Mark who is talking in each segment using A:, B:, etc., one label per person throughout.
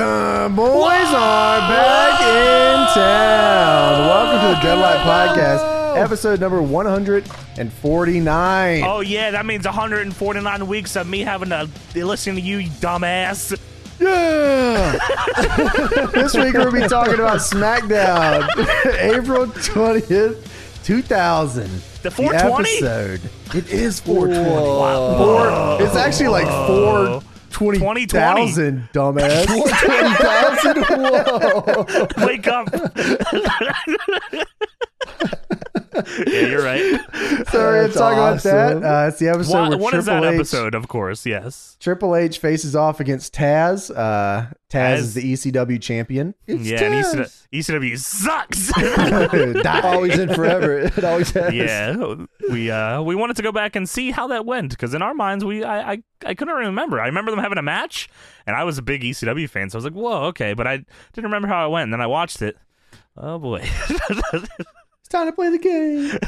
A: The boys are back in town. Welcome to the Dreadlock Podcast, episode number 149.
B: Oh yeah, that means 149 weeks of me having to listen to you, you dumbass.
A: Yeah! this week we're going to be talking about SmackDown, April 20th, 2000.
B: The 420?
A: episode. It is 420.
B: Wow.
A: Four, it's actually like
B: Oh.
A: 420,000, dumbass. 420,000?
B: Wake up. yeah, you're right.
A: So we're going to
C: That's
A: talk about
C: awesome.
A: that. Uh, it's the episode
B: Wha-
A: where
B: what
A: Triple
B: is that
A: H
B: episode? Of course, yes.
A: Triple H faces off against Taz. Uh, Taz
B: Taz.
A: is the ECW champion.
B: yeah, and E ECW, ECW sucks.
A: Die.
C: always in forever. It always has.
B: yeah, we uh we wanted to go back and see how that went because in our minds we I, I I couldn't remember. I remember them having a match, and I was a big ECW fan, so I was like, whoa, okay, but I didn't remember how it went. And then I watched it. Oh boy.
A: It's time to play the game.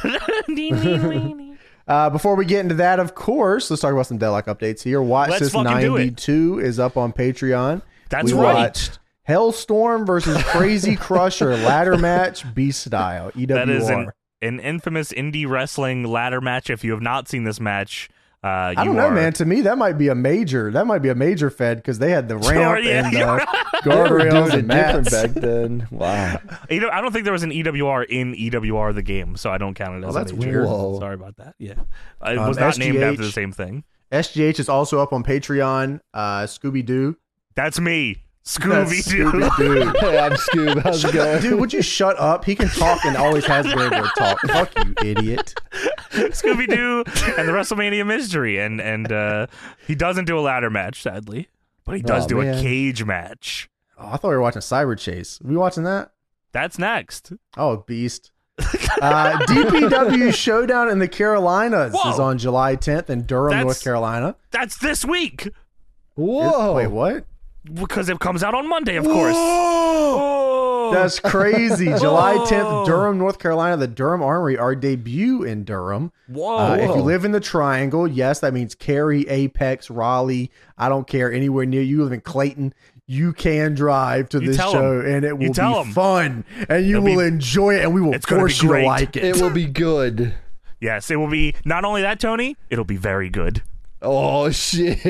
A: Uh, before we get into that, of course, let's talk about some Deadlock updates here. Watch
B: Let's
A: this
B: fucking do it.
A: 92 is up on Patreon.
B: That's
A: we
B: right.
A: Watched Hellstorm versus Crazy Crusher ladder match B style E EWR.
B: That is an, an infamous indie wrestling ladder match. If you have not seen this match, uh,
A: I
B: you
A: don't know,
B: are-
A: man. To me, that might be a major. That might be a major fed because they had the ramp
B: yeah,
A: and
B: you're
A: uh,
B: right.
C: They were
A: guardrails
C: doing it
A: and mats.
C: different back then. Wow.
B: You know, I don't think there was an EWR in EWR the game, so I don't count it as.
A: Oh, that's
B: a major.
A: weird.
C: Whoa.
B: Sorry about that. Yeah, Uh, it
A: Um,
B: was not named after the
A: SGH.
B: same thing.
A: SGH is also up on Patreon. Uh, Scooby Doo.
B: That's me, Scooby Doo.
A: Doo.
C: Hey, I'm Scoob. How's it going?
A: Dude, would you shut up? He can talk and always has Railroad talk. Fuck you, idiot.
B: Scooby Doo and the WrestleMania mystery, and and uh, he doesn't do a ladder match, sadly, but he does
C: Aw,
B: do a
C: man.
B: cage match.
A: Oh, I thought we were watching Cyber Chase. we watching that?
B: That's next.
A: Oh, beast. Uh, DPW Showdown in the Carolinas
B: Whoa.
A: is on July 10th in Durham,
B: That's-
A: North Carolina.
B: That's this week
C: Whoa.
A: Wait, what?
B: because it comes out on Monday, of course. Oh.
A: That's crazy. July
B: Whoa.
A: 10th, Durham, North Carolina, the Durham Armory, our debut in Durham.
B: Oh, Whoa.
A: Uh, if you
C: Whoa.
A: live in the triangle, yes, that means Cary, Apex, Raleigh. I don't care anywhere near you. Live in Clayton. You can drive to
B: You
A: this
B: tell
A: show, and it will be
B: tell 'em.
A: fun, and you
B: It'll
A: will
B: be-
A: enjoy it, and we will
B: It's gonna be
A: force you to
B: great.
A: like it.
C: It will be good.
B: yes, it will be not only that, Tony, it'll be very good.
C: Oh, shit.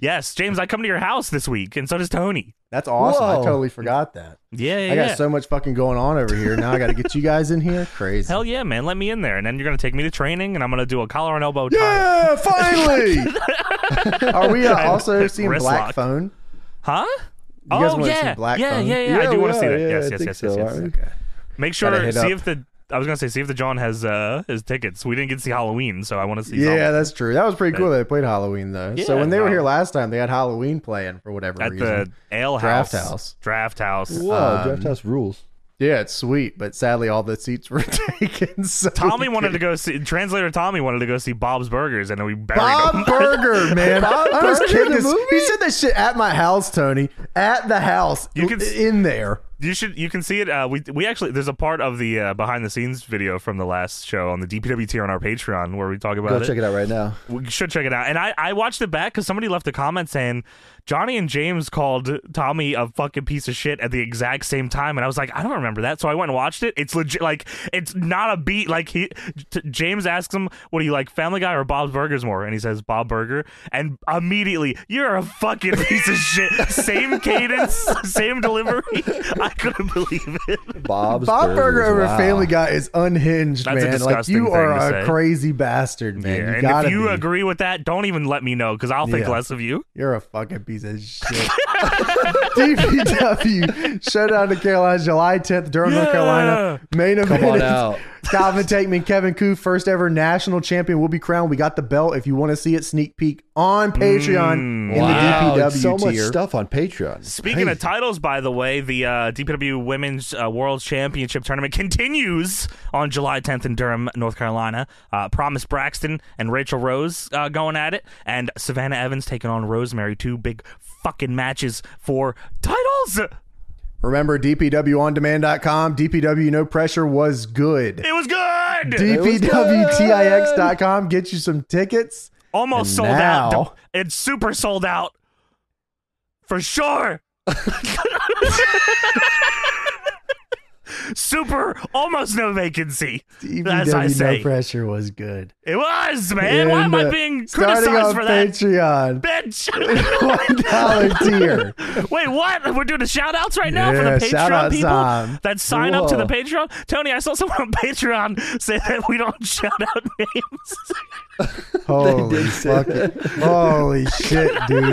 B: Yes, James, I come to your house this week, and so does Tony.
A: That's awesome. I
C: Whoa.
A: totally forgot that.
B: Yeah, yeah.
A: I
B: yeah.
A: got so much fucking going on over here. Now I got to get you guys in here. Crazy.
B: Hell yeah, man. Let me in there. And then you're going to take me to training, and I'm going to do a collar and elbow tie.
A: yeah! Finally. Are we uh, also
B: And
A: seeing
B: wrist
A: Black
B: lock.
A: Phone?
B: Huh?
A: You guys
B: oh,
A: wanna see
B: yeah.
A: Black
B: yeah,
A: Phone?
B: yeah, yeah, I do
C: Yeah,
B: want to see
C: yeah,
B: that.
C: yeah,
B: yes,
C: I
B: yes,
C: think
B: yes,
C: so.
B: yes, yes.
C: Alright.
A: Okay.
B: Make
A: Gotta
B: sure,
A: hit
B: see
A: up.
B: if the. I was going to say, see if the John has uh, his tickets. We didn't get to see Halloween, so I want to see
A: Yeah,
B: Halloween.
A: that's true. That was pretty cool. that They played Halloween though. so
B: Yeah,
A: when they were
B: wow.
A: here last time, they had Halloween playing for whatever
B: At
A: reason.
B: the Ale House.
A: Draft House.
B: Draft House.
C: Whoa. draft house rules.
A: Yeah, it's sweet, but sadly all the seats were taken. So
B: Tommy wanted to go see, translator Tommy wanted to go see Bob's Burgers, and then we buried him.
A: Bob Burger, man. I was
C: Burger,
A: kidding.
C: the
A: This. He said that shit at my house, Tony. At the house.
B: You can-
A: in there.
B: You should you can see it. Uh, we we actually there's a part of the uh, behind the scenes video from the last show on the DPW tier on our Patreon where we talk about
C: Go
B: it.
C: check it out right now.
B: We should check it out. And I I watched it back because somebody left a comment saying Johnny and James called Tommy a fucking piece of shit at the exact same time, and I was like I don't remember that. So I went and watched it. It's legit. Like it's not a beat. Like he t- James asks him what do you like Family Guy or Bob's Burgers more, and he says Bob Burger, and immediately you're a fucking piece of shit. Same cadence, same delivery. I couldn't believe it.
C: Bob's
A: Bob Burger
C: Burgers,
A: over
C: wow.
A: Family Guy is unhinged,
B: That's a
A: man. Like
B: disgusting
A: you
B: thing
A: are
B: to
A: a
B: say.
A: crazy bastard, man.
B: Yeah,
A: you
B: and
A: gotta
B: if you
A: be.
B: agree with that, don't even let me know because I'll think
A: Yeah.
B: less of you.
A: You're a fucking piece of shit. DPW showdown to Carolina, July 10th, Durham, North
B: Yeah.
A: Carolina. Main event.
C: Come on
A: is
C: out.
A: Calvin Tankman, Kevin Koo, first ever national champion will be crowned. We got the belt. If you want to see it, sneak peek on Patreon in
B: Mm.
C: Wow,
A: the DPW
C: it's so much
A: tier.
C: stuff on Patreon.
B: Speaking of titles, by the way, the uh, DPW Women's uh, World Championship Tournament continues on July 10th in Durham, North Carolina. Uh, Promise Braxton and Rachel Rose uh, going at it, and Savannah Evans taking on Rosemary. Two big fucking matches for titles.
A: Remember, DPWOnDemand.com. DPW No Pressure was good.
B: It was good.
A: DPWTIX.com. Get you some tickets.
B: Almost
A: And
B: sold
A: now-
B: out. It's super sold out for sure. Super, almost no vacancy. As I
A: DBW
B: say,
A: No Pressure was good.
B: it was man. Why am
A: And,
B: I
A: uh,
B: being
A: starting on
B: criticized for that,
A: Patreon?
B: bitch?
A: One dollar tier.
B: Wait, what? We're doing the shout outs right now
A: Yeah,
B: for the
A: shout
B: Patreon
A: out
B: people
A: time.
B: that sign up to the
C: Whoa.
B: Patreon. Tony, I saw someone on Patreon say that we don't shout out names.
A: Holy
C: did say
A: fucking, holy shit, dude.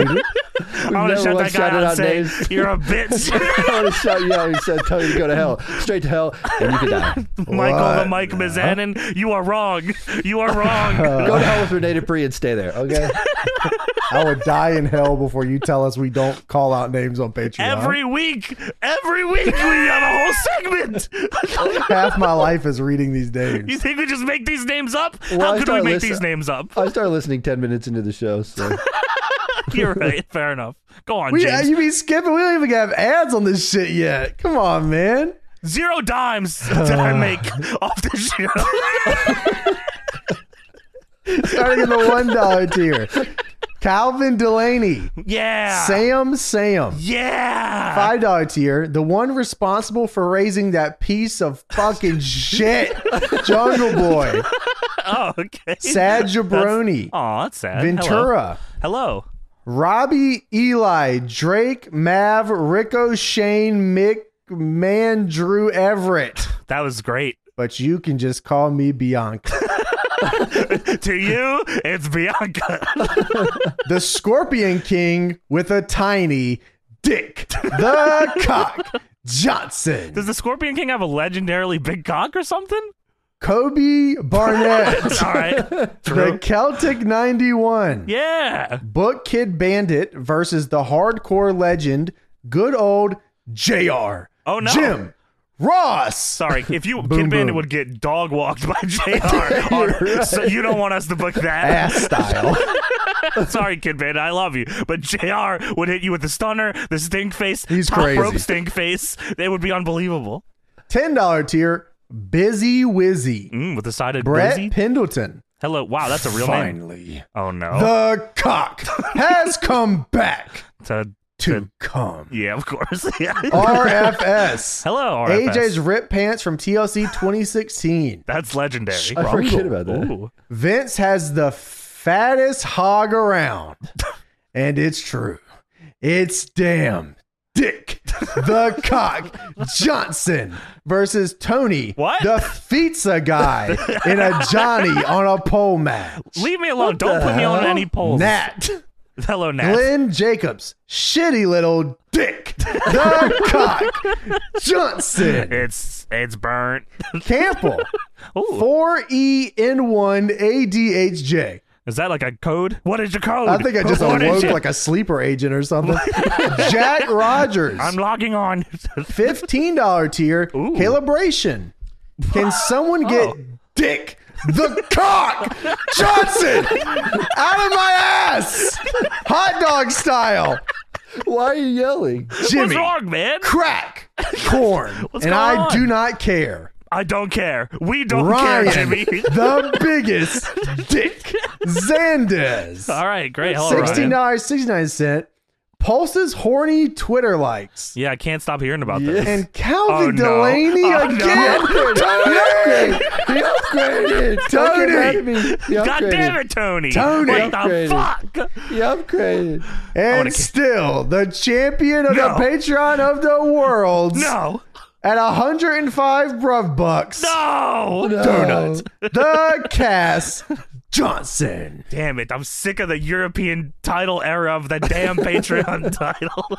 B: I want
C: never
B: to shut
C: once
B: that guy
C: shouted
B: out and
C: out
B: say,
C: names.
B: You're a bitch.
C: I want to shout you out and said, tell you to go to hell, straight to hell, and you can die.
B: Michael the
A: What?
B: Mike Mizanin, you are wrong. You are wrong.
C: Go to hell with Renee Dupree and stay there, okay?
A: I would die in hell before you tell us we don't call out names on Patreon.
B: every week, every week we have a whole segment.
A: Half my life is reading these names.
B: you think we just make these names up?
C: Well, I
B: How could we
C: thought-
B: make
C: listen-
B: these names up?
C: I started listening 10 minutes into the show, so.
B: You're right. Fair enough. Go on,
A: We, uh,
B: James.
A: you be skipping. We don't even have ads on this shit yet. Come on, man.
B: Zero dimes did
A: Uh.
B: I make off the show.
A: Starting in the one dollar tier. Calvin Delaney,
B: yeah.
A: Sam, Sam.
B: Yeah.
A: Five dollar tier, the one responsible for raising that piece of fucking shit, Jungle Boy,
B: Oh, okay.
A: Sad Jabroni,
B: Aw, that's sad.
A: Ventura,
B: Hello. Hello.
A: Robbie, Eli, Drake, Mav, Rico, Shane, Mick, Man, Drew, Everett.
B: That was great.
A: But you can just call me Bianca.
B: to you, it's Bianca.
A: the Scorpion King with a tiny dick. The cock. Johnson.
B: Does the Scorpion King have a legendarily big cock or something?
A: Kobe Barnett.
B: All right.
A: the Celtic 91.
B: Yeah.
A: Book Kid Bandit versus the hardcore legend, good old JR.
B: Oh, no.
A: Jim Ross.
B: Sorry, if you
A: Boom,
B: Kid Bandit
A: boom.
B: would get dog walked by JR, on- so you don't want us to book that.
A: Ass style. Ah.
B: Sorry, Kid Bandit, I love you, but JR would hit you with the stunner, the stink face,
A: He's
B: top
A: crazy.
B: rope stink face. It would be unbelievable.
A: Ten dollar tier. Busy Wizzy.
B: Mm, with the side of
A: Brett
B: Dizzy.
A: Pendleton.
B: Hello, wow, Oh, that's a real name.
A: Finally,
B: Oh no,
A: the cock has come back
B: To-
A: to come.
B: yeah, of course. Yeah.
A: RFS.
B: Hello, RFS.
A: AJ's ripped pants from TLC 2016.
B: That's legendary.
C: I forget about that.
B: Ooh.
A: Vince has the fattest hog around. And it's true. It's damn Dick the Cock Johnson versus Tony
B: What?
A: the pizza guy in a Johnny on a pole match.
B: Leave me alone. Don't put me on any polls.
A: Nat.
B: Hello, Nat.
A: Glenn Jacobs, shitty little dick, the cock, Johnson,
B: It's it's burnt.
A: Campbell, E
B: Ooh,
A: 4EN1ADHJ.
B: is that like a code? What is your code?
A: I think I just
B: What is
A: awoke
B: your-
A: like a sleeper agent or something. Jack Rogers,
B: I'm logging on.
A: $15 tier,
B: Ooh.
A: calibration. Can someone get
B: Oh.
A: dick the cock Johnson out of my ass? Hot dog style.
C: Why are you yelling?
A: Jimmy.
B: What's wrong, man?
A: crack corn
B: What's
A: and i
B: going on?
A: do not care
B: I don't care. We don't
A: ryan
B: care, Jimmy.
A: the biggest dick Xandez,
B: All right, great. Hello, Ryan.
A: $16 69 cent pulse's horny twitter likes
B: Yeah, I can't stop hearing about
C: Yeah.
B: this.
A: and calvin
B: Oh, no.
A: delaney
B: Oh, no.
A: again Tony!
C: He upgraded.
A: Tony!
C: Don't get mad at me. He upgraded.
B: God damn it, Tony.
A: Tony.
B: What the
C: Upgraded.
B: fuck?
C: He upgraded.
A: and still the champion of
B: No.
A: the patreon of the world
B: No.
A: at 105 bruv bucks
B: No.
A: donut the cass johnson
B: Damn it. I'm sick of the European title era of the damn Patreon title.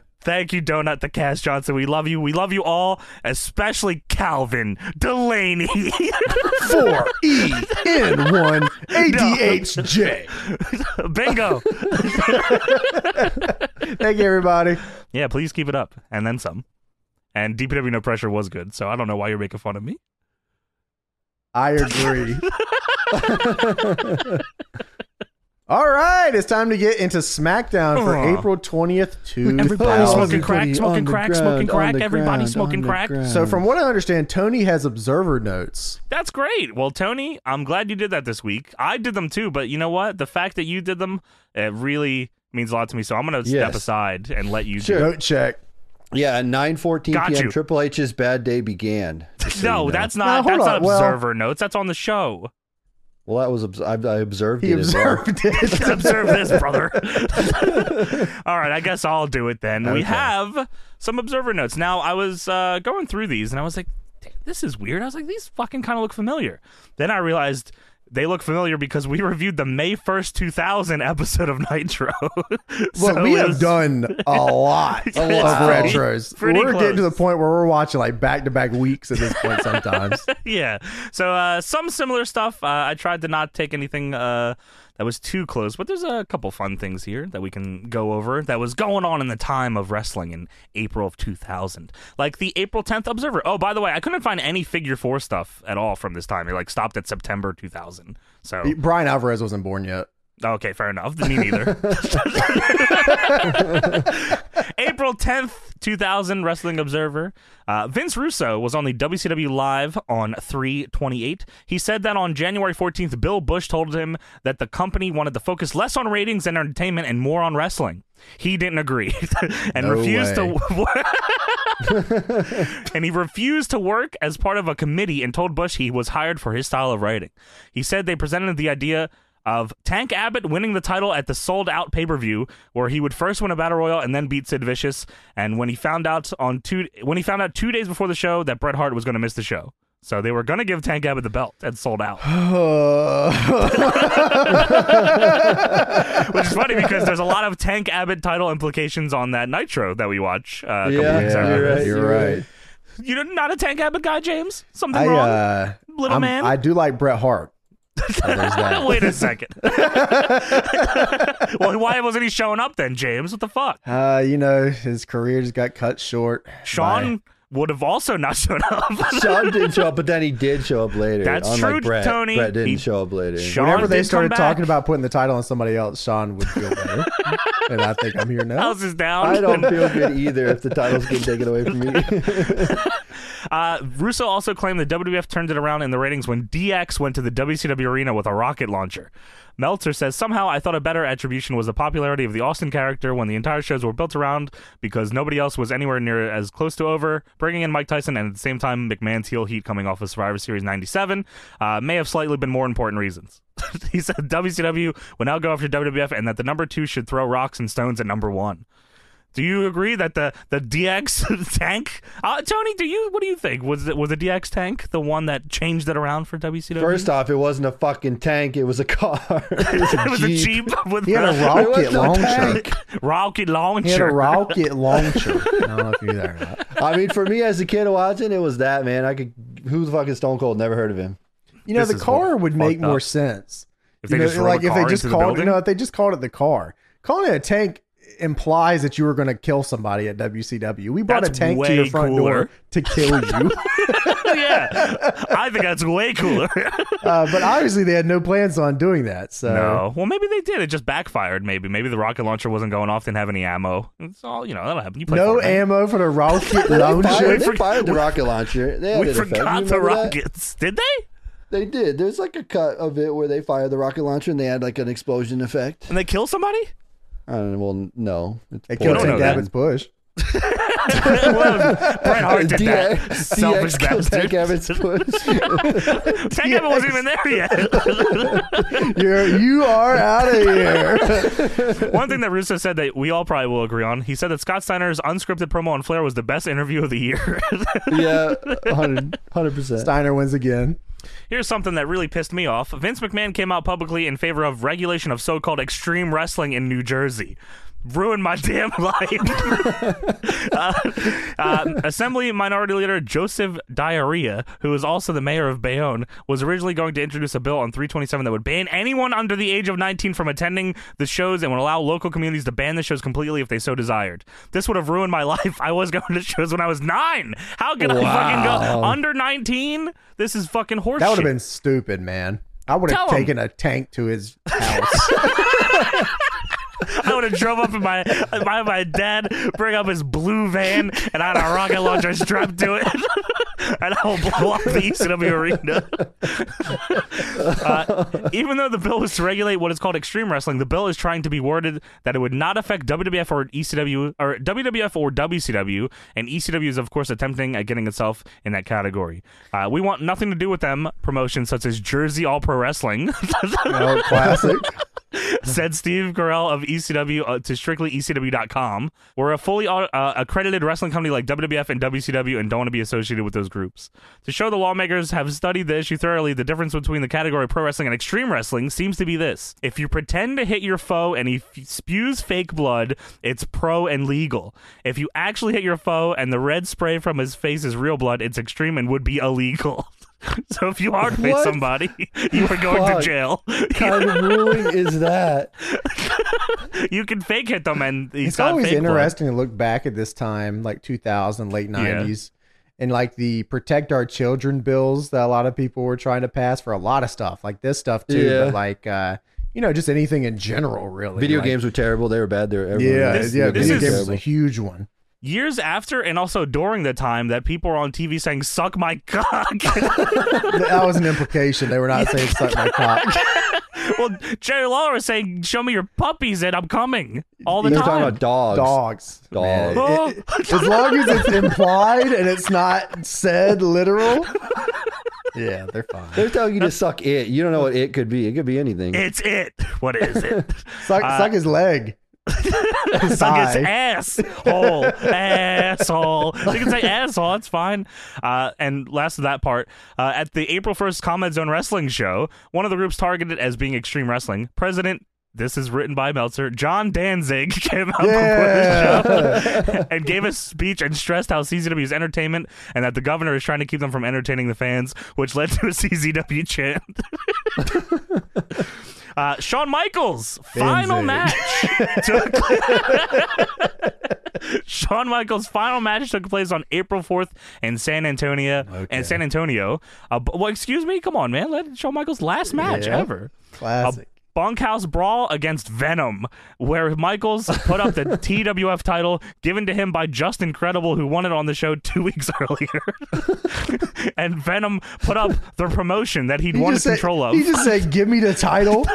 C: Yeah.
B: Thank you, Donut the Cass Johnson. We love you. We love you all, especially Calvin Delaney.
A: four E N one A D H J.
B: Bingo.
A: Thank you, everybody.
B: yeah, please keep it up. And then some. And DPW No Pressure was good, so I don't know why you're making fun of me.
A: I agree. All right, it's time to get into SmackDown for
B: Aw.
A: April twentieth, two
B: Everybody smoking
A: thousand.
B: crack,
C: Everybody
B: smoking
C: on the
B: crack,
C: ground,
B: smoking
C: on
B: crack.
C: the
B: Everybody
C: ground,
B: smoking
C: on the
B: crack.
C: ground.
A: So, from what I understand, Tony has observer notes.
B: That's great. Well, Tony, I'm glad you did that this week. I did them too, but you know what? The fact that you did them, it really means a lot to me. So I'm gonna step
C: Yes.
B: aside and let you.
C: Sure.
A: Note check.
C: Yeah, at 9:14
B: Got
C: p.m.
B: you.
C: Triple H's bad day began.
B: Do- no, that's not
A: No, hold
B: that's not
A: on. Well-
B: observer notes. That's on the show.
C: Well, that was obs- I, I observed
A: He
C: it as well.
A: observed it.
B: Observe this, brother. All right, I guess I'll do it then. We
C: Okay.
B: have some observer notes. Now, I was uh, going through these and I was like, "Damn, this is weird. I was like, these fucking kind of look familiar. Then I realized they look familiar because we reviewed the May 1st, 2000 episode of Nitro.
A: Look,
B: So
A: we
B: it
A: have
B: was-
A: done a lot of
B: Wow.
A: retros.
B: Pretty
A: we're getting to the
B: close.
A: point where we're watching like back to back weeks at this point sometimes.
B: yeah. So uh, some similar stuff. Uh, I tried to not take anything uh, that was too close, but there's a couple fun things here that we can go over that was going on in the time of wrestling in April of 2000, like the April 10th Observer. Oh, by the way, I couldn't find any Figure Four stuff at all from this time. It like stopped at September 2000. So
A: Brian Alvarez wasn't born yet.
B: Okay, fair enough. Me neither. April 10th, 2000, Wrestling Observer. Uh, Vince Russo was on the WCW Live on 328. He said that on January 14th, Bill Bush told him that the company wanted to focus less on ratings and entertainment and more on wrestling. He didn't agree and
A: No
B: refused to and he refused to work as part of a committee and told Bush he was hired for his style of writing. He said they presented the idea of Tank Abbott winning the title at the sold out pay per view, where he would first win a battle royal and then beat Sid Vicious. And when he found out on two when he found out two days before the show that Bret Hart was going to miss the show, so they were going to give Tank Abbott the belt and sold out, which is funny because there's a lot of Tank Abbott title implications on that Nitro that we watch. Uh, a couple
C: Yeah,
B: weeks
C: you're
B: earlier.
C: right, you're right.
B: You know, not a Tank Abbott guy, James. Something
A: I,
B: wrong,
A: uh,
B: little
A: I'm-
B: man.
A: I do like Bret Hart. So there's
C: uh,
A: that.
B: Wait a second. well, why wasn't he showing up then, James? What the fuck?
A: Uh, you know, his career just got cut short.
B: Sean would have also not shown up.
C: Sean didn't show up, but then he did show up later.
B: That's
C: Unlike
B: true,
C: Brett.
B: Tony.
C: Brett didn't
B: He-
C: show up later.
A: By,
B: Sean
A: whenever
B: did
A: they
B: come
A: started
B: back.
A: talking about putting the title on somebody else, Sean would feel better. and I think I'm here now.
B: House is down.
C: I don't feel good either if the title's getting taken away from me.
B: Uh, Russo also claimed the WWF turned it around in the ratings when DX went to the WCW arena with a rocket launcher. Meltzer says somehow I thought a better attribution was the popularity of the Austin character when the entire shows were built around because nobody else was anywhere near as close to over. Bringing in Mike Tyson and at the same time McMahon's heel heat coming off of Survivor Series '97 uh, may have slightly been more important reasons. he said WCW will now go after WWF and that the number two should throw rocks and stones at number one. Do you agree that the the DX tank, uh, Tony? Do you what do you think was it, was the DX tank the one that changed it around for WCW?
C: First off, it wasn't a fucking tank. It was a car. It was a,
B: it was
C: Jeep.
B: a Jeep with
A: He had a
B: the
C: There was
A: rocket
C: no
A: launcher.
C: tank.
B: rocket launcher.
A: He had a rocket launcher. I don't know if you knew that or not.
C: I mean, for me as a kid watching, it was that, man. I could. Who the fuck is Stone Cold? Never heard of him.
A: You know,
B: This
A: the
B: is
A: car
B: what
A: would make
B: fucked up.
A: more sense.
B: if they
A: You know,
B: just like if they just
A: called,
B: called,
A: you know, if they just called it the car. Calling it a tank implies that you were going to kill somebody at WCW. We brought
B: That's
A: a tank to
B: way
A: your front
B: cooler.
A: door to kill you.
B: yeah, I think that's way cooler.
A: uh, but obviously, they had no plans on doing that. So
B: no, well maybe they did. It just backfired. Maybe maybe the rocket launcher wasn't going off. Didn't have any ammo. It's all you know. That'll happen. You play
A: no
B: Fortnite.
A: ammo for the rocket
C: They
A: launcher.
B: forgot-
C: fired the rocket launcher. They had
B: We
C: an effect. You
B: forgot the
C: remember that?
B: rockets. Did they?
C: They did. There's like a cut of it where they fired the rocket launcher and they had like an explosion effect.
B: And they kill somebody?
C: I don't know. Well, no. It's
A: It killed
B: don't know
A: Tank
B: that.
A: Abbott's bush.
B: well, Bret
C: Uh,
B: Hart did that. Selfish
C: killed
B: bastard.
C: Tank Abbott's push.
B: Tank Abbott wasn't even there yet.
A: You're, you are out of here.
B: One thing that Russo said that we all probably will agree on, he said that Scott Steiner's unscripted promo on Flair was the best interview of the year.
C: yeah, 100 percent.
A: Steiner wins again.
B: Here's something that really pissed me off. Vince McMahon came out publicly in favor of regulation of so-called extreme wrestling in New Jersey. Ruined my damn life. uh, uh, Assembly Minority Leader Joseph Diarrhea, who is also the mayor of Bayonne, was originally going to introduce a bill on 327 that would ban anyone under the age of 19 from attending the shows and would allow local communities to ban the shows completely if they so desired. This would have ruined my life. I was going to shows when I was nine. How could I fucking go
C: Wow.
B: under 19? This is fucking horseshit.
A: That would have been stupid, man. I would have
B: Tell 'em.
A: taken a tank to his house.
B: I would have drove up in my my my dad, bring up his blue van, and I had a rocket launcher strapped to it. and I will blow up the ECW arena. uh, even though the bill was to regulate what is called extreme wrestling, the bill is trying to be worded that it would not affect WWF or ECW or WWF or WCW, and ECW is of course attempting at getting itself in that category. Uh, we want nothing to do with them promotions such as Jersey All Pro Wrestling,
A: Oh, classic.
B: said Steve Carell of ECW uh, to strictly ECW.com. We're a fully au- uh, accredited wrestling company like WWF and WCW and don't want to be associated with those groups. To show the lawmakers have studied the issue thoroughly, the difference between the category of pro wrestling and extreme wrestling seems to be this. If you pretend to hit your foe and he f- spews fake blood, it's pro and legal. If you actually hit your foe and the red spray from his face is real blood, it's extreme and would be illegal. So if you hard face
C: What?
B: somebody, you are going to
C: Fuck.
B: jail.
C: kind of ruling is that?
B: you can fake hit them and he's
A: it's
B: got
A: always
B: fake blood.
A: interesting to look back at this time, like 2000, late 90s, and like the protect our children bills that a lot of people were trying to pass for a lot of stuff, like this stuff too,
C: Yeah.
A: but like, uh, you know, just anything in general, really.
C: Video
A: Like-
C: games were terrible. They were bad. They were everyone
A: Yeah,
C: was-
A: yeah,
C: they were
A: video
B: this is-
A: games was
C: terrible.
A: a huge one.
B: Years after and also during the time that people were on TV saying "suck my cock."
A: that was an implication. They were not saying suck my cock.
B: well, Jerry Lawler was saying "show me your puppies and I'm coming" all the
C: They were talking
B: time.
C: about dogs.
A: Dogs. man.
C: Dogs.
B: Oh.
A: It- it- as long as it's implied and it's not said literal, yeah, they're fine.
C: They're telling you to suck it. You don't know what it could be. It could be anything.
B: it's it. What is it?
A: Suck,
B: Uh,
A: suck his leg. His
B: Suck his
A: thigh.
B: asshole, asshole. You can say asshole. It's fine. Uh, and last of that part, uh, at the April first Combat Zone Wrestling show, one of the groups targeted as being extreme wrestling. President, this is written by Meltzer. John Danzig came out before the show and gave a speech and stressed how CZW is entertainment and that the governor is trying to keep them from entertaining the fans, which led to a CZW chant. Uh, Shawn Michaels final
A: Danzig.
B: match took Shawn Michaels final match took place on April fourth in San Antonio and San Antonio. Uh, b- well, excuse me, come on, man, let Shawn Michaels last match
A: Yeah.
B: ever. A
A: Classic.
B: bunkhouse brawl against Venom, where Michaels put up the TWF title given to him by Just Incredible, who won it on the show two weeks earlier. and Venom put up the promotion that he'd
A: He
B: wanted
A: just said-
B: control of.
A: He just said, "Give me the title."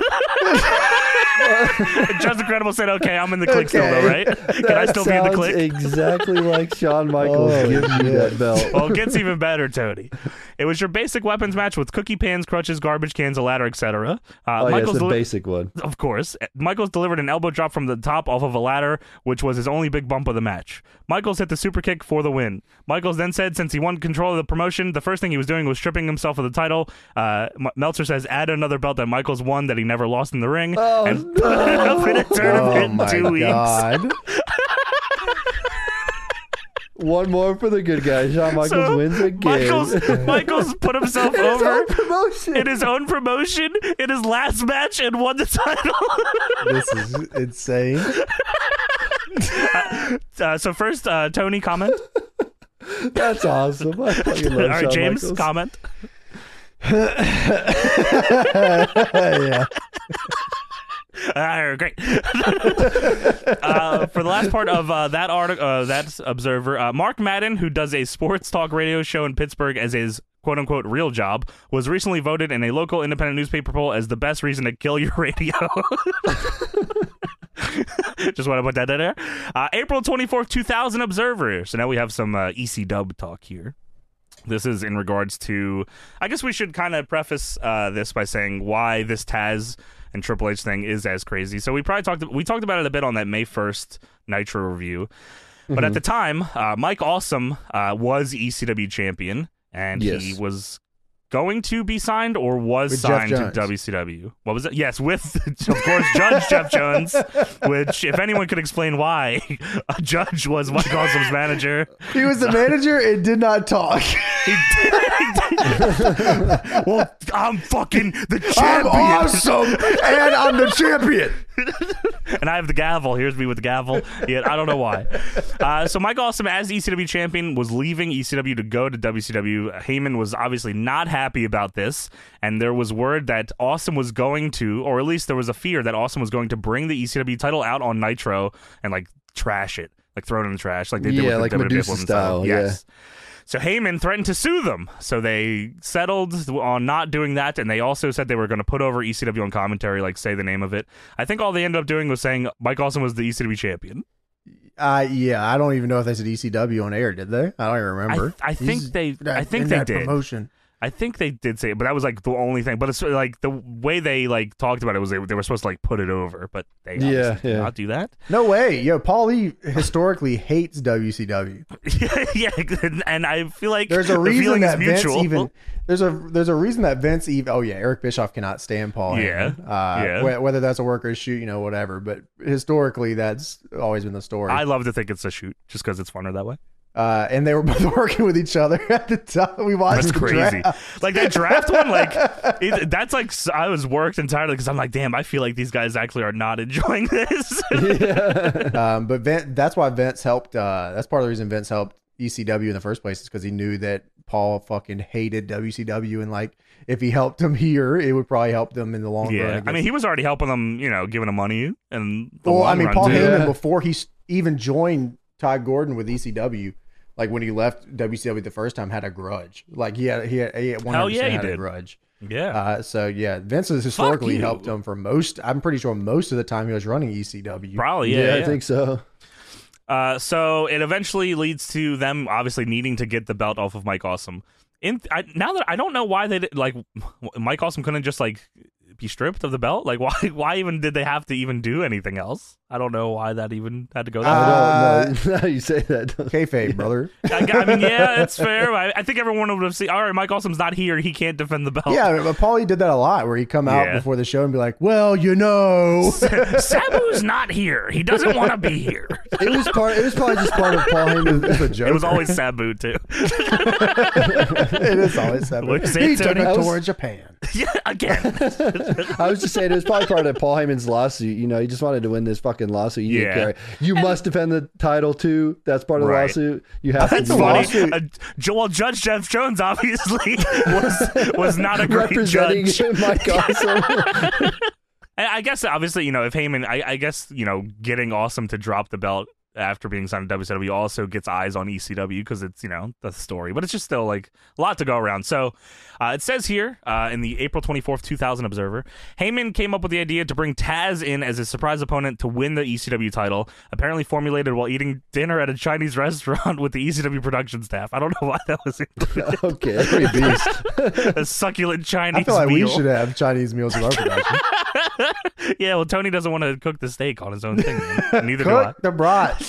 B: Just Incredible said, "Okay, I'm in the click still, though,
A: Okay.
B: right? Can I
C: That
B: still be in the
C: sounds
B: click?"
C: Exactly like Shawn Michaels
A: Oh,
C: gives you that belt. Oh,
B: well, it gets even better, Tony. It was your basic weapons match with cookie pans, crutches, garbage cans, a ladder, etc. Uh,
C: Oh yeah, it's
B: Michaels
C: the
B: deli-
C: basic one.
B: Of course. Michaels delivered an elbow drop from the top off of a ladder, which was his only big bump of the match. Michaels hit the super kick for the win. Michaels then said since he won control of the promotion, the first thing he was doing was stripping himself of the title. Uh, M- Meltzer says, add another belt that Michaels won that he never lost in the ring.
C: Oh,
B: and put it up in a
A: oh
B: tournament
A: my
B: in two weeks.
A: god!
C: One more for the good guy. Shawn Michaels
B: So,
C: wins again.
B: Michaels, Michaels put himself over
C: promotion.
B: in his own promotion in his last match and won the title.
A: This is insane.
B: uh, so first, uh, Tony comment.
C: That's awesome. I fucking love
B: All right,
C: Shawn
B: James
C: Michaels.
B: comment.
A: yeah.
B: Uh, great. uh, for the last part of uh, that article, uh, that observer, uh, Mark Madden, who does a sports talk radio show in Pittsburgh as his "quote unquote" real job, was recently voted in a local independent newspaper poll as the best reason to kill your radio. Just want to put that in there. Uh, April twenty fourth, two thousand. Observer. So now we have some uh, EC Dub talk here. This is in regards to. I guess we should kind of preface uh, this by saying why this Taz and Triple H thing is as crazy. So we probably talked. We talked about it a bit on that May first Nitro review, but
A: Mm-hmm.
B: at the time, uh, Mike Awesome uh, was ECW champion, and he
C: Yes.
B: was going to be signed or was
A: With Jeff
B: signed to
A: Jones.
B: WCW. What was it? Yes, with of course Judge Jeff Jones, which if anyone could explain why, a Judge was Mike Awesome's manager.
A: He was the manager and did not talk.
B: He did. He did. well, I'm fucking the
A: I'm
B: champion,
A: awesome and I'm the champion.
B: and I have the gavel. Here's me with the gavel. Yet I don't know why. Uh, so Mike Awesome, as ECW champion, was leaving ECW to go to WCW. Heyman was obviously not happy about this, and there was word that Awesome was going to, or at least there was a fear that Awesome was going to bring the ECW title out on Nitro and like trash it, like throw it in the trash, like they did
C: Yeah,
B: with
C: like
B: the WWF
C: Medusa
B: Women's
C: style,
B: title.
C: yeah.
B: Yes. So Heyman threatened to sue them. So they settled on not doing that, and they also said they were going to put over ECW on commentary, like say the name of it. I think all they ended up doing was saying Mike Awesome was the ECW champion.
A: Uh, yeah, I don't even know if they said ECW on air, did they? I don't even remember.
B: I, I think
A: He's-
B: they. I
A: that-
B: think
A: in
B: they
A: that
B: did.
A: promotion.
B: I think they did say it, but that was like the only thing. But it's like the way they like talked about it was they, they were supposed to like put it over, but they obviously
C: Yeah,
B: did
C: yeah.
B: not do that.
A: No way, yo, Paulie historically hates WCW.
B: yeah, and- and I feel like
A: There's a
B: the
A: reason
B: feeling is
A: that Vince
B: mutual.
A: even there's a there's a reason that Vince even oh yeah Eric Bischoff cannot stand Paul
B: Yeah.
A: Heyman. uh,
B: Yeah.
A: wh- whether that's a workers shoot you know whatever but historically that's always been the story
B: I love to think it's a shoot just because it's funner that way.
A: uh, and they were both working with each other at the time we watched
B: That's
A: the
B: crazy.
A: draft.
B: Like that draft one, like it, that's like s- I was worked entirely because I'm like, damn, I feel like these guys actually are not enjoying this.
A: um, but Vince, that's why Vince helped. Uh, that's part of the reason Vince helped ECW in the first place is because he knew that Paul fucking hated WCW and like if he helped him here, it would probably help them in the long run.
B: yeah, I
A: against-
B: mean, he was already helping them, you know, giving them money and the
A: well, I
B: long
A: mean,
B: run,
A: Paul
B: too.
C: dude.
A: Heyman
C: Yeah.
A: before he s- even joined Todd Gordon with ECW, like when he left WCW the first time, had a grudge. Like he had he had, he had 100%
B: Hell yeah, he
A: had a
B: did.
A: grudge.
B: Yeah,
A: Uh, so yeah, Vince has historically
B: you.
A: helped him for most. I'm pretty sure most of the time he was running E ECW.
B: probably.
C: yeah, I
B: yeah,
C: think so.
B: Uh, so it eventually leads to them obviously needing to get the belt off of Mike Awesome. In I, now that I don't know why they did, like Mike Awesome couldn't just like be stripped of the belt. Like why why even did they have to even do anything else? I don't know why that even had to go. That
A: Uh,
B: way.
C: I don't know. now you say that. don't-
A: Kayfabe, brother.
B: I, I mean, yeah, it's fair. I, I think everyone would have seen. All right, Mike Awesome's not here. He can't defend the belt.
A: Yeah, but Paulie did that a lot where he'd come out
B: Yeah.
A: before the show and be like, Well, you know.
B: Sabu's not here. He doesn't want to be here.
C: It was part. It was probably just part of Paul Heyman.
A: It's a joke.
B: It was always Sabu too.
A: it is always that.
B: What'd you say,
A: He took
B: Tony?
A: it
C: I was-
A: toward Japan.
B: yeah, again.
C: I was just saying it was probably part of Paul Heyman's lawsuit. You know, he just wanted to win this fucking lawsuit. You
B: Yeah.
C: yeah. carry. You must defend the title too. That's part of the
B: Right.
C: lawsuit. You have
B: That's
C: to do
B: funny.
C: it.
B: Uh, J- well, Judge Jeff Jones obviously was was not a great
C: representing
B: judge.
C: him, Mike Awesome.
B: I, I guess obviously you know if Heyman, I, I guess you know getting awesome to drop the belt after being signed to WCW also gets eyes on E ECW because it's you know the story, but it's just still like a lot to go around. So uh, it says here uh, in the April twenty fourth two thousand Observer, Heyman came up with the idea to bring Taz in as his surprise opponent to win the ECW title. Apparently formulated while eating dinner at a Chinese restaurant with the ECW production staff. I don't know why that was included.
C: okay, pretty beast.
B: a succulent Chinese
A: I feel like
B: meal.
A: we should have Chinese meals in our production.
B: yeah, well, Tony doesn't want to cook the steak on his own thing. Neither do I.
A: Cook the brats.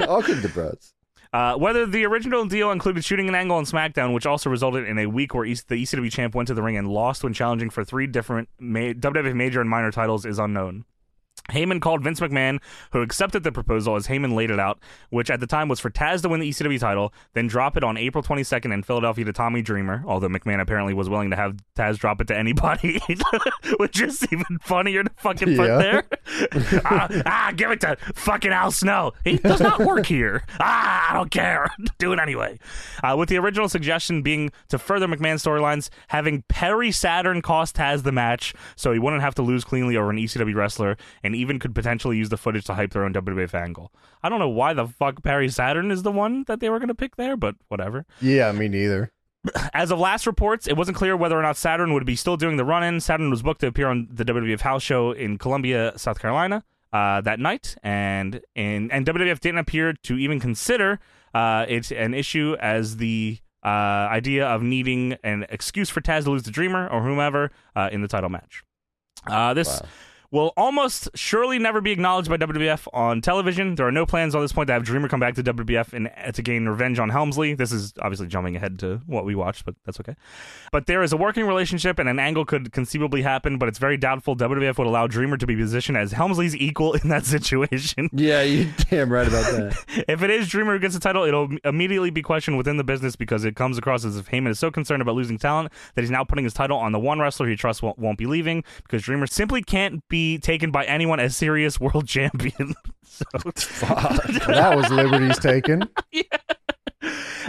C: I'll cook the brats.
B: Uh, whether the original deal included shooting an angle on SmackDown, which also resulted in a week where East, the ECW champ went to the ring and lost when challenging for three different ma- WWE major and minor titles, is unknown. Heyman called Vince McMahon, who accepted the proposal as Heyman laid it out, which at the time was for Taz to win the ECW title, then drop it on April 22nd in Philadelphia to Tommy Dreamer, although McMahon apparently was willing to have Taz drop it to anybody, which is even funnier to fucking put
A: Yeah.
B: there. ah, ah, give it to fucking Al Snow. He does not work here. Ah, I don't care. Do it anyway. Uh, with the original suggestion being to further McMahon's storylines, having Perry Saturn cost Taz the match so he wouldn't have to lose cleanly over an ECW wrestler and even could potentially use the footage to hype their own WWF angle. I don't know why the fuck Perry Saturn is the one that they were going to pick there, but whatever.
A: Yeah, me neither.
B: As of last reports, it wasn't clear whether or not Saturn would be still doing the run in. Saturn was booked to appear on the WWF house show in Columbia, South Carolina uh, that night, and, and and WWF didn't appear to even consider uh, it an issue as the uh, idea of needing an excuse for Taz to lose to Dreamer or whomever uh, in the title match. Uh, this
C: Wow.
B: will almost surely never be acknowledged by WWF on television. There are no plans on this point to have Dreamer come back to WWF and uh, to gain revenge on Helmsley. This is obviously jumping ahead to what we watched, but that's okay. But there is a working relationship, and an angle could conceivably happen. But it's very doubtful WWF would allow Dreamer to be positioned as Helmsley's equal in that situation.
C: Yeah, you damn right about that.
B: If it is Dreamer who gets the title, it'll immediately be questioned within the business because it comes across as if Heyman is so concerned about losing talent that he's now putting his title on the one wrestler he trusts won't, won't be leaving because Dreamer simply can't be taken by anyone as serious world champion. so,
A: That was liberties taken.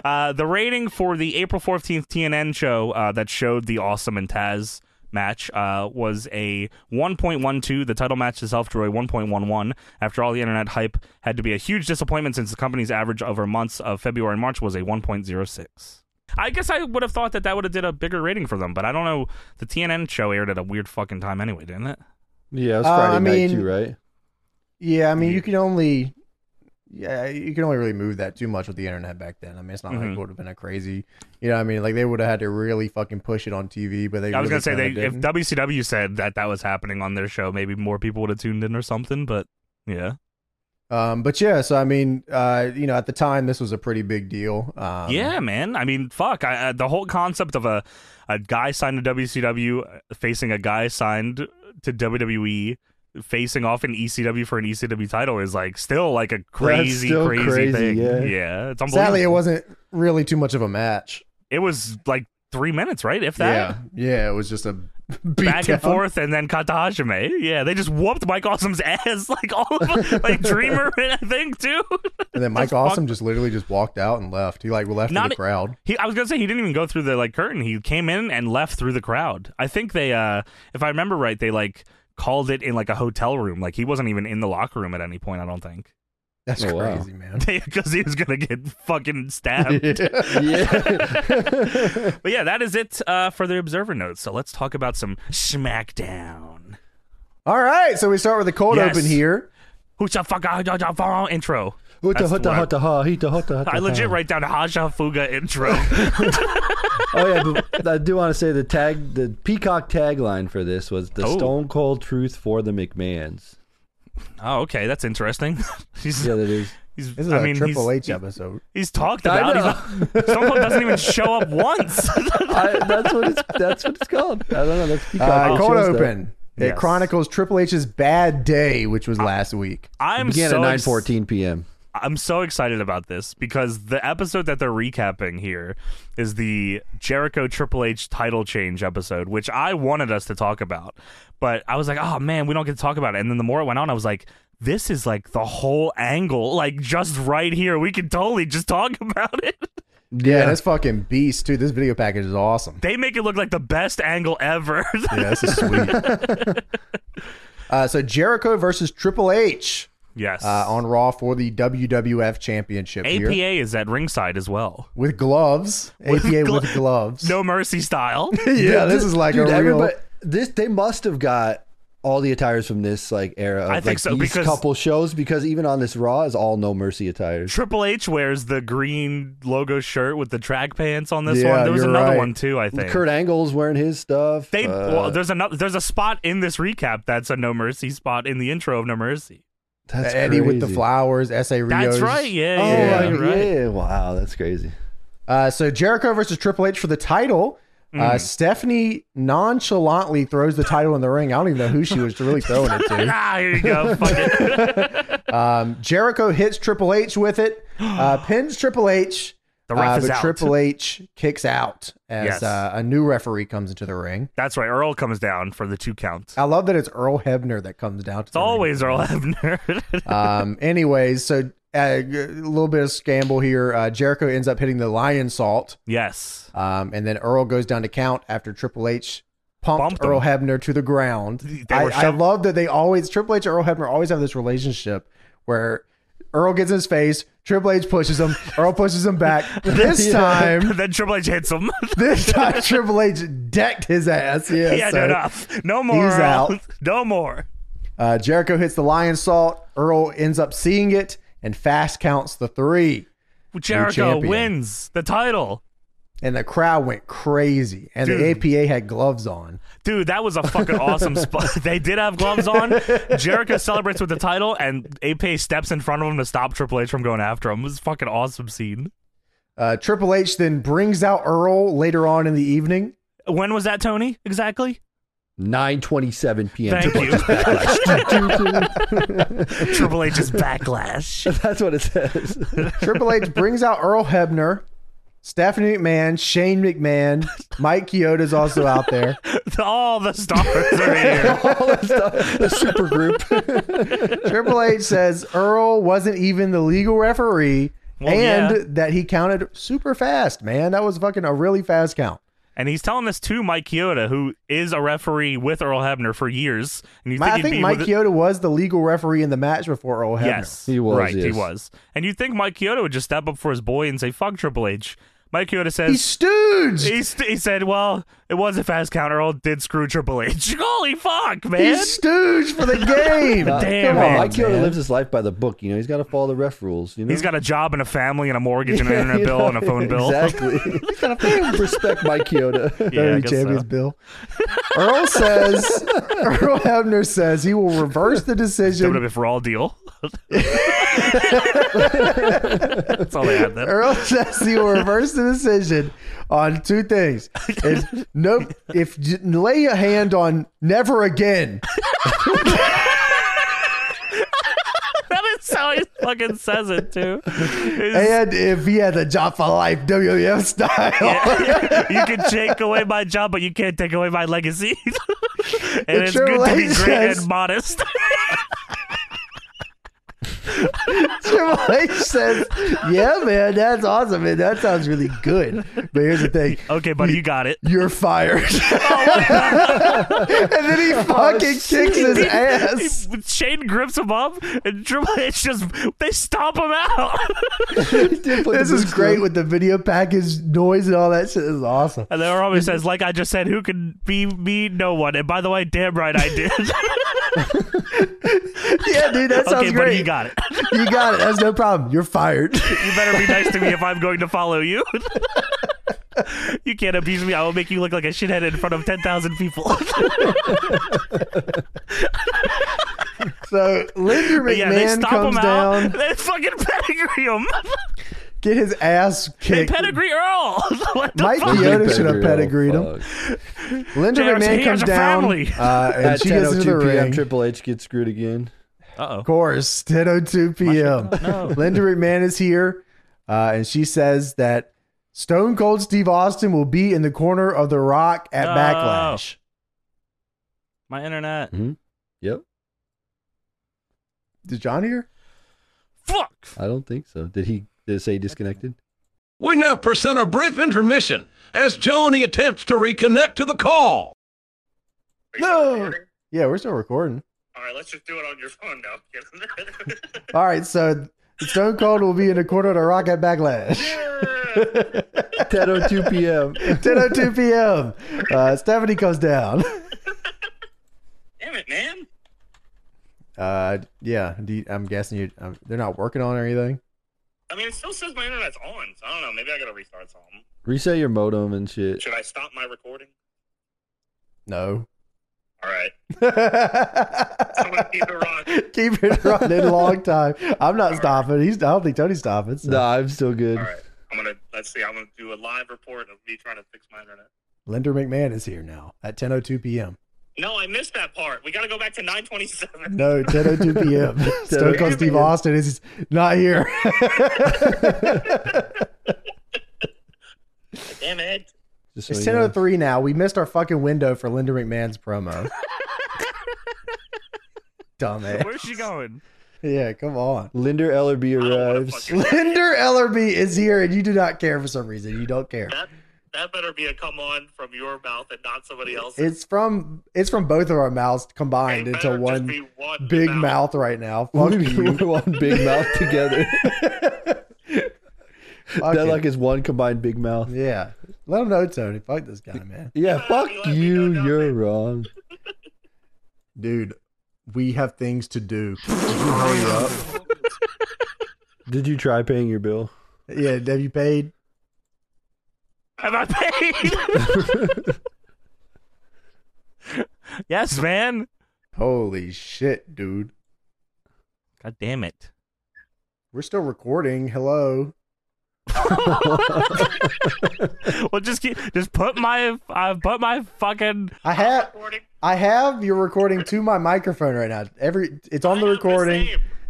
B: uh, the rating for the April 14th TNN show uh, that showed the Awesome and Taz match uh, was a 1.12. The title match itself drew a 1.11. After all the internet hype had to be a huge disappointment since the company's average over months of February and March was a 1.06. I guess I would have thought that that would have did a bigger rating for them, but I don't know. The TNN show aired at a weird fucking time anyway, didn't it?
D: Yeah, it was
A: Uh,
D: Friday
A: I
D: night
A: mean-
D: too, right?
A: Yeah, I mean, you can only, yeah, you can only really move that too much with the internet back then. I mean, it's not like
B: Mhm.
A: it would have been a crazy, you know, what I mean, like they would have had to really fucking push it on TV. But they,
B: I
A: really
B: was gonna say
A: kinda
B: they if
A: didn't.
B: WCW said that that was happening on their show, maybe more people would have tuned in or something. But yeah,
A: Um, but yeah, so I mean, uh, you know, at the time, this was a pretty big deal. Um,
B: yeah, man. I mean, fuck. I, I, the whole concept of a a guy signed to WCW uh, facing a guy signed to WWE facing off in ECW for an ECW title is like still like a crazy,
D: still
B: crazy,
D: crazy,
B: thing.
D: yeah.
B: it's unbelievable.
A: sadly, it wasn't really too much of a match.
B: it was like three minutes, right? If that.
A: Yeah, yeah, it was just a beat
B: back
A: down.
B: and forth, and then Kata Hajime. Yeah, they just whooped Mike Awesome's ass like all of, like Dreamer, I think too.
A: And then Mike
B: fuck?
A: Awesome just literally just walked out and left. He like left
B: Not e-
A: the
B: a-
A: crowd.
B: He, I was gonna say he didn't even go through the like curtain. He came in and left through the crowd. I think they, uh if I remember right, they like called it in like a hotel room. Like he wasn't even in the locker room at any point. I don't think
A: That's
D: Oh, wow.
A: crazy, man.
B: because he was gonna get fucking stabbed.
D: Yeah.
B: But yeah, that is it uh, for the observer notes. So let's talk about some SmackDown.
A: All right, so we start with the cold
B: Yes.
A: open here.
B: Who's the fuck intro?
D: Hutta
B: That's
D: hutta
B: what-
D: hutta ha, hita hutta hutta
B: I legit
D: ha.
B: write down Haja Fuga intro.
D: Oh yeah, but I do want to say the tag, the Peacock tagline for this was the
B: Oh.
D: Stone Cold Truth for the McMahons.
B: Oh, okay, that's interesting. he's,
D: Yeah, that is.
B: he's
A: This is a
B: I mean,
A: Triple H
B: he's,
A: episode.
B: he's talked
D: I
B: about. He's
D: know.
B: not, Stone Cold doesn't even show up once.
D: I, that's what it's. That's what it's called. I don't know. That's Peacock.
A: Uh,
D: It
A: cold
D: shows that.
A: open. It
B: Yes.
A: chronicles Triple H's bad day, which was last week.
B: I'm
D: Began
B: so
D: at nine
B: ex-
D: fourteen p.m.
B: I'm so excited about this because the episode that they're recapping here is the Jericho Triple H title change episode, which I wanted us to talk about. But I was like, oh man, we don't get to talk about it. And then the more it went on, I was like, this is like the whole angle, like just right here. We can totally just talk about it.
A: Yeah, this fucking beast, too. This video package is awesome.
B: They make it look like the best angle ever.
A: Yeah, this is sweet. uh, so Jericho versus Triple H
B: yes.
A: uh, on Raw for the WWF Championship
B: APA
A: here
B: is at ringside as well.
A: with gloves. APA
B: glo-
A: with gloves.
B: No mercy style.
A: yeah, this
D: Dude,
A: is like
D: dude,
A: a real.
D: everybody- This they must have got all the attires from this like era. Of,
B: I think
D: like,
B: so,
D: these
B: because-
D: couple shows because even on this Raw is all no mercy attires.
B: Triple H wears the green logo shirt with the track pants on this
A: Yeah,
B: one. There was
A: you're
B: another
A: right.
B: one too, I think.
D: Kurt Angle's wearing his stuff.
B: they
D: uh,
B: well, there's another there's a spot in this recap that's a No Mercy spot in the intro of No Mercy.
D: that's
A: Eddie with the
D: crazy.
A: flowers, SA Rios.
B: That's right. Yeah,
D: Oh
B: yeah,
D: yeah,
B: you're right.
D: yeah! Wow, that's crazy.
A: Uh, so Jericho versus Triple H for the title.
B: Hmm.
A: Uh, Stephanie nonchalantly throws the title in the ring. I don't even know who she was really throwing it to.
B: Ah, here you go. Fuck it.
A: Um, Jericho hits Triple H with it, uh, pins Triple H.
B: The ref
A: uh,
B: is
A: but
B: out.
A: Triple H kicks out as
B: Yes.
A: uh, a new referee comes into the ring.
B: That's right. Earl comes down for the two counts.
A: I love that it's Earl Hebner that comes down. To
B: It's always Earl Hebner.
A: um, anyways, so uh, a little bit of scramble here. Uh, Jericho ends up hitting the lion salt.
B: yes.
A: Um, and then Earl goes down to count after Triple H pumped,
B: Bumped
A: Earl Hebner to the ground.
B: They
A: I,
B: were
A: I
B: shove-
A: love that they always Triple H and Earl Hebner always have this relationship where Earl gets in his face, Triple H pushes him, Earl pushes him back. This time,
B: then Triple H hits him.
A: this time Triple H decked his ass. Yeah,
B: yeah,
A: so,
B: enough. No more.
A: He's
B: Earl.
A: out.
B: No more.
A: Uh, Jericho hits the lion salt. Earl ends up seeing it and fast counts the three.
B: Jericho
A: champion.
B: wins the title.
A: And the crowd went crazy. And the APA had gloves on.
B: Dude, that was a fucking awesome spot. They did have gloves on. Jericho celebrates with the title, and Ape steps in front of him to stop Triple H from going after him. It was a fucking awesome scene.
A: Uh, Triple H then brings out Earl later on in the evening.
B: When was that, Tony? Exactly?
D: Nine twenty-seven p.m.
B: Thank
D: Triple
B: you.
D: H's backlash.
B: Triple H's backlash.
D: that's what it says.
A: Triple H brings out Earl Hebner, Stephanie McMahon, Shane McMahon, Mike Kyoto's also out there.
B: All the stars are here.
D: All that stuff. The super group.
A: Triple H says Earl wasn't even the legal referee
B: Well,
A: and
B: yeah.
A: that he counted super fast, man. That was fucking a really fast count.
B: And he's telling this to Mike Chioda, who is a referee with Earl Hebner for years. And you
A: My-
B: think
A: I
B: he'd
A: think
B: be
A: Mike
B: with-
A: Chioda was the legal referee in the match before Earl Hebner.
B: Yes,
D: He was,
B: Right, he
D: yes.
B: was. And you think Mike Chioda would just step up for his boy and say "fuck Triple H"? Mike Chioda
A: He
B: says
A: stooged.
B: he, st- he said, "Well, it was a fast counter. Earl did screw Triple H. Holy fuck,
A: He
B: man!
A: stooged for the game. Come
B: Damn it.
A: on,
D: Mike Yoda
A: man.
D: lives his life by the book. You know, he's got to follow the ref rules. You know,
B: He's got a job and a family and a mortgage and an internet
D: You
B: bill
D: know,
B: and a phone bill.
D: Exactly. he's got to respect Mike Yoda.
B: Yeah, I
A: WWE
B: guess
A: Champions
B: so.
A: Bill. Earl says, Earl Hebner says he will reverse the decision.
B: WWE for all deal. That's all they had. Then.
A: Earl says he will reverse the decision on two things. If, no, if j- lay a hand on never again.
B: That is how he fucking says it too. It's-
A: And if he had the job for life, WWF style.
B: you can take away my job, but you can't take away my legacy. and it's good
A: Triple
B: to be
A: H
B: great
A: says-
B: and modest.
A: Triple H says, "Yeah, man, that's awesome, man. That sounds really good." But here's the thing:
B: okay, Oh, buddy, you got it.
A: you're fired. and then
B: Oh,
A: he fucking kicks his ass.
B: He- Shane grips him up, and Triple H just they stomp him out.
A: This is great with the video package noise and all that shit. This is awesome.
B: and then Roman says, "Like I just said, who can be me? No one." And by the way, damn right I did.
A: Yeah, dude, that sounds
B: okay, buddy,
A: great.
B: you got it.
A: You got it. That's no problem. You're fired.
B: You better be nice to me if I'm going to follow you. you can't abuse me. I will make you look like a shithead in front of ten thousand people.
A: So Linder
B: But yeah, they
A: McMahon
B: stomp
A: comes
B: him out.
A: down,
B: They fucking pedigree him.
A: get his ass
B: they
A: kicked.
B: pedigree Earl. what the
A: Mike
B: fuck?
A: Yoda should have pedigreed him.
D: Oh, fuck.
A: Linder
B: JR's
A: McMahon
B: here as
A: comes
B: a
A: down,
B: family. oh
A: uh, and
D: At
A: she gets into the
D: 10:02 p.m.,
A: ring.
D: Triple H gets screwed again.
B: Uh
A: Of course, 10:02 p.m.
B: oh.
A: Linda McMahon is here, uh, and she says that Stone Cold Steve Austin will be in the corner of The Rock at
B: No.
A: Backlash.
B: My internet.
D: Yep.
A: Did John hear?
B: Fuck.
D: I don't think so. Did he? Did it say disconnected?
E: We now present a brief intermission as Joni attempts to reconnect to the call.
A: No. Yeah, we're still recording.
F: All right, let's just do it on your phone now.
A: All right, so Stone Cold will be in the corner of The Rock at Backlash.
F: Yeah.
D: 10:02 p.m.
A: 10:02 p.m. Uh, Stephanie comes down.
F: Damn it, man.
A: Uh, yeah, do you- I'm guessing you. Um, they're not working on it or anything.
F: I mean, it still says my internet's on, so I don't know. Maybe I gotta restart something.
D: Reset your modem and shit.
F: Should I stop my recording?
A: No.
F: All right. I'm gonna
A: Keep
F: keep
A: it
F: it running.
A: running a long time. I'm not stopping. He's. I don't think Tony's stopping. So.
D: No, I'm still good.
F: All right. I'm gonna let's see. I'm gonna do a live report of me trying to fix my internet.
A: Linder McMahon is here now at 10:02 p.m.
F: No, I missed that part. We gotta go back to 9:27.
A: No, 10:02 p.m.
F: oh
A: Stone Cold Steve Austin is not here.
F: Damn it.
D: Just so
A: it's
D: you know.
A: 10:03 now. We missed our fucking window for Linder McMahon's promo. Dumbass.
B: Where's she going?
A: Yeah, come on.
D: Linder Ellerby
F: I don't wanna
D: arrives.
F: fucking-
A: Linder Ellerby is here, and you do not care for some reason. You don't care.
F: That that better be a come on from your mouth and not somebody else's.
A: It's from it's from both of our mouths combined
F: It
A: into
F: better just
A: one
F: be one
A: big mouth right now. Fuck you.
D: We're one big mouth together.
A: Fuck
D: That
A: it.
D: like is one combined big mouth.
A: yeah. Let him know, Tony. Fuck this guy, man.
D: Yeah, fuck
F: you let me
D: you.
F: know
D: You're wrong.
A: dude, we have things to do. Would you hurry up?
D: Did you try paying your bill?
A: Yeah, have you paid?
B: Am I paid? yes, man.
A: Holy shit, dude.
B: God damn it.
A: We're still recording. Hello.
B: Well, just keep, just put my uh, put my fucking
A: I have
F: Recording.
A: I have your recording to my microphone right now. Every it's on the recording.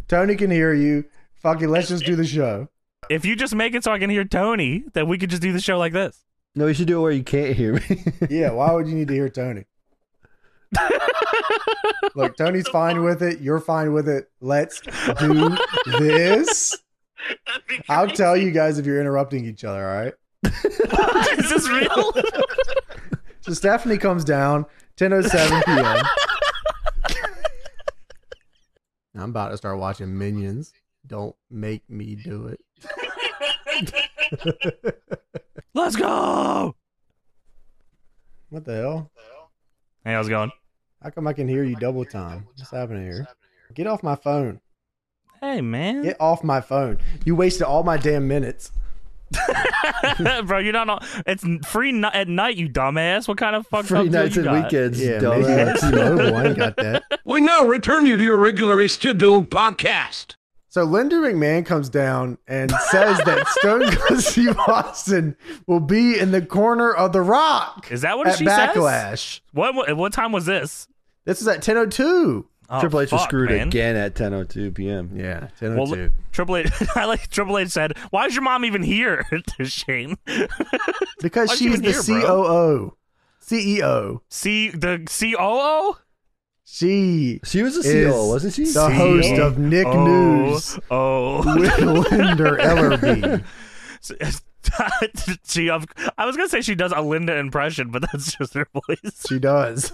A: Tony can hear you. Fucking let's just do the show.
B: if you just make it so I can hear Tony, then we could just do the show like this.
D: No, you should do it where you can't hear me.
A: Yeah, why would you need to hear Tony? Look, Tony's fine with it. You're fine with it. Let's do this.
F: That'd be
A: I'll
F: great.
A: tell you guys if you're interrupting each other, all right?
B: Is this real?
A: So Stephanie comes down, 10.07 p.m. I'm about to start watching Minions. Don't make me do it.
B: Let's go.
A: What the hell?
B: Hey, how's it going?
A: How come I can hear you double time? What's happening here? Get off my phone.
B: Hey, man.
A: Get off my phone. You wasted all my damn minutes.
B: Bro, you're not. On, it's free ni- at night, you dumbass. What kind of fuck
D: Free nights
B: you
D: and
B: got?
D: weekends,
A: Yeah, maybe
D: dumbass.
A: like T-Mobile ain't got that.
E: We now return you to your regularly scheduled podcast.
A: So Linda McMahon comes down and says that Stone Cold Steve Austin will be in the corner of the Rock
B: Is that what
A: at
B: she says?
A: Backlash.
B: What, what what time was this?
A: This is at 10:02.
B: Oh,
D: Triple H was
B: fuck,
D: screwed
B: man.
D: again at 10:02 p.m.
A: Yeah,
B: Well,
A: 10:02.
B: Triple H, I like Triple H said, "Why is your mom even here, Shane?"
A: because
B: Why'd you
A: she's
B: even
A: the
B: hear,
A: COO, CEO.
B: See the COO,
A: She
D: She was a
A: is
D: CEO, wasn't she? E
A: the host of Nick
B: Oh,
A: News
B: Oh,
A: with Linder Ellerby.
B: she. Of, I was gonna say she does a Linda impression, but that's just her voice.
A: She does.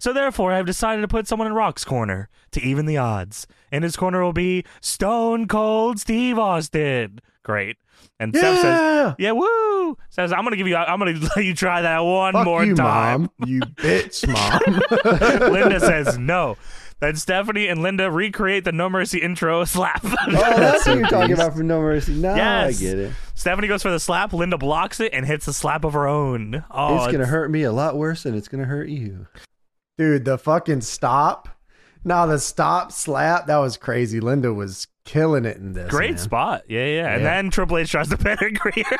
B: So therefore, I've decided to put someone in Rock's corner to even the odds. And his corner will be Stone Cold Steve Austin. Great. And Steph says,
A: yeah.
B: "Yeah, woo!" Says, "I'm gonna give you. I'm gonna let you try that one
A: Fuck
B: more
A: you,
B: time."
A: mom. You bitch, mom.
B: Linda says no. Then Stephanie and Linda recreate the No Mercy intro slap.
D: Oh, that's what you're talking about from No Mercy. Now
B: Yes.
D: I get it.
B: Stephanie goes for the slap. Linda blocks it and hits a slap of her own. Oh,
D: it's gonna hurt me a lot worse than it's gonna hurt you.
A: Dude, the fucking stop. Nah, the stop slap. That was crazy. Linda was killing it in this.
B: Great
A: man.
B: spot. Yeah, yeah. And
A: Yeah.
B: then Triple H tries to pedigree her.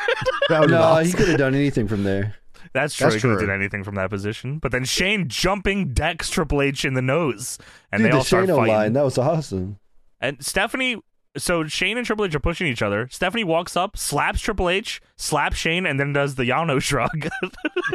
A: That was
D: No,
A: awesome.
D: he could have done anything from there.
B: That's true.
A: That's
B: he couldn't
A: true.
B: did anything from that position. But then Shane jumping decks Triple H in the nose, and
D: Dude,
B: they
D: the
B: all start
D: Shano
B: fighting.
D: line that was awesome.
B: And Stephanie, so Shane and Triple H are pushing each other. Stephanie walks up, slaps Triple H, slaps Shane, and then does the Yano shrug.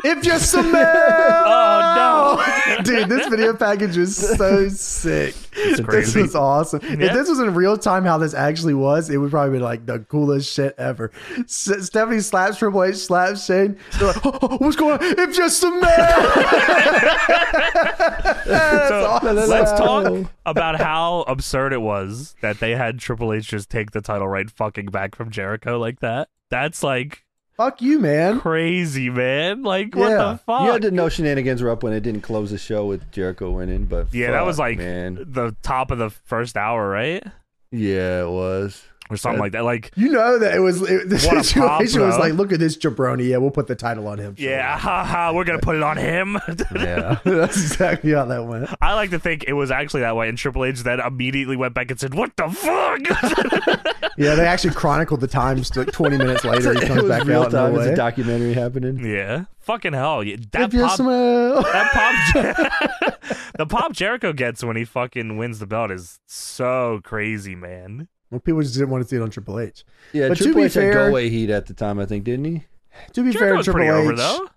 A: If you smell.
B: oh no!
A: Dude, this video package is so sick. This
B: crazy.
A: was awesome.
B: Yeah.
A: If this was in real time, how this actually was, it would probably be like the coolest shit ever. S- Stephanie slaps Triple H, slaps Shane. They're like, "Oh, oh, what's going on? It's just a man.
B: so
A: awesome.
B: let's talk about how absurd it was that they had Triple H just take the title right fucking back from Jericho like that. That's like
A: Fuck you, man.
B: crazy, man. Like what
A: Yeah.
B: the fuck?
D: You had to know shenanigans were up when it didn't close the show with Jericho winning, but
B: yeah, that
D: fuck,
B: was like
D: man,
B: the top of the first hour, right?
D: yeah, it was.
B: Or
D: Uh,
B: something like that. Like
A: You know that it was it, the
B: What a
A: situation
B: pop,
A: was
B: though.
A: like, look at this jabroni. Yeah, we'll put the title on him.
B: yeah, haha, we're gonna put it on him.
A: yeah, that's exactly how that went.
B: I like to think it was actually that way, and Triple H then immediately went back and said, "What the fuck?"
A: Yeah, they actually chronicled the times like 20 minutes later. He
D: It
A: comes
D: was
A: back
D: real
A: out.
D: time. eh?
A: in
D: It was
A: the
D: a
A: way.
D: documentary happening.
B: yeah, fucking hell, yeah, that
A: If you
B: pop
A: smell.
B: That pop, the pop Jericho gets when he fucking wins the belt is so crazy, man.
A: Well, people just didn't want to see it on Triple H.
D: Yeah,
A: But to
D: Triple
A: be
D: H had
A: fair-
D: go away heat at the time, I think, didn't he?
A: To be
B: Jericho was
A: fair,
B: pretty
A: Triple H.
B: over though.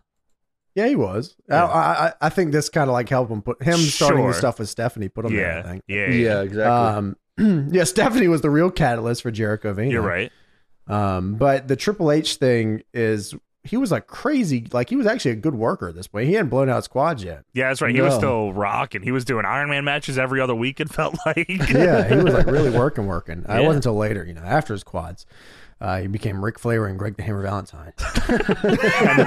A: Yeah, he was. I I, I, I think this kind of like helped him put him starting
B: Sure.
A: the stuff with Stephanie
D: Oh,
A: put him there. I
B: Yeah,
A: think.
B: yeah, yeah.
D: Yeah, exactly.
A: Um, yeah, Stephanie was the real catalyst for Jericho Vena.
B: You're right.
A: Um, but the Triple H thing is he was like crazy. Like he was actually a good worker this way. He hadn't blown out his quad yet.
B: Yeah, that's right. He was
D: No.
B: still rocking. He was doing Iron Man matches every other week. It felt like.
A: Yeah, he was like really working, working. Uh, It
B: Yeah.
A: wasn't until later, you know, after his quads. Uh, he became Ric Flair and Greg the Hammer Valentine.
B: and,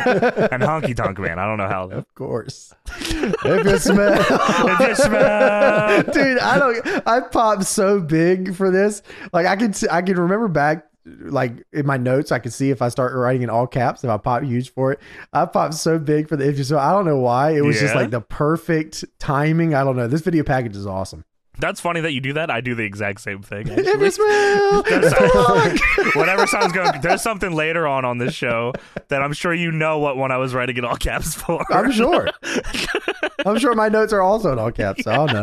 B: and Honky Tonk Man. I don't know how.
A: Of course. if you smell.
B: If you smell-
A: dude i don't i popped so big for this like i can i can remember back like in my notes i could see if i start writing in all caps if i pop huge for it i popped so big for the if you so i don't know why it was just
B: Yeah.
A: like the perfect timing i don't know this video package is awesome
B: That's funny that you do that. I do the exact same thing. actually.
A: if you smell
B: There's whatever sounds going. There's something later on on this show that I'm sure you know what one I was writing in all caps for.
A: i'm sure i'm sure my notes are also in all caps so i don't know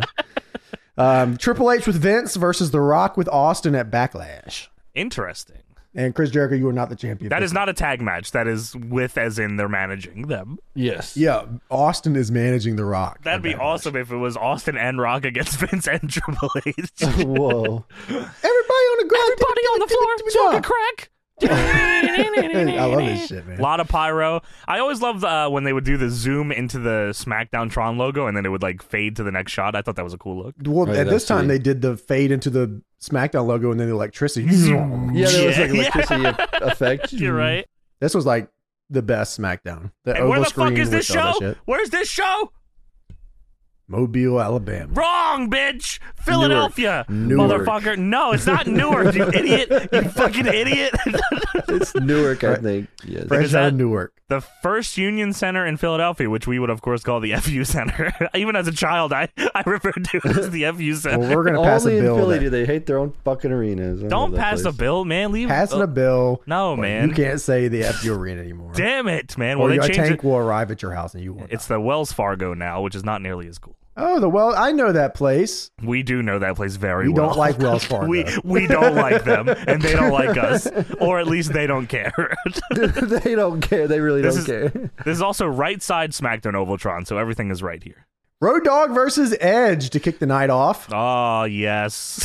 A: um, Triple H with Vince versus The Rock with Austin at Backlash.
B: Interesting.
A: And Chris Jericho, you are not the champion.
B: That is not a tag match. That is with, as in they're managing them.
D: yes.
A: Yeah, Austin is managing The Rock.
B: That'd be awesome if it was Austin and Rock against Vince and Triple H. Everybody
D: Whoa.
A: Everybody on the ground.
B: on the floor, smoke a crack.
A: I love this shit, man.
B: A lot of pyro. I always loved uh, when they would do the zoom into the SmackDown Tron logo and then it would like fade to the next shot. I thought that was a cool look.
A: Well,
D: Right,
A: at this
D: that's
A: time
D: sweet.
A: they did the fade into the SmackDown logo and then the electricity.
D: Yeah, there was like
B: Yeah.
D: electricity e- effect.
B: You're
A: Mm-hmm.
B: right.
A: This was like the best SmackDown. The
B: And
A: Oval
B: where the fuck
A: screen
B: is this
A: with all
B: show?
A: that shit.
B: Where's this show?
A: Mobile, Alabama.
B: Wrong, bitch. Philadelphia,
A: Newark.
B: motherfucker. No, it's not Newark. You idiot. You fucking idiot.
D: It's Newark, I
A: Right.
D: think. Yes.
A: Fresh
B: Is
A: out of
B: that-
A: Newark.
B: the first Union Center in Philadelphia, which we would of course call the FU Center. Even as a child, I I referred to it as the FU Center.
A: Well, we're gonna pass a
D: Only in
A: bill.
D: Philly do
A: that-
D: they hate their own fucking arenas. I love
B: Don't
D: that
B: pass a
D: place.
B: bill, man. Leave
A: Passing
B: uh,
A: a bill.
B: No, man.
A: You can't say the FU arena anymore.
B: Damn it, man. Well,
A: or
B: they
A: your
B: changed
A: tank
B: it.
A: will arrive at your house and you will.
B: It's the Wells Fargo now, which is not nearly as cool.
A: Oh, the well, I know that place.
B: We do know that place very
A: We
B: well.
A: don't like Wells Fargo.
B: we we don't like them, and they don't like us, or at least they don't care.
D: they don't care. They really
B: This
D: don't care.
B: this is also right side SmackDown Ovaltron, so everything is right here.
A: Road Dog versus Edge to kick the night off.
B: Oh yes,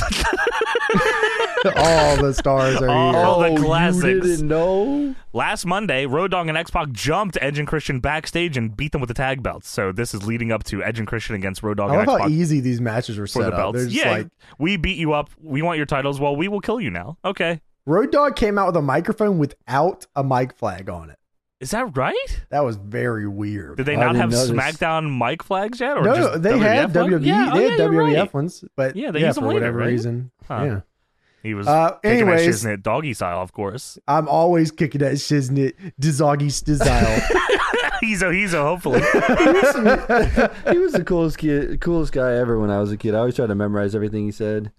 A: All the stars are
B: Oh.
A: here.
B: All the
D: you
B: classics.
D: didn't know?
B: Last Monday, Road Dogg and X Pac jumped Edge and Christian backstage and beat them with the tag belts. So this is leading up to Edge and Christian against Road Dogg
A: I
B: and
A: love
B: X
A: how
B: Pac
A: easy these matches were
B: Oh, for
A: set
B: the
A: up. They're
B: belts.
A: just
B: Yeah,
A: like
B: we beat you up. We want your titles. Well, we will kill you now. Okay,
A: Road Dog came out with a microphone without a mic flag on it.
B: is that right?
A: That was very weird.
B: Did they
D: I
B: not have
D: didn't notice.
B: SmackDown mic flags yet? Or
A: no,
B: just
A: they
B: WWF
A: had
B: one?
D: E.
A: WWE.
B: Yeah, oh,
A: they
B: yeah,
A: had
B: you're
A: WWF
B: right.
A: ones, but
B: Yeah,
A: yeah,
B: they use
A: for
B: them later,
A: whatever
B: right?
A: reason.
B: Huh.
A: Yeah,
B: He was
A: Uh,
B: taking that
A: anyways.
B: shiznit doggy style, of course.
A: I'm always kicking that shiznit, dizoggy style.
B: he's a he's a hopefully.
D: He was the coolest kid, coolest guy ever when I was a kid. I always tried to memorize everything he said.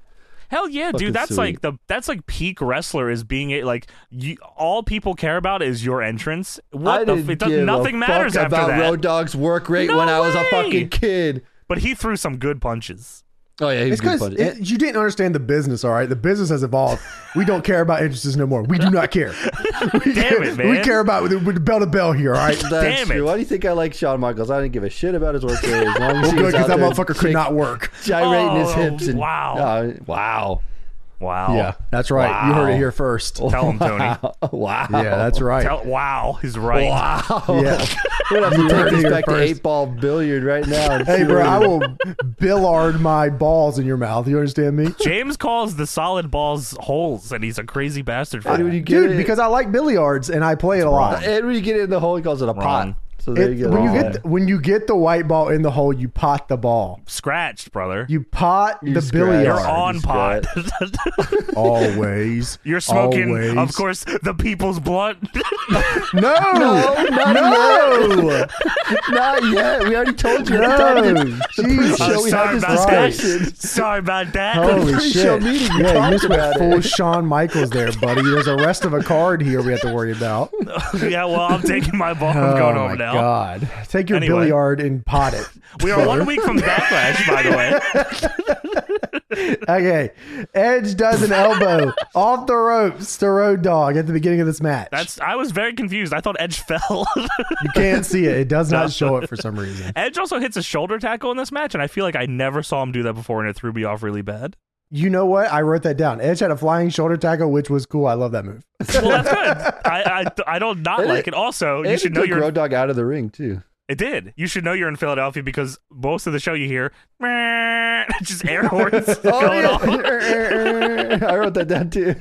B: Hell yeah,
D: Fucking
B: dude. That's
D: sweet.
B: like the that's like peak wrestler is being a, like you, all people care about is your entrance. What
D: I
B: the
D: didn't
B: f- it does,
D: give
B: nothing
D: a
B: matters
D: fuck
B: after
D: about
B: that.
D: Road Dogg's work rate
B: No
D: when I was a
B: way!
D: fucking kid.
B: But he threw some good punches.
D: Oh yeah, he was
A: It's
D: good
A: because
D: punch.
A: you didn't understand the business, all right? The business has evolved. We don't care about entrances no more. We do not care. We
B: Damn it,
A: We
B: man.
A: care about with the bell to bell here, all right?
D: That's
B: Damn it.
D: true. Why do you think I like Shawn Michaels? I didn't give a shit about his work rate as long as he
A: Good,
D: was
A: because
D: out
A: that
D: there
A: motherfucker could not work.
D: gyrating his
B: Oh,
D: hips and
B: wow.
D: Uh, wow,
B: Wow.
A: Yeah, that's right. You heard it
D: Wow.
A: here first.
B: Tell him, Tony.
D: wow.
A: Yeah, that's right.
B: Tell, wow, he's right.
D: Wow.
A: Yeah.
D: We're gonna have
A: You
D: to
A: heard
D: take
A: it
D: this
A: here
D: back to
A: first.
D: eight ball billiard right now. and
A: Hey,
D: see
A: bro,
D: what
A: I
D: it-
A: will billard my balls in your mouth. You understand me?
B: James calls the solid balls holes, and he's a crazy bastard for
D: Dude,
B: it.
D: when you get
A: Dude,
D: it,
A: because I like billiards and I play it a lot.
D: and when you get it in the hole, he calls it a pot.
B: Wrong.
D: So there
A: It-
D: you go.
A: when you get the, when you get the white ball in the hole, you pot the ball.
B: Scratched, brother.
A: You pot
D: You
A: the
D: scratch.
A: billiard.
B: You're
D: Sorry,
B: on
D: he's
B: pot.
A: always.
B: You're smoking,
A: always.
B: of course, the people's blunt.
A: No,
D: no, oh, not
A: no,
D: yet. Not yet. We already told you.
A: no. Jesus.
D: So
B: oh,
D: we
B: sorry
D: had this
B: about
D: discussion.
B: that. Sorry about that.
A: Holy
D: pre-show
A: shit!
D: meeting, we
A: yeah,
D: talked
A: you just
D: about
A: went
D: it.
A: full Shawn Michaels there, buddy. There's a rest of a card here we have to worry about.
B: yeah, well, I'm taking my ball. I'm going
A: oh
B: home
A: my
B: now.
A: god! Take your
B: Anyway.
A: billiard and pot it.
B: We are one week from Backlash, by the way.
A: Okay, Edge does an elbow off the ropes to Road Dog at the beginning of this match.
B: That's I was very confused. I thought Edge fell.
A: you can't see it; it does not show it for some reason.
B: Edge also hits a shoulder tackle in this match, and I feel like I never saw him do that before, and it threw me off really bad.
A: You know what? I wrote that down. Edge had a flying shoulder tackle, which was cool. I love that move.
B: Well, that's good. I I, I don't not
D: It-
B: like it. Also, you
D: And
B: should
D: he
B: know
D: took
B: you're.
D: Road Dog out of the ring too.
B: it did. You should know you're in Philadelphia because most of the show you hear "Meh," just air horns going off.
D: Oh, I wrote that down too.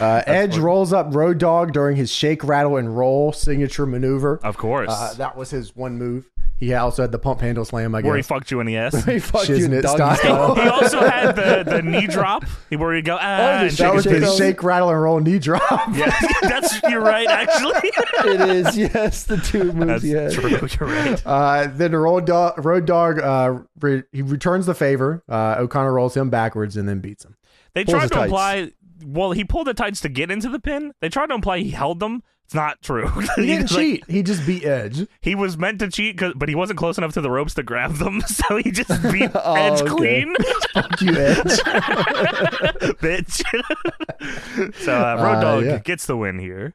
A: Uh, Edge rolls up Road Dog during his shake, rattle, and roll signature maneuver.
B: Of course,
A: Uh, that was his one move. He also had the pump handle slam, I
B: where he
A: guess.
B: fucked you in the ass.
D: he fucked you,
A: Shiznit
D: doggy
A: style.
D: style.
B: he also had the, the knee drop. He where you go. Ah,
D: the
B: and
A: that
B: shake
A: was
B: his
D: shake
A: the
D: off.
A: shake, rattle, and roll knee drop.
B: Yes, that's you're right. Actually,
D: It is yes, the two moves.
B: that's
D: Yes.
B: true. You're right.
A: Uh, then the Road Dog, Road Dog uh, re- he returns the favor. Uh, O'Connor rolls him backwards and then beats him.
B: They
D: Pulls
B: tried to
D: the tights.
B: imply. Well, he pulled the tights to get into the pin. They tried to imply he held them. It's not true.
A: He didn't
B: was like-
A: cheat. He just beat Edge.
B: he was meant to cheat, 'cause- but he wasn't close enough to the ropes to grab them, so he just beat
D: Oh,
B: Edge
D: okay.
B: clean,
A: Fuck you, Edge.
B: bitch. so uh, Road
A: Uh,
B: Dogg
A: yeah.
B: gets the win here.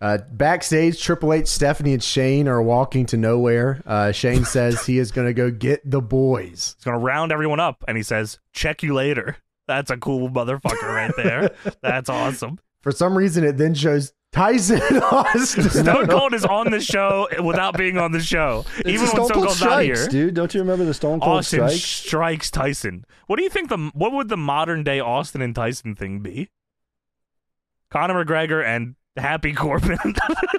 A: Uh, backstage, Triple H, Stephanie, and Shane are walking to nowhere. Uh, Shane says he is going to go get the boys.
B: He's gonna round everyone up, and he says, "Check you later." That's a cool motherfucker right there. That's awesome.
A: For some reason, it then shows Tyson Austin.
B: Stone Cold is on the show without being on the show,
C: It's
B: even
C: the
B: when Stone Cold's not
C: strikes,
B: here.
C: dude. Don't you remember the Stone Cold
B: Austin
C: strikes?
B: strikes Tyson. What do you think the what would the modern day Austin and Tyson thing be? Conor McGregor and Happy Corbin.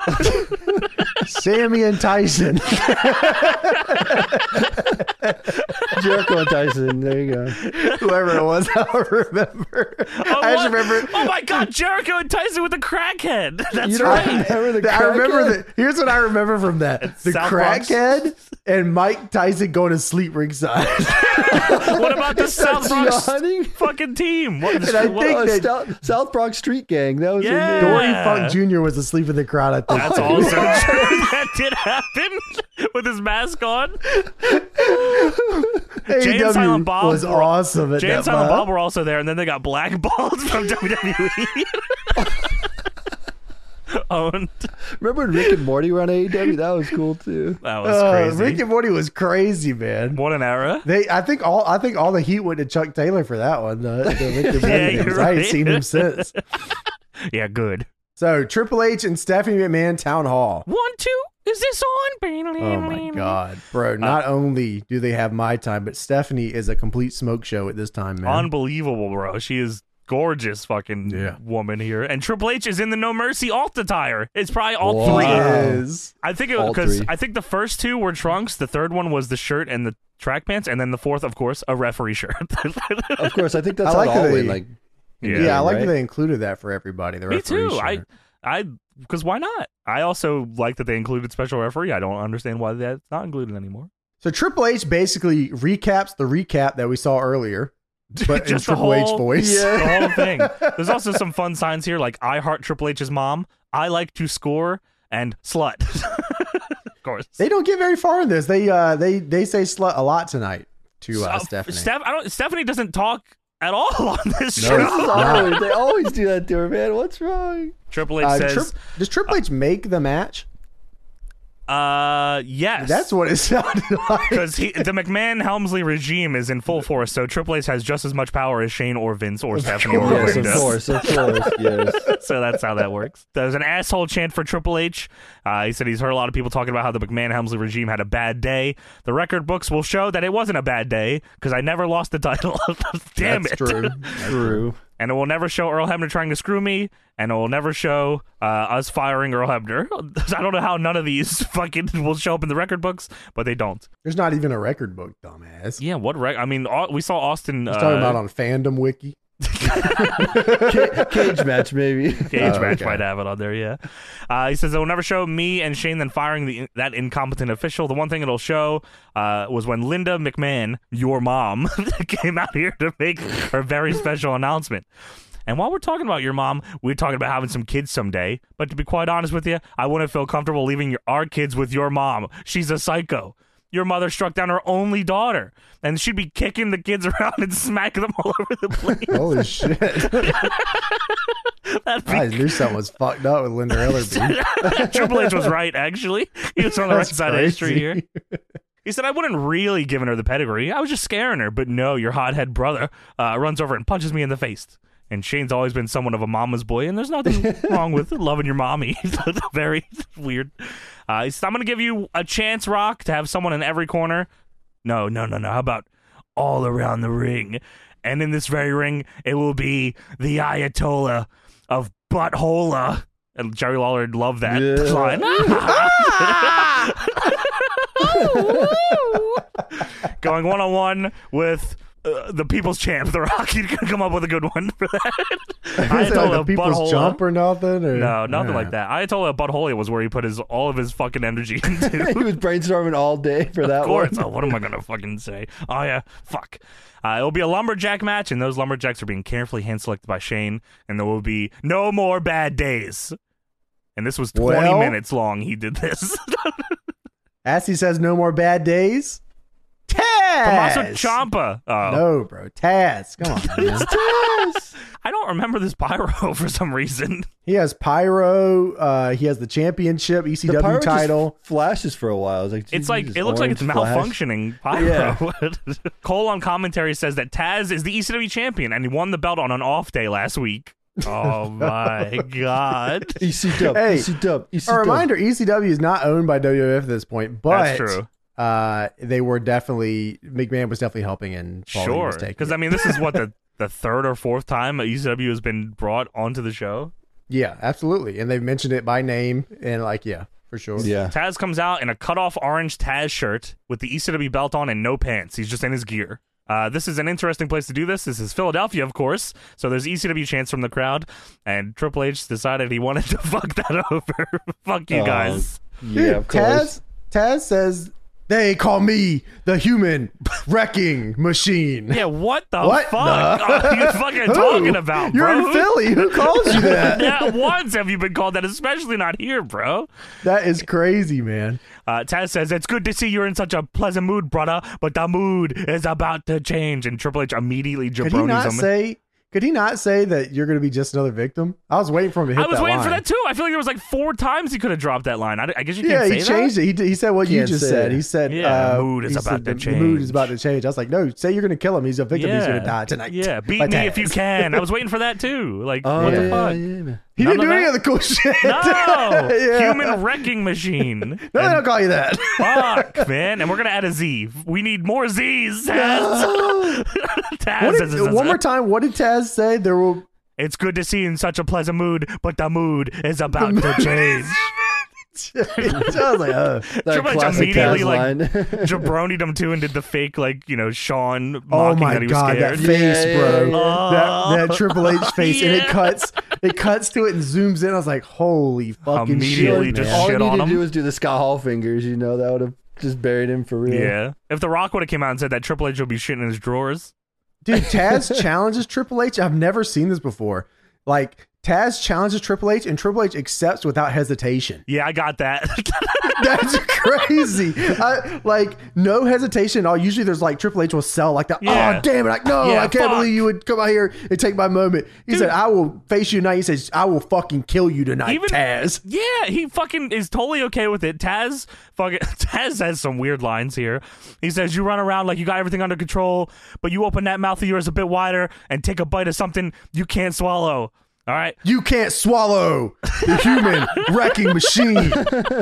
A: Sammy and Tyson.
C: Jericho and Tyson. There you go.
A: Whoever it was, I don't remember.
B: Oh,
A: I just
B: what?
A: remember.
B: Oh my God, Jericho and Tyson with the crackhead. That's
C: You don't
B: right.
C: remember the
A: I remember
C: crackhead?
A: that. Here's what I remember from that: the
B: South Bronx.
A: crackhead and Mike Tyson going to sleep ringside.
B: What about the South Bronx
C: yawning.
B: fucking team? What,
A: And I
B: what-
A: think-
C: Oh,
A: that-
C: South, South Bronx Street Gang. That was their
B: Yeah.
C: name.
A: Dory Funk Jr. was asleep in the crowd. I think
B: that's also true. That did happen with his mask on. Jay and Silent Bob
A: E was
B: were-
A: awesome at
B: Jay and
A: that.
B: Silent
A: moment.
B: Bob were also there, and then they got blackballed from WWE. Owned.
C: Remember when Rick and Morty were on AEW? That was cool too.
B: That was
A: Uh,
B: crazy.
A: Rick and Morty was crazy, man.
B: what an era.
A: They, I think all, I think all the heat went to Chuck Taylor for that one. The, the Rick and Morty
B: Yeah, you're
A: things. I ain't
B: right.
A: seen him since.
B: Yeah, good.
A: So Triple H and Stephanie McMahon town hall.
B: One, two. Is this on?
A: Oh my god,
B: Uh,
A: bro! Not only do they have my time, but Stephanie is a complete smoke show at this time, man.
B: Unbelievable, bro. She is gorgeous fucking
A: Yeah.
B: woman here. And Triple H is in the No Mercy alt attire. It's probably all
C: Wow.
B: three.
A: is.
B: I think it
C: All
B: because
C: three.
B: I think the first two were trunks, the third one was the shirt and the track pants, and then the fourth, of course, a referee shirt.
C: Of course, I think that's
A: I
C: how it
A: like
C: all
A: that
C: went.
A: they-
C: Like,
A: Yeah, I like
C: right?
A: that they included that for everybody. The
B: Me
A: referee
B: too. I,
A: shirt.
B: I, because why not? I also like that they included special referee. I don't understand why that's not included anymore.
A: So Triple H basically recaps the recap that we saw earlier, but in
B: Just the
A: Triple H
B: whole-
A: voice.
B: The whole thing. There's also some fun signs here, like I heart Triple H's mom. I like to score and slut. of course.
A: They don't get very far in this. They uh they they say slut a lot tonight to uh,
B: So-
A: Stephanie.
B: Steph, I don't. Stephanie doesn't talk at all on this
A: No.
B: show.
C: this is always, they always do that to her, man. What's wrong?
B: Triple H
A: Uh,
B: says,
A: Trip- does Triple H make the match?
B: "Uh, yes."
A: That's what it sounded like.
B: Because the McMahon Helmsley regime is in full force, so Triple H has just as much power as Shane or Vince or Stephanie or
C: Yes,
B: Linda.
C: of course, of course. Yes.
B: so that's how that works. There was an asshole chant for Triple H. Uh, he said he's heard a lot of people talking about how the McMahon Helmsley regime had a bad day. The record books will show that it wasn't a bad day because I never lost the title. Damn
A: That's
B: it.
A: true.
C: True.
B: And it will never show Earl Hebner trying to screw me, and it will never show uh, us firing Earl Hebner. I don't know how none of these fucking will show up in the record books, but they don't.
A: There's not even a record book, dumbass.
B: Yeah, what rec? I mean, au- we saw Austin
A: He's
B: uh,
A: talking about on fandom wiki.
C: Ca- cage match, maybe.
B: Cage
A: Oh,
B: match
A: okay.
B: might have it on there. Yeah, uh, he says it will never show me and Shane then firing the that incompetent official. The one thing it'll show uh, was when Linda McMahon, your mom, came out here to make her very special announcement. And while we're talking about your mom, we're talking about having some kids someday. But to be quite honest with you, I wouldn't feel comfortable leaving your, our kids with your mom. She's a psycho. Your mother struck down her only daughter, and she'd be kicking the kids around and smacking them all over the place.
A: Holy shit!
B: That'd be
A: I knew something was fucked up with Linda Ellerby.
B: Triple H was right, actually. He was on the right
A: That's
B: side of history
A: crazy.
B: here. He said, I wouldn't really given her the pedigree. I was just scaring her. But no, your hothead brother uh, runs over and punches me in the face. And Shane's always been someone of a mama's boy, and there's nothing wrong with loving your mommy. It's Very weird. Uh, he said, I'm going to give you a chance, Rock, to have someone in every corner. No, no, no, no. How about all around the ring? And in this very ring, it will be the Ayatollah of Butthola. And Jerry Lawler loved that
C: Yeah.
B: line. Going one on one with. Uh, the people's champ, The Rock. You could come up with a good one for that.
A: Is it like the
B: Ayatollah
A: people's
B: Butthola.
A: jump or nothing? Or?
B: No, nothing
A: Nah.
B: like that. Ayatollah Buttholia was where he put his all of his fucking energy
C: he
B: into.
C: was brainstorming all day for that
B: Of course.
C: one.
B: Oh, what am I gonna fucking say? Oh yeah, fuck. Uh, it'll be a lumberjack match, and those lumberjacks are being carefully hand selected by Shane, and there will be no more bad days. And this was twenty
A: Well-
B: minutes long. He did this.
A: As he says, no more bad days.
B: Tommaso
A: Taz.
B: Ciampa. Oh,
A: No, bro. Taz. Come on. man.
B: I don't remember this pyro for some reason.
A: he has pyro. Uh, he has the championship
C: The
A: ECW
C: pirate just
A: title.
C: flashes for a while. I was like,
B: It's like
C: Jesus,
B: it looks like it's
C: orange flash.
B: malfunctioning pyro. E Cole on commentary says that Taz is the ECW champion and he won the belt on an off day last week. Oh my god.
C: EC dub,
A: Hey,
C: EC dub, EC
A: A
C: dub.
A: reminder: ECW is not owned by WWF at this point, but
B: That's true.
A: Uh, they were definitely McMahon was definitely helping and Paulie
B: Sure.
A: was taking
B: Because
A: it.
B: I mean, this is what the the third or fourth time ECW has been brought onto the show.
A: yeah, absolutely, and they've mentioned it by name and like yeah, for sure.
C: Yeah.
B: Taz comes out in a cutoff orange Taz shirt with the ECW belt on and no pants. He's just in his gear. Uh, this is an interesting place to do this. This is Philadelphia, of course. So there's ECW chants from the crowd, and Triple H decided he wanted to fuck that over. fuck you
C: Oh,
B: guys.
C: Yeah,
A: Dude,
C: of course.
A: Taz Taz says they call me the human wrecking machine.
B: Yeah, what the
A: What
B: fuck
A: the-
B: are you fucking
A: Who?
B: talking about,
A: You're
B: bro?
A: in Philly. Who calls you that?
B: Not once have you been called that, especially not here, bro.
A: That is crazy, man.
B: Uh, Taz says, It's good to see you're in such a pleasant mood, brother, but the mood is about to change. And Triple H immediately
A: Could he
B: jabronis
A: not
B: him.
A: say? Could he not say that you're going to be just another victim? I was waiting for him to hit
B: I was
A: that
B: waiting for
A: line.
B: that too. I feel like there was like four times he could have dropped that line. I, I guess you
A: Yeah,
B: can't say
A: he changed it. He, d- he said what you
D: Can't
A: just
D: say
A: said.
D: it.
A: He said,
B: Yeah,
A: uh,
B: mood is
A: he
B: about
A: said
B: to
A: the mood
B: change.
A: is about to change. I was like, no, say you're going to kill him. He's a
B: that.
A: victim. He's going to die tonight.
B: Yeah, beat
A: Like
B: me
A: that.
B: if you can. I was waiting for that too. Like,
D: Oh,
B: what
D: yeah,
B: the fuck?
D: yeah, man.
A: He
B: None
A: didn't
B: of
A: do any
B: that?
A: of the cool shit.
B: No,
A: Yeah.
B: human wrecking machine.
A: No, they don't call you that.
B: Fuck, man. And we're gonna add a Z. We need more Z's. Taz. Taz.
A: What
B: Taz,
A: did,
B: Taz,
A: one more
B: Taz.
A: time, what did Taz say? There will.
B: It's good to see you in such a pleasant mood, but the mood is about to change.
A: I was like, oh.
D: That
B: Triple H
D: classic
B: immediately
D: Taz
B: like
D: line.
B: jabronied him too and did the fake like you know Sean mocking
A: Oh my
B: that he was
A: god,
B: scared.
A: that face,
D: Yeah,
A: bro!
D: yeah,
B: yeah. Oh.
A: That, that Triple H face, and it
B: Yeah.
A: cuts, it cuts to it and zooms in. I was like, "Holy fucking
B: Immediately
A: shit!"
B: just
A: man.
B: shit
D: All he
B: on
D: needed to
B: him.
D: do was do the Scott Hall fingers. You know that would have just buried him for real.
B: Yeah. If The Rock would have came out and said that Triple H will be shitting in his drawers.
A: Dude, Taz challenges Triple H. I've never seen this before. Like Taz challenges Triple H, and Triple H accepts without hesitation.
B: Yeah, I got that.
A: That's crazy. I, like no hesitation at all. Usually, there's like Triple H will sell like that.
B: Yeah.
A: Oh damn it! Like no,
B: Yeah,
A: I can't
B: fuck.
A: believe you would come out here and take my moment. He said, "I will face you tonight." He says, "I will fucking kill you tonight,
B: Even-
A: Taz."
B: yeah, he fucking is totally okay with it. Taz fucking Taz has some weird lines here. He says, You run around like you got everything under control, but you open that mouth of yours a bit wider and take a bite of something you can't swallow. All right.
A: You can't swallow the human wrecking machine.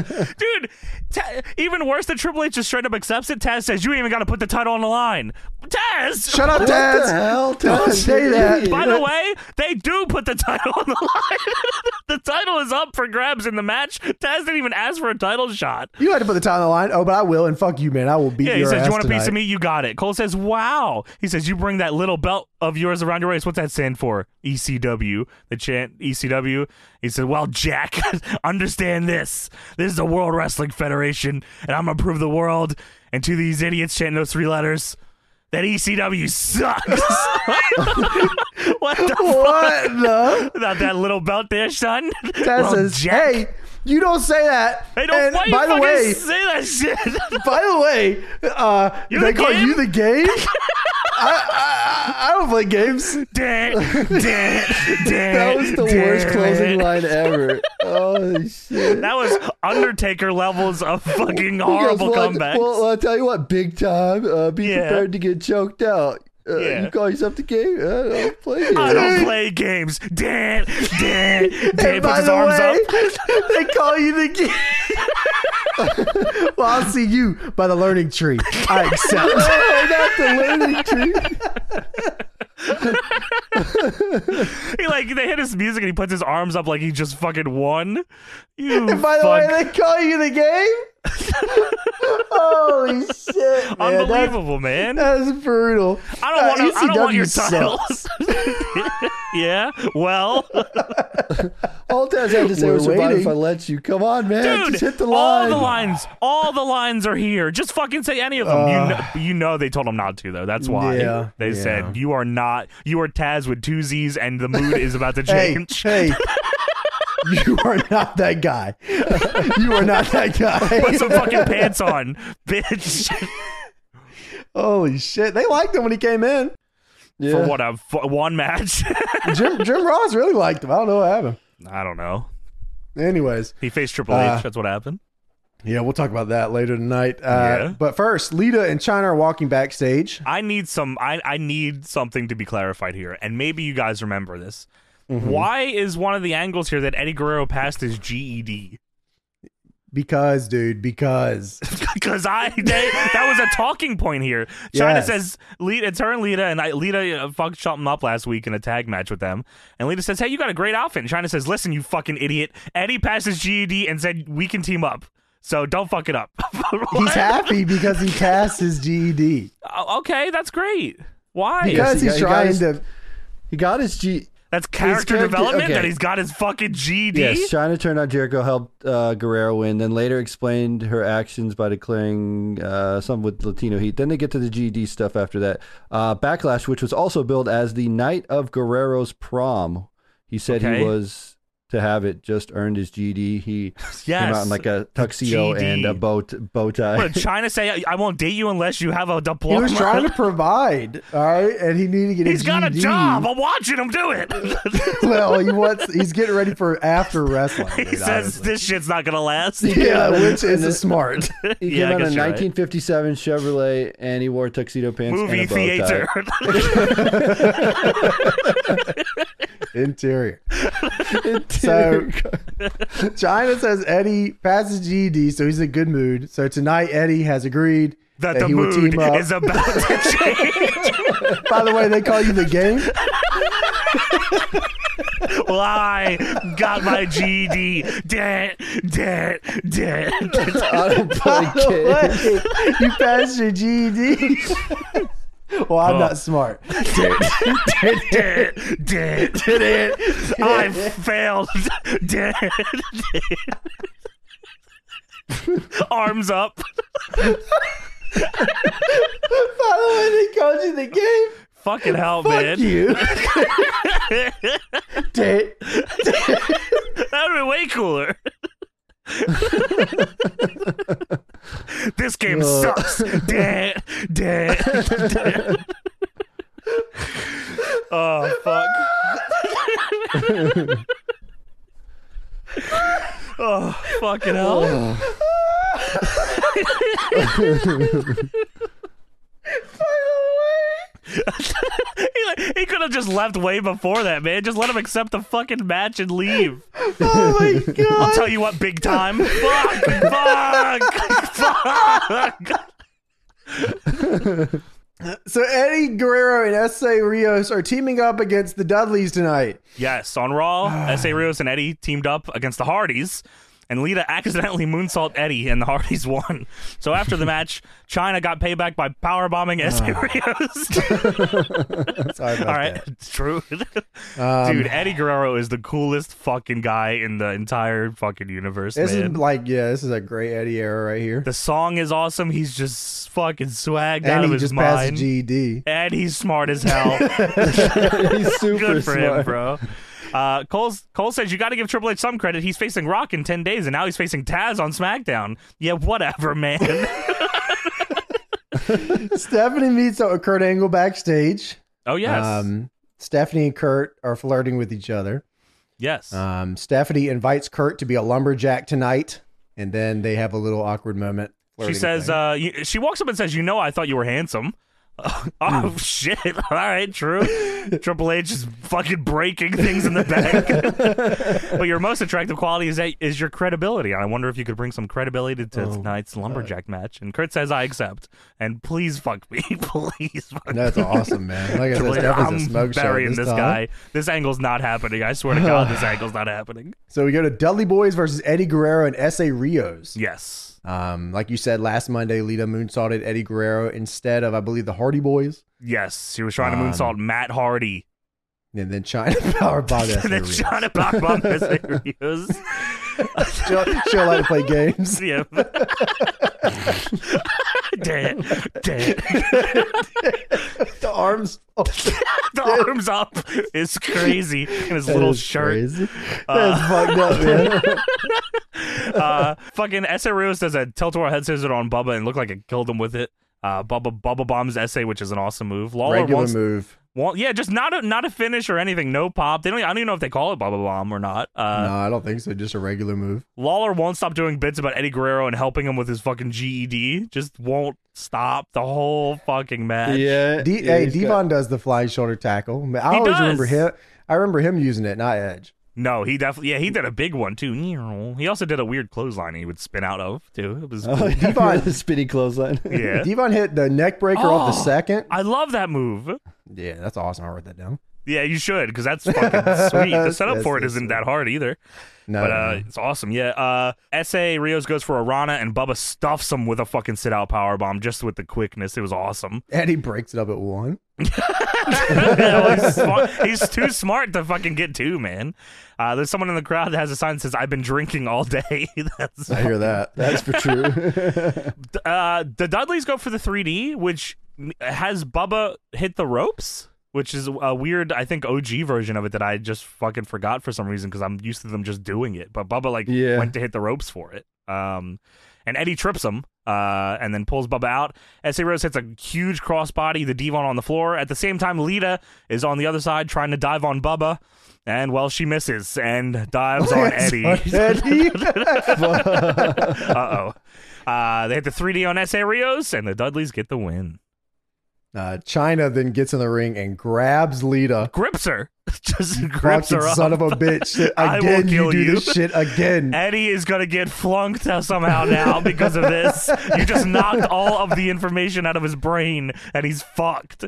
B: Dude, Ta- even worse than Triple H just straight up accepts it, Taz says, You ain't even got to put the title on the line. Taz!
A: Shut up, Taz.
D: the hell,
A: Don't
D: Taz?
A: say that.
B: By the way, they do put the title on the line. the title is up for grabs in the match. Taz didn't even ask for a title shot.
A: You had to put the time on the line. Oh, but I will, and fuck you, man. I will beat
B: Yeah,
A: your
B: he says,
A: ass
B: You want a piece
A: tonight."
B: of me? You got it. Cole says, Wow. He says, You bring that little belt of yours around your waist. What's that stand for? ECW. The chant ECW. He said, Well, Jack, understand this. This is the World Wrestling Federation, and I'm going to prove the world and to these idiots chanting those three letters that E ECW sucks. what the
A: What the?
B: Not that little belt there, son.
A: Taz
B: Well,
A: says,
B: Jack-
A: "Hey, you don't say that."
B: Hey, don't
A: and
B: why
A: by
B: you
A: the
B: fucking
A: way,
B: say that shit.
A: by the way, uh,
B: You're
A: they
B: the
A: call
B: game?
A: you the game. I, I, I don't play games.
B: Dang, dang, dang.
D: That was the worst closing line ever. Oh shit.
B: That was Undertaker levels of fucking
D: He goes,
B: horrible
D: well,
B: comebacks.
D: I, well, I'll tell you what, big time. Uh, be
B: Yeah.
D: prepared to get choked out. Uh,
B: Yeah.
D: You call yourself the game? Uh, I don't play it.
B: I don't play games. Dan, Dan, Dan
A: And
B: puts
A: by
B: his
A: the
B: arms
A: way,
B: up.
A: they call you the game. well, I'll see you by the learning tree. I accept.
D: Oh, not the learning tree.
B: He like they hit his music and he puts his arms up like he just fucking won. You
A: And by the
B: fuck.
A: way, they call you the game. Holy shit! man.
B: unbelievable, man.
A: That's, that's brutal. Uh, E
B: I don't want. to I don't want your
A: title.
B: titles. yeah. Well,
D: All Taz had to say
A: We're
D: was survive if
A: waiting.
D: I let you. Come on, man.
B: dude,
D: just hit the
B: all
D: line.
B: the lines, all the lines are here. Just fucking say any of them. you know, you know they told him not to though. That's why
A: Yeah,
B: they
A: yeah.
B: said you are not. You are Taz with two Z's, and the mood is about to
A: Hey,
B: change.
A: hey. You are not that guy. you are not that
B: Put some
A: guy.
B: fucking pants on, bitch.
A: Holy shit! They liked him when he came in.
D: Yeah.
B: For what a f- one match.
A: Jim Jim Ross really liked him. I don't know what happened.
B: I don't know.
A: Anyways,
B: He faced Triple
A: Uh,
B: H. That's what happened.
A: yeah, we'll talk about that later tonight. Uh,
B: Yeah.
A: But first, Lita and China are walking backstage.
B: I need some. I I need something to be clarified here, and maybe you guys remember this. Why is one of the angles here that Eddie Guerrero passed E his GED?
A: Because, dude, because
B: Because I they, that was a talking point here. China
A: Yes.
B: says Lita, it's her and Lita, and I, Lita uh, fucked something up last week in a tag match with them. And Lita says, "Hey, you got a great outfit." And China says, "Listen, you fucking idiot." Eddie passed his GED and said, "We can team up." So don't fuck it up.
A: he's happy because he passed his GED.
B: O- Oh, Okay, that's great. Why?
A: Because
D: he
A: he's
D: got-
A: trying
D: he got
A: to.
D: He got his G.
B: That's character,
D: character-
B: development
D: okay.
B: that he's got his fucking E GED.
D: Yes, China turned on Jericho, helped uh, Guerrero win, then later explained her actions by declaring uh, some with Latino heat. Then they get to the GD stuff after that. Uh, Backlash, which was also billed as the night of Guerrero's prom. He said
B: Okay.
D: he was to have it, just earned his GD. He came
B: Yes, E
D: out in like a tuxedo
B: GD.
D: and a bow, t- bow tie.
B: What did China say? "I- I won't date you unless you have a
A: He
B: diploma.
A: was trying to E provide, all right, and he needed to get.
B: He's got a
A: GED.
B: job. I'm watching him do it.
A: Well, he wants. He's getting ready for after wrestling.
B: he
A: dude,
B: says
A: honestly.
B: this shit's not gonna last.
A: Yeah, which
D: And
A: is
D: then-
A: smart.
D: He came
B: Yeah, I
D: out in a
B: guess you're right.
D: 1957 Chevrolet and he wore tuxedo pants and
B: Movie
D: a bow tie.
B: theater.
A: Interior. So China says Eddie passes GED, so he's in good mood. So tonight Eddie has agreed
B: that the
A: he will
B: mood
A: team up.
B: is about to change.
A: By the way, they call you the game.
B: Well, I got my GED. Dent, dent, dent.
A: By the way, you passed your GED. well, I'm
B: Oh.
A: not smart.
B: Dead, dead, dead. I failed. Dead. Arms up.
A: By the way, they called you the game.
B: Fucking hell, man.
A: Fuck you. Dead.
B: That would be way cooler. this game sucks. Dead, dead, dead. oh, fuck. oh, fucking hell. he, like, he could have just left way before that, man. Just let him accept the fucking match and leave.
A: Oh my god.
B: I'll tell you what, big time. fuck, fuck, fuck.
A: So Eddie Guerrero and S.A. Rios are teaming up against the Dudleys tonight.
B: Yes, on Raw, S.A. Rios and Eddie teamed up against the Hardys, and Lita accidentally moonsault Eddie, and the Hardys won. So after the match, China got payback by powerbombing S.A.
A: Ah.
B: Rios.
A: Sorry about
B: All right, it's true.
A: Um,
B: Dude, Eddie Guerrero is the coolest fucking guy in the entire fucking universe,
A: This
B: man.
A: is like, yeah, this is a great Eddie era right here.
B: the song is awesome. He's just fucking swagged
A: And
B: out of
A: he
B: his
A: just passed
B: mind.
A: a GED.
B: and he's smart as hell.
D: He's super
B: Good for
D: smart.
B: him, bro. Uh, Cole's, Cole says you got to give Triple H some credit. He's facing Rock in ten days, and now he's facing Taz on SmackDown. Yeah, whatever, man.
A: Stephanie meets up with Kurt Angle backstage.
B: oh yes,
A: Um, Stephanie and Kurt are flirting with each other.
B: yes.
A: Um, Stephanie invites Kurt to be a lumberjack tonight, and then they have a little awkward moment.
B: she
A: flirting
B: says
A: thing.
B: uh, you, she walks up and says, "You know, I thought you were handsome." oh shit! All right, true. Triple H is fucking breaking things in the back. but your most attractive quality is that, is your credibility, and I wonder if you could bring some credibility to tonight's lumberjack match. And Kurt says, "I accept," and please fuck me, please fuck me.
A: "That's awesome, man." Like I said,
B: Triple H,
A: Stephanie's a
B: I'm
A: smoke show
B: burying this,
A: time.
B: guy. This angle's not happening. I swear to God, this angle's not happening.
A: So we go to Dudley Boys versus Eddie Guerrero and S.A. Rios.
B: Yes,
A: Um, like you said last Monday, Lita moonsaulted Eddie Guerrero instead of, I believe, the Hardy Boys,
B: yes. She was trying
A: Um,
B: to moonsault Matt Hardy.
A: and then China Power Bob S.A.
B: and then
A: Rios.
B: Sean Black Bomb has reviews.
A: She'll, she'll like to play games.
B: Yeah. Dead. Dead.
A: the arms. Oh,
B: The arms up is crazy in his little shirt.
A: That's fucked up, man.
B: Uh, fucking S.A. Rios does a Teltora head scissors on Bubba and looked like it killed him with it. Uh, Bubba Bubba bombs essay, which is an awesome move. Lawler
A: Regular
B: wants,
A: move.
B: want- yeah, just not a not a finish or anything. No pop. They don't. e, I don't even know if they call it Bubba bomb or not. Uh,
A: no, I don't think so. Just a regular move.
B: Lawler won't stop doing bits about Eddie Guerrero and helping him with his fucking GED. Just won't stop the whole fucking match.
D: Yeah.
A: D-
D: yeah,
A: hey,
D: he's got-
A: Devon does the flying shoulder tackle. I
B: He
A: always
B: does.
A: remember him. I remember him using it, not Edge.
B: No, he definitely. Yeah, he did a big one too. He also did a weird clothesline he would spin out of too. It was
D: Oh,
A: Devon-
D: the spinny clothesline.
B: yeah.
A: Devon hit the neck breaker off the
B: Oh.
A: second.
B: I love that move.
A: Yeah, that's awesome. I wrote that down.
B: Yeah, you should because that's fucking sweet. The setup
A: Yes,
B: for it
A: yes,
B: isn't
A: yes.
B: that hard either,
A: No,
B: but
A: no,
B: uh,
A: no.
B: it's awesome. Yeah, uh, Sa Rios goes for a Rana and Bubba stuffs him with a fucking sit out power bomb just with the quickness. It was awesome.
A: and he breaks it up at one.
B: Well, he's, smart- he's too smart to fucking get two, man. Uh, there's someone in the crowd that has a sign that says "I've been drinking all day." That's
A: I hear that.
D: That's for true.
B: uh, the Dudleys go for the 3D, which m- has Bubba hit the ropes, which is a weird, I think, OG version of it that I just fucking forgot for some reason because I'm used to them just doing it. But Bubba like
D: Yeah.
B: went to hit the ropes for it, um, and Eddie trips him. Uh, and then pulls Bubba out. S.A. Rose hits a huge crossbody, the Devon on the floor. At the same time, Lita is on the other side trying to dive on Bubba. And, well, she misses and dives on Eddie.
A: Eddie.
B: Uh oh. Uh, they hit the 3D on SA Rios, and the Dudleys get the win.
A: Uh, China then gets in the ring and grabs Lita.
B: Grips her. Just grips
A: Fucking
B: her up.
A: son of a bitch.
B: I will
A: Again, you
B: kill
A: do
B: you.
A: this shit again.
B: Eddie is going to get flunked out somehow now because of this. You just knocked all of the information out of his brain, and he's fucked. Uh,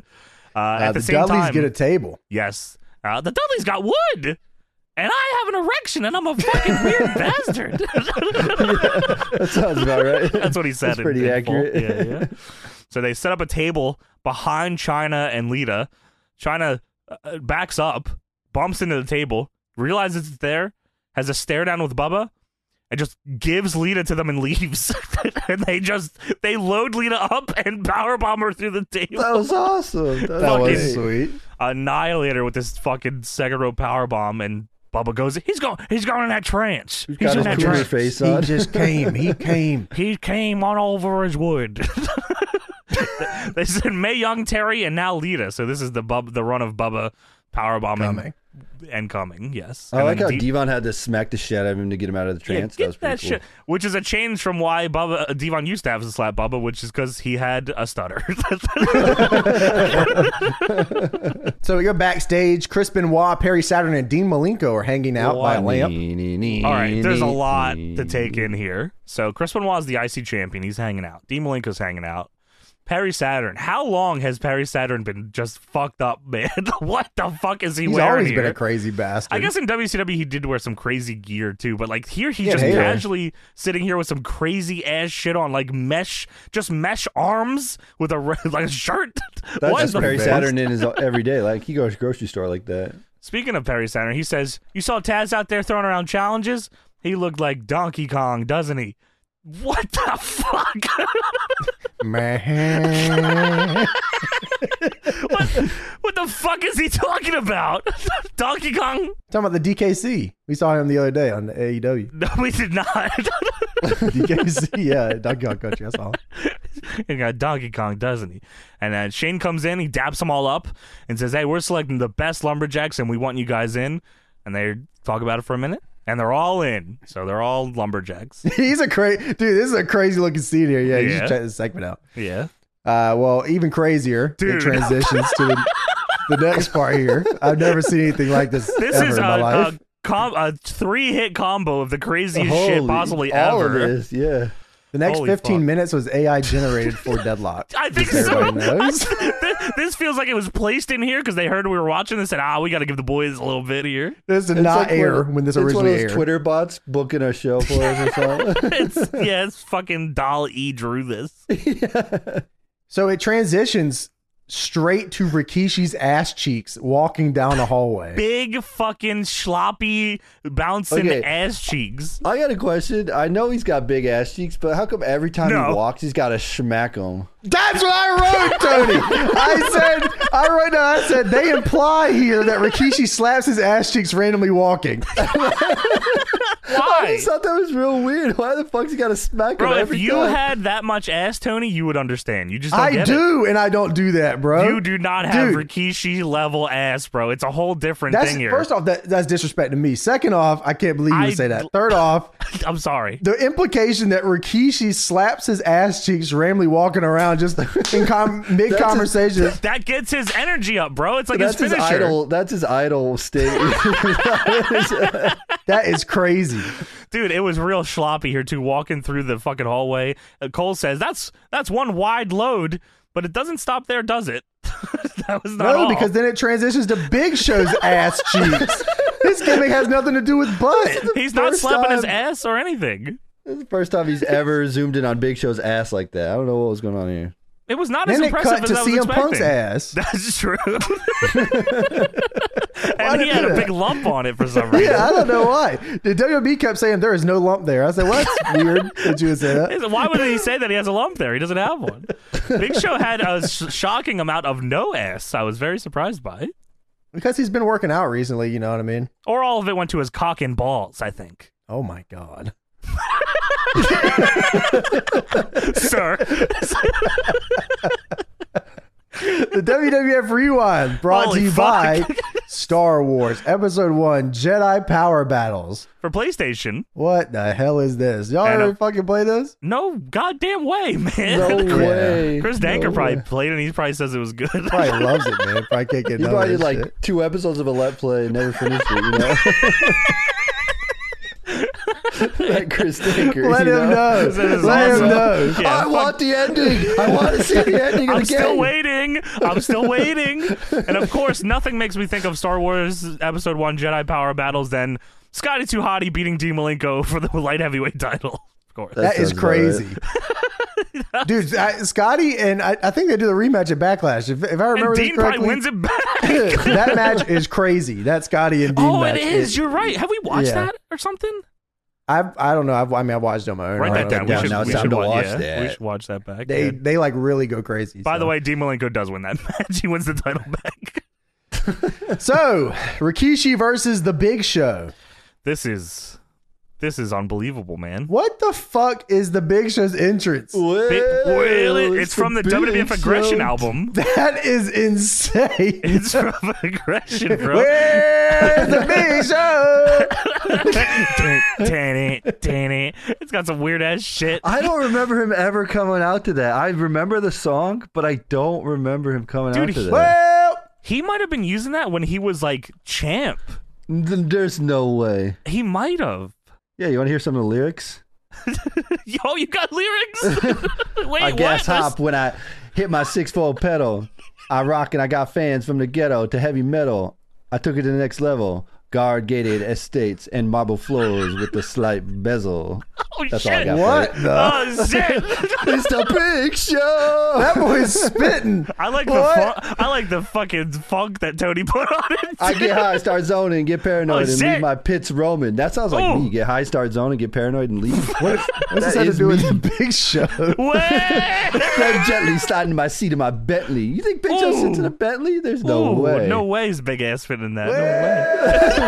A: Uh,
B: at the,
A: the,
B: same
A: Dudleys
B: time,
A: get a table.
B: yes, uh, the Dudleys got wood. And I have an erection, and I'm a fucking weird bastard.
D: that sounds about right.
B: That's what he said.
D: That's
B: in-
D: pretty
B: in full.
D: accurate.
B: Yeah, yeah. so they set up a table behind China and Lita. China uh, backs up, bumps into the table, realizes it's there, has a stare down with Bubba, and just gives Lita to them and leaves. and they just they load Lita up and powerbomb her through the table,
D: That was awesome. That,
A: That
D: was
A: was
D: great.
A: sweet.
B: annihilate her with this fucking second row powerbomb, and Bubba goes, he's going, he's going in that trance. He's,
D: Got
B: in
D: his
B: that
D: cougar
B: trance.
D: face on.
A: just came. He came.
B: He came on over as wood. they said May Young Terry and now Lita. So this is the bub the run of Bubba power bombing
A: Coming.
B: and coming. Yes,
D: I
B: And
D: like
B: then
D: how
B: Deep-
D: Devon had to smack the shit out of him to get him out of the
B: Yeah,
D: trance.
B: get
D: that was pretty
B: that
D: cool.
B: shit, which is a change from why Bubba uh, Devon used to have to slap Bubba, which is because he had a stutter.
A: So we go backstage. Chris Benoit, Perry Saturn, and Dean Malenko are hanging out by a lamp.
B: All right, there's a lot to take in here. So Chris Benoit is the IC champion. He's hanging out. Dean Malenko's hanging out. Perry Saturn. How long has Perry Saturn been just fucked up, man? what the fuck is he
A: He's
B: wearing
A: always
B: here?
A: been a crazy bastard.
B: I guess in WCW he did wear some crazy gear too, but like here he's
A: Yeah,
B: just
A: hey, yeah.
B: casually sitting here with some crazy ass shit on, like mesh, just mesh arms with a re- like a shirt.
D: That's
B: What
D: just
B: the
D: Perry
B: fuck?
D: Saturn in his every day. Like he goes to grocery store like that.
B: Speaking of Perry Saturn, he says, "You saw Taz out there throwing around challenges. He looked like Donkey Kong, doesn't he?" What the fuck?
A: Man.
B: what, what the fuck is he talking about? Donkey Kong?
A: Talking about the DKC. We saw him the other day on E the AEW.
B: No, we did not.
A: DKC, yeah, Donkey Kong Country. That's all.
B: he got Donkey Kong, doesn't he? And then Shane comes in, he daps them all up and says, Hey, we're selecting the best lumberjacks and we want you guys in. And they talk about it for a minute. And they're all in. So they're all lumberjacks.
A: He's a crazy dude. This is a crazy looking scene here. Yeah, you
B: Yeah.
A: should check this segment out.
B: Yeah.
A: Uh, well, even crazier.
B: Dude.
A: It transitions to the, the next part here. I've never seen anything like this,
B: This
A: ever
B: is a,
A: in my life.
B: a, com- a three hit combo of the craziest shit
D: Holy-
B: possibly
D: all
B: ever.
D: Of this, yeah.
A: the next
B: holy
A: 15
B: fuck.
A: minutes was AI generated for Deadlock.
B: I think
A: Just
B: so.
A: everybody knows.
B: Th- this feels like it was placed in here because they heard we were watching this and ah, we got to give the boys a little bit here.
A: This did
D: It's
A: not
D: like
A: air
D: one-
A: when this
D: it's
A: originally
D: one of those
A: aired.
D: Twitter bots booking a show for us or something.
B: It's yeah, it's fucking Doll E drew this.
A: So it transitions straight to Rikishi's ass cheeks walking down a hallway.
B: Big fucking sloppy bouncing
D: Okay.
B: ass cheeks.
D: I got a question. I know he's got big ass cheeks, but how come every time
B: No.
D: he walks, he's got to smack him?
A: That's what I wrote, Tony. I said, I wrote down, I said, they imply here that Rikishi slaps his ass cheeks randomly walking.
D: I
B: Why?
D: just thought that was real weird. Why the fuck's he got to smack
B: Bro,
D: him
B: if
D: every
B: you
D: time?
B: had that much ass, Tony, you would understand. You just don't
A: I
B: get
A: do, and I don't do that,
B: It.
A: bro.
B: You do not have
A: Dude.
B: Rikishi level ass, bro. It's a whole different
A: That's
B: thing here.
A: first off, that, that's disrespect to me. Second off, I can't believe you
B: I-
A: would say that. Third off,
B: I'm sorry.
A: The implication that Rikishi slaps his ass cheeks randomly walking around just in com- mid conversation.
B: That gets his energy up, bro. It's like
D: That's
B: his
D: his
B: finisher.
D: idol. That's his idol state.
A: That is crazy.
B: Dude, it was real sloppy here too, walking through the fucking hallway. Uh, Cole says, "That's that's one wide load, but it doesn't stop there, does it?" that was not
A: No,
B: all.
A: because then it transitions to Big Show's ass cheeks. This gimmick has nothing to do with butt.
B: he's not
D: first
B: slapping his
D: time-
B: ass or anything.
D: That's the first time he's ever zoomed in on Big Show's ass like that. I don't know what was going on here.
B: It was not as
A: Then it
B: impressive
A: cut
B: as
A: to
B: I was
A: CM
B: expecting.
A: Punk's ass.
B: That's true. and he
A: did
B: had a
A: that?
B: big lump on it for some reason.
A: Yeah, I don't know why. The WB kept saying there is no lump there. I said, well, that's weird that you would say that.
B: Why would he say that he has a lump there? He doesn't have one. Big Show had a sh- shocking amount of no ass. I was very surprised by.
A: Because he's been working out recently, you know what I mean?
B: Or all of it went to his cock and balls, I think.
A: Oh my God.
B: Sir.
A: The WWF Rewind brought
B: Holy
A: to you by
B: fuck.
A: Star Wars Episode 1 Jedi Power Battles.
B: for PlayStation.
A: What the hell is this? Y'all
B: I know.
A: ever fucking play this?
B: No goddamn way, man.
D: No
A: Yeah.
D: way.
B: Chris
D: No
B: Danker
D: way.
B: probably played it and he probably says it was good.
A: Probably loves it, man. Probably can't get
D: He
A: enough of
D: probably
A: this
D: did like
A: shit.
D: two episodes of a let play and never finished it, you know? that Chris Tinker.
A: Let
D: you
A: him know.
B: This is
A: Let
B: awesome.
A: him know.
B: Yeah,
D: I
B: fuck-
D: want the ending. I want to see the ending of
B: I'm
D: the game.
B: still waiting. I'm still waiting. And of course, nothing makes me think of Star Wars Episode 1 Jedi Power Battles than Scotty Too Hottie beating D. Malenko for the light heavyweight title. Of course.
D: That
A: that is
D: sounds about right.
A: crazy. Dude, I, Scotty and I, I think they do the rematch at Backlash. If, if I remember
B: and
A: this
B: Dean
A: correctly,
B: probably wins it back.
A: that match is crazy. That Scotty and Dean
B: oh,
A: match.
B: it is. You're right. Have we watched
A: Yeah.
B: that or something?
A: I've, I don't know. I've, I mean, I watched it on my own.
B: Write
A: I
B: that
A: don't know.
B: down. We
D: down.
B: should,
D: Now it's
B: we
D: time
B: should
D: to
B: wa-
D: watch
B: yeah,
D: that.
B: We should watch that back.
A: They
B: yeah.
A: they like really go crazy.
B: By
A: so.
B: the way, Dean Malenko does win that match. He wins the title back.
A: so Rikishi versus The Big Show.
B: This is this is unbelievable, man.
A: What the fuck is The Big Show's entrance?
D: Well,
B: It- well, it- it's from the
D: big
B: WWF Aggression
D: show.
B: album.
A: That is insane.
B: It's from Aggression, bro.
A: Where's the Big Show?
B: Tan- tan- tan- It's got some weird ass shit.
D: I don't remember him ever coming out to that. I remember the song, but I don't remember him coming
B: Dude,
D: out to
B: he-
D: that.
A: Well,
B: He might have been using that when he was like champ.
D: Th- There's no way.
B: He might have.
D: Yeah, you want to hear some of the lyrics?
B: Yo, you got lyrics? Wait,
D: I gas
B: what?
D: hop when I hit my six fold pedal. I rock and I got fans from the ghetto to heavy metal. I took it to the next level. Guard gated estates and marble floors with a slight bezel.
B: Oh
D: That's all I
B: shit!
D: got. Uh,
A: what the?
B: Oh shit!
D: It's the big show.
A: That boy's spitting.
B: I like
A: What?
B: the fu- I like the fucking funk that Tony put on it.
D: I get high, start zoning, get paranoid,
B: Oh,
D: and
B: shit.
D: leave my pits roaming. That sounds like
B: Ooh.
D: me. Get high, start zoning, get paranoid, and leave. What if
A: What's this have to do with The Big Show?
B: Way!
D: Then gently sliding my seat in my Bentley. You think Big Joe sits in a
B: Ooh.
D: Bentley? There's no
B: Ooh,
D: way.
B: No way is big ass fit in that. No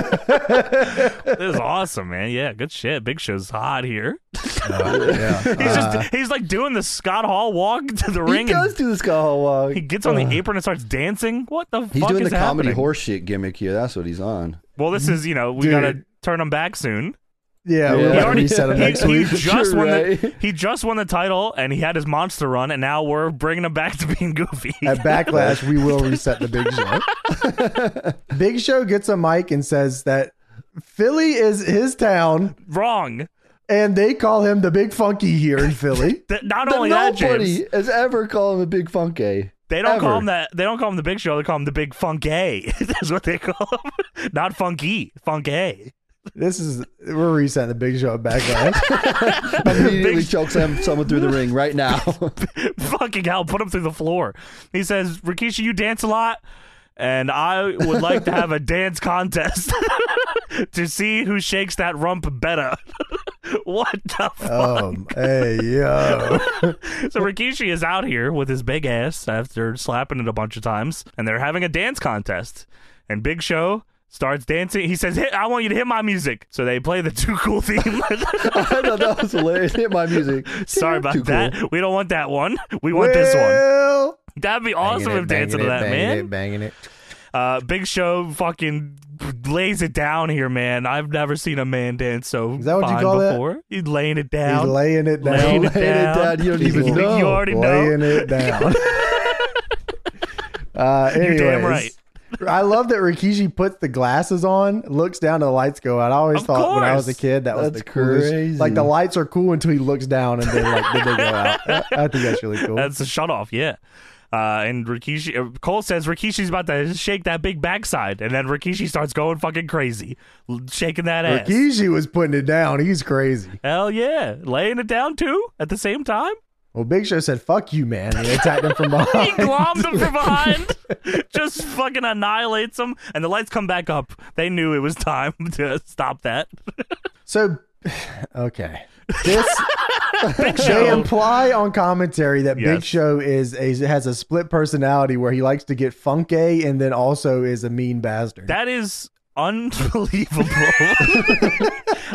B: way. this is awesome, man. Yeah, good shit. Big Show's hot here.
D: Uh,
A: yeah.
B: He's just he's like doing the Scott Hall walk to the
D: He
B: ring
D: does
B: and
D: do the Scott Hall walk.
B: he gets on the apron and starts dancing. What the
D: He's
B: fuck
D: doing
B: is
D: the comedy
B: happening?
D: horseshit gimmick here. That's what he's on.
B: well, this is, you know, we
A: Dude.
B: got to turn him back soon.
A: Yeah,
D: He
A: we'll have to
D: already-
A: reset him
B: He,
A: next
B: he
A: week.
B: just
D: You're
B: won the,
D: right.
B: he just won the title and he had his monster run and now we're bringing him back to being goofy.
A: At Backlash, we will reset the Big Show. Big Show gets a mic and says that Philly is his town,
B: Wrong.
A: and they call him the Big Funky here in Philly.
B: Th- not
D: That
B: only that,
D: nobody
B: James,
D: has ever called him a big funky.
B: They don't call
D: Ever.
B: him that. They don't call him the Big Show. They call him the Big Funkay. That's what they call him. Not Funky, Funkay.
A: This is we're resetting the Big Show at Backlash.
D: Immediately
B: Big-
D: chokes him- someone through the ring right now.
B: Fucking hell! Put him through the floor. He says, "Rikishi, you dance a lot, and I would like to have a dance contest to see who shakes that rump better." what the? Fuck?
A: um, hey yo,
B: So Rikishi is out here with his big ass after slapping it a bunch of times, and they're having a dance contest. And Big Show starts dancing. He says, "Hit! I want you to hit my music." So they play the Too Cool theme.
D: I thought that was hilarious. Hit my music.
B: Sorry
D: Too
B: about
D: cool.
B: that. We don't want that one. We want this one.
A: Well,
B: That'd be awesome
A: banging
B: if
A: it, banging
B: dancing to
A: it,
B: that,
A: banging
B: man.
A: It, banging it.
B: Uh, Big Show fucking lays it down here, man. I've never seen a man dance so
A: Is that what you
B: fine
A: call that?
B: before. He's laying it
A: He's
B: down.
A: laying it down.
B: Laying it
D: Laying it
B: down.
D: down. You don't
A: He's
D: even
B: You think
D: know.
B: you already know.
A: laying it down. uh,
B: You're
A: anyways,
B: damn right.
A: I love that Rikishi puts the glasses on, looks down, and the lights go out. I always
B: Of
A: thought when I was a
B: course.
A: kid that was
D: That's
A: the coolest.
D: crazy.
A: Like the lights are cool until he looks down and then like then they go out. I- I think that's really cool.
B: That's a shut off, yeah. Uh, and Rikishi, uh, Cole says Rikishi's about to shake that big backside, and then Rikishi starts going fucking crazy, l- shaking that ass.
A: Rikishi was putting it down. He's crazy.
B: Hell yeah, laying it down too at the same time.
A: Well, Big Show said, "Fuck you, man," and attacked him from
B: He
A: behind.
B: glommed him from behind, just fucking annihilates him, and the lights come back up. They knew it was time to stop that.
A: So, okay, this
B: Big
A: they
B: Show,
A: imply on commentary that Big
B: Yes.
A: Show is a, has a split personality where he likes to get funky and then also is a mean bastard.
B: that is unbelievable.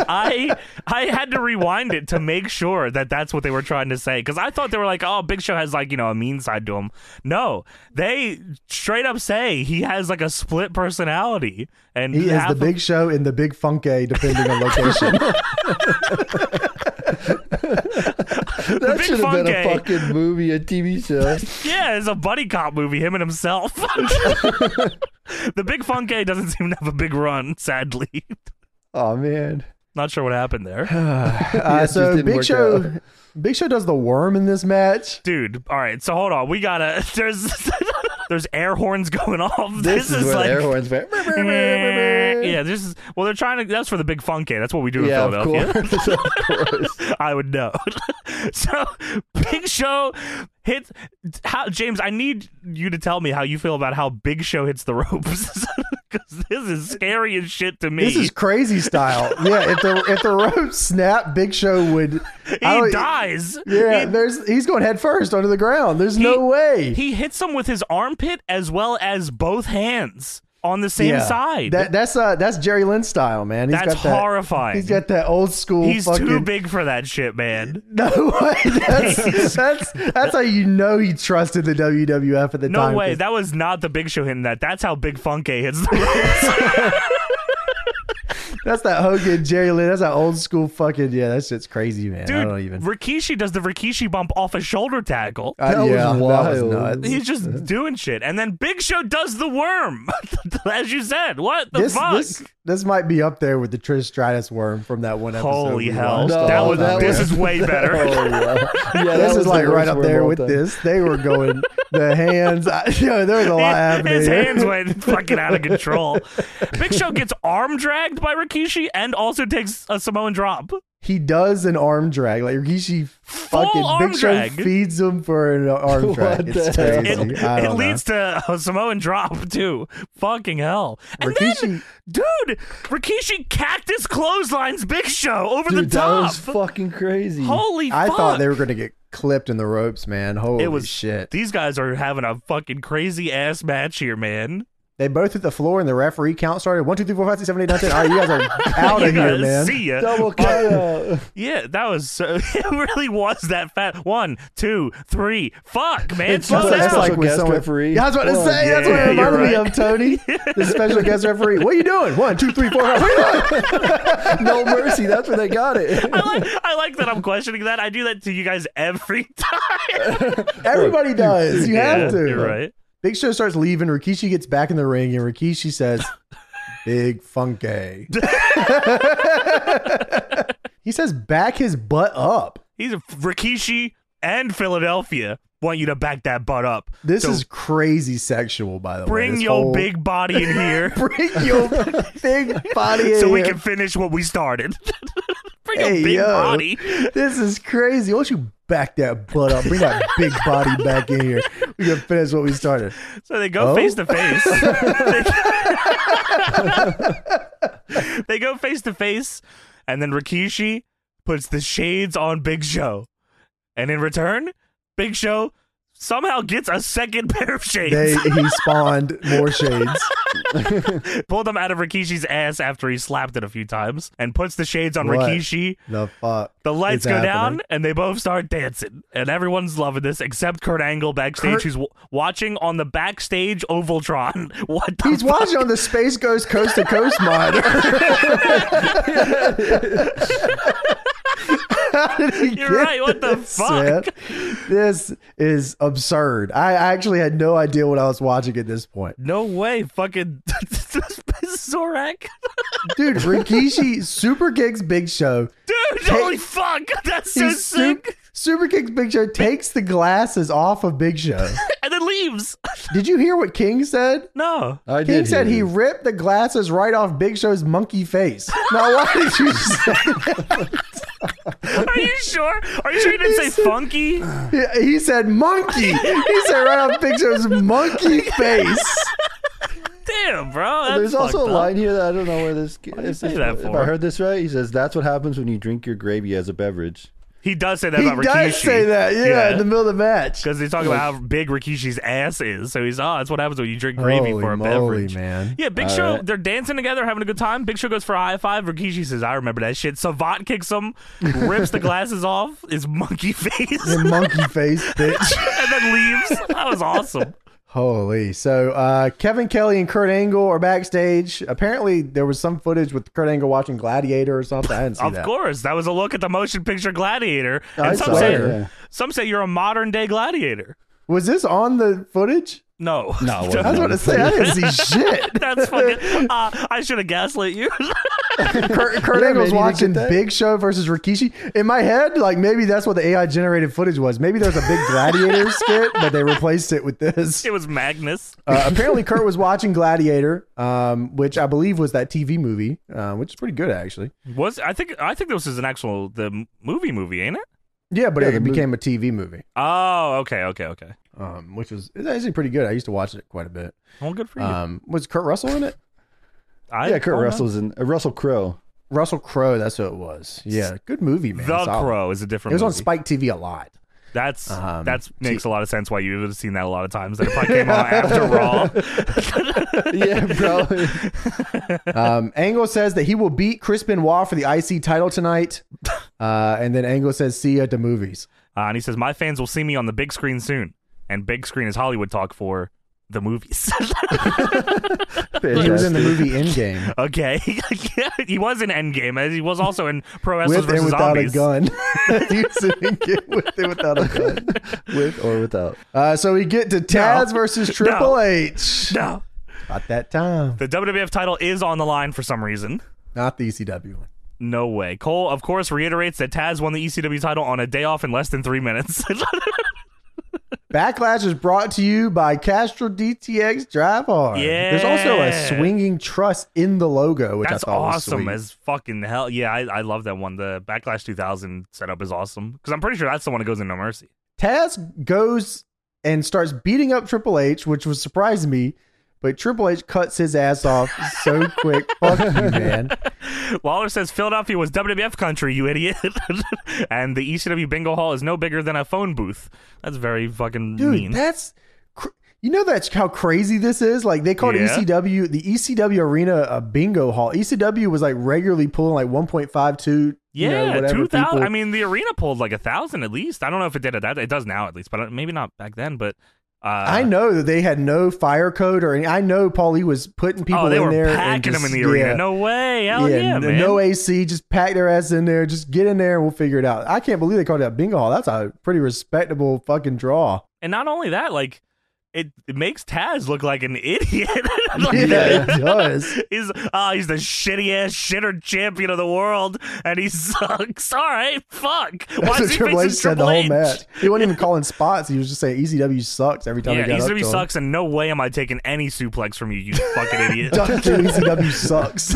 B: I I had to rewind it to make sure that that's what they were trying to say because I thought they were like, oh, Big Show has like you know a mean side to him. No, they straight up say he has like a split personality, and
A: he is
B: half
A: the
B: of-
A: Big Show and the Big Funky, depending on location. Uh,
D: That
B: Big
D: should have been a
B: Funky.
D: fucking movie, a TV show.
B: Yeah, it's a buddy cop movie, him and himself. the Big Funky doesn't seem to have a big run, sadly.
D: Oh man.
B: Not sure what happened there.
A: Uh,
D: just
A: so
D: didn't
A: Big
D: work
A: Show, Big Show does the worm in this match.
B: Dude, all right, so hold on. We gotta there's there's air horns going off. This,
D: is, where
B: like
D: the air horns went.
B: yeah, this is well. They're trying to. That's for the big funky. That's what we do in
D: Yeah, of
B: Philadelphia.
D: course. of course.
B: I would know. so Big Show hits how James, I need you to tell me how you feel about how Big Show hits the ropes. Cause this is scary as shit to me.
A: This is crazy style. Yeah, if the if the rope snapped, Big Show would.
B: he
A: I don't- e-,
B: dies.
A: Yeah,
B: He-
A: there's he's going head first under the ground. There's no
B: He-
A: way.
B: He hits him with his armpit as well as both hands on the same
A: Yeah.
B: side.
A: That, that's uh that's Jerry Lynn style, man. He's
B: That's
A: got that,
B: horrifying.
A: He's got that old school.
B: He's
A: fucking,
B: too big for that shit, man.
A: No way. That's, that's that's how you know he trusted the WWF at the
B: No
A: time.
B: way.
A: 'cause
B: That was not the Big Show hitting that. That's how Big Funky hits the ropes.
A: that's that Hogan Jerry Lynn. That's that old school fucking yeah. That shit's crazy, man.
B: Dude,
A: I don't even.
B: Rikishi does the Rikishi bump off a shoulder tackle.
A: I-
D: That was
A: yeah, That
D: wild.
A: was nuts.
B: He's just doing shit. And then Big Show does the worm, as you said. What the
A: This,
B: fuck?
A: this this might be up there with the Trish Stratus worm from that one episode.
B: Holy
A: we
B: hell.
A: watched. Oh,
D: No,
B: that was,
D: that
B: this
D: was-
B: is way better.
D: Oh, yeah. Yeah, that
A: this
D: was
A: is
D: the
A: like right
D: worst
A: up
D: worm
A: there
D: all
A: with
D: time.
A: this. They were going the hands. I, you know, there was a lot happening.
B: His
A: here.
B: hands went fucking out of control. Big Show gets arm dragged by Rikishi and also takes a Samoan drop.
A: he does an arm drag. Like Rikishi fucking
B: arm
A: Big Show
B: drag.
A: feeds him for an arm drag.
D: What
A: It's
D: the hell?
A: crazy.
B: It,
A: I
B: it
A: don't
B: leads to a Samoan drop too. Fucking hell!
A: know.
B: And then,
A: Rikishi.
B: dude, Rikishi cactus clotheslines Big Show over
D: Dude,
B: the
D: that
B: top.
D: was fucking crazy.
B: Holy!
A: I
B: fuck.
A: thought they were gonna get clipped in the ropes, man. Holy
B: It was
A: shit!
B: These guys are having a fucking crazy ass match here, man.
A: They both hit the floor, and the referee count started one, two, three, four, five, six, seven, eight, nine, ten. All right, you guys are out
B: You
A: of here,
B: guys,
A: man.
B: See ya.
D: Double KO.
B: Yeah, that was so. It really was that fat. One, two, three. Fuck, man.
D: It's
B: Slow
D: just-
B: down.
D: that's like- Special guest referee.
A: Yeah, I was about to
D: One.
A: say. That's what
B: Yeah,
A: it
B: you're
A: reminded me
B: right.
A: of, Tony. The special guest referee. What are you doing? One, two, three, four, five. What are you doing?
D: no mercy. That's where they got it.
B: I like, I like that I'm questioning that. I do that to you guys every time.
A: Everybody does. You
B: Yeah,
A: have to.
B: You're right.
A: Big Show starts leaving. Rikishi gets back in the ring, and Rikishi says, "Big Funky." he says, "Back his butt up."
B: He's a Rikishi and Philadelphia want you to back that butt up.
A: This
B: So
A: is crazy sexual, by the way.
B: bring
A: This
B: your
A: whole-
B: big body in here
A: bring your big body, in
B: so we
A: here.
B: can finish what we started. bring
A: Hey,
B: your big
A: yo.
B: body.
A: This is crazy. Why don't you back that butt up? Bring that big body back in here. We can finish what we started.
B: So they go
A: Oh?
B: face to face. They go face to face, and then Rikishi puts the shades on Big Show, and in return, Big Show somehow gets a second pair of shades.
A: They he spawned more shades.
B: Pulled them out of Rikishi's ass after he slapped it a few times and puts the shades on
A: What?
B: Rikishi.
A: The fuck.
B: The lights
A: is
B: go
A: happening?
B: down and they both start dancing, and everyone's loving this except Kurt Angle backstage,
A: Kurt-
B: who's w- watching on the backstage Ovaltron. What the
A: He's
B: fuck?
A: watching on the Space Ghost Coast to Coast mod. How did he get
B: You're right, what the
A: this,
B: fuck?
A: man? This is absurd. I actually had no idea what I was watching at this point.
B: No way, fucking Zorak,
A: Dude, Rikishi super kicks Big Show.
B: dude! holy fuck, that's so
A: He su-
B: sick.
A: super kicks Big Show, takes the glasses off of Big Show.
B: And then leaves.
A: Did you hear what King said?
B: No,
D: I
A: King
D: did
A: said
D: hear
A: he
D: you.
A: ripped the glasses right off Big Show's monkey face. Now, why did you say Uh,
B: are you sure? Are you sure you didn't say funky?
A: He- He said monkey. He said right on pictures monkey face.
B: Damn, bro. That's
D: There's also
B: fucked
D: a
B: up.
D: line here that I don't know where this. If,
B: you
D: this
B: say that
D: if
B: for?
D: I heard this right, he says that's what happens when you drink your gravy as a beverage.
B: He does say that
A: He
B: about Rikishi.
A: does say that, yeah, in the middle of the match.
B: Because he's talking about how big Rikishi's ass is. So he's, oh, that's what happens when you drink gravy
A: Holy
B: for a
A: moly,
B: beverage.
A: man.
B: Yeah, Big
D: All
B: Show,
D: right.
B: they're dancing together, having a good time. Big Show goes for a high five. Rikishi says, I remember that shit. Savant kicks him, rips the glasses off, his monkey face,
A: The monkey face, bitch.
B: and then leaves. That was awesome.
A: Holy. So uh, Kevin Kelly and Kurt Angle are backstage. Apparently, there was some footage with Kurt Angle watching Gladiator or something. I didn't see
B: Of
A: that.
B: course. That was a look at the motion picture Gladiator. And
D: I
B: some
D: saw
B: say,
D: it, yeah.
B: some say you're a modern day gladiator.
A: Was this on the footage?
B: No.
D: No, it wasn't.
A: I was about to say I didn't see shit.
B: That's fucking. Uh, I should have gaslit you.
A: Kurt, Kurt
D: Yeah,
A: Angle's
D: man, you didn't
A: watching
D: get that?
A: Big Show versus Rikishi. In my head, like maybe that's what the AI generated footage was. Maybe there was a big Gladiator skit, but they replaced it with this.
B: it was Magnus.
A: Uh, apparently, Kurt was watching Gladiator, um, which I believe was that TV movie, uh, which is pretty good actually.
B: Was I think I think this is an actual the m- movie movie, ain't it?
A: Yeah, but
D: Yeah, the
A: it
D: movie-
A: became a TV movie,
B: Oh, okay, okay, okay.
A: um, which was it's actually pretty good. I used to watch it quite a bit.
B: Well, good for you.
D: Uh,
A: Um, was Kurt Russell in it?
B: I
D: yeah, Kurt
B: don't know.
D: Russell's in uh, Russell Crowe.
A: Russell Crowe, that's who it was. Yeah, good movie, man.
B: The
A: Solid.
B: Crow is a
A: It
B: different.
A: was on
B: movie.
A: Spike TV a lot.
B: That's
A: Um,
B: that's makes a lot of sense why you would have seen that a lot of times. That probably came out after Raw.
D: yeah, bro.
A: Um, Angle says that he will beat Chris Benoit for the IC title tonight, uh, and then Angle says, "See you at the movies."
B: Uh, and he says, "My fans will see me on the big screen soon." And big screen is Hollywood talk for the movies.
A: He was in the movie Endgame
B: okay, yeah, he was in Endgame. and He was also in Pro Wrestlers
A: with and
B: vs
A: without a
B: Zombies.
A: gun. he was in Endgame with and without a gun.
D: with or without.
A: Uh, so we get to Taz versus Triple H.
B: No,
A: Not that time.
B: the WWF title is on the line for some reason.
A: Not the ECW one.
B: No way. Cole, of course, reiterates that Taz won the ECW title on a day off in less than three minutes.
A: Backlash is brought to you by Castro DTX Drive Hard. There's also
B: Yeah.
A: a swinging truss in the logo, which
B: That's
A: I thought was
B: awesome
A: sweet.
B: as fucking hell. Yeah, I, I love that one. The Backlash 2000 setup is awesome because I'm pretty sure that's the one that goes in No Mercy.
A: Taz goes and starts beating up Triple H, which was surprising me. But Triple H cuts his ass off so quick. Fuck you, man.
B: Waller says Philadelphia was WWF country, you idiot. and the ECW bingo hall is no bigger than a phone booth. That's very fucking
A: Dude,
B: mean.
A: that's cr- you know that's how crazy this is. Like they called
B: Yeah.
A: ECW the ECW arena a bingo hall. ECW was like regularly pulling like 1.52 you know,
B: yeah,
A: whatever
B: 2000.
A: people.
B: I mean, the arena pulled like a thousand at least. I don't know if it did at that. It does now at least, but uh, maybe not back then. But uh,
A: I know that they had no fire code or any. I know Paulie was putting people
B: oh, they
A: in
B: were
A: there and
B: packing
A: just,
B: them in the arena.
A: yeah.
B: No way. Hell yeah,
A: n-
B: man.
A: no AC. Just pack their ass in there. Just get in there and we'll figure it out. I can't believe they called it a bingo hall. That's a pretty respectable fucking draw.
B: And not only that, like it, it makes Taz look like an idiot. Like,
A: Yeah, it does.
B: He's uh, he's the shitty ass shitter champion of the world, and he sucks. All right, fuck. Why
A: That's
B: is
A: what
B: he
A: Triple H
B: facing
A: said the
B: Triple
A: whole
B: H?
A: match. He wasn't even calling spots. He was just saying ECW sucks every time
B: Yeah, E
A: he got up
B: ECW
A: to him.
B: sucks, and no way am I taking any suplex from you, you fucking idiot.
A: Dude, ECW E sucks.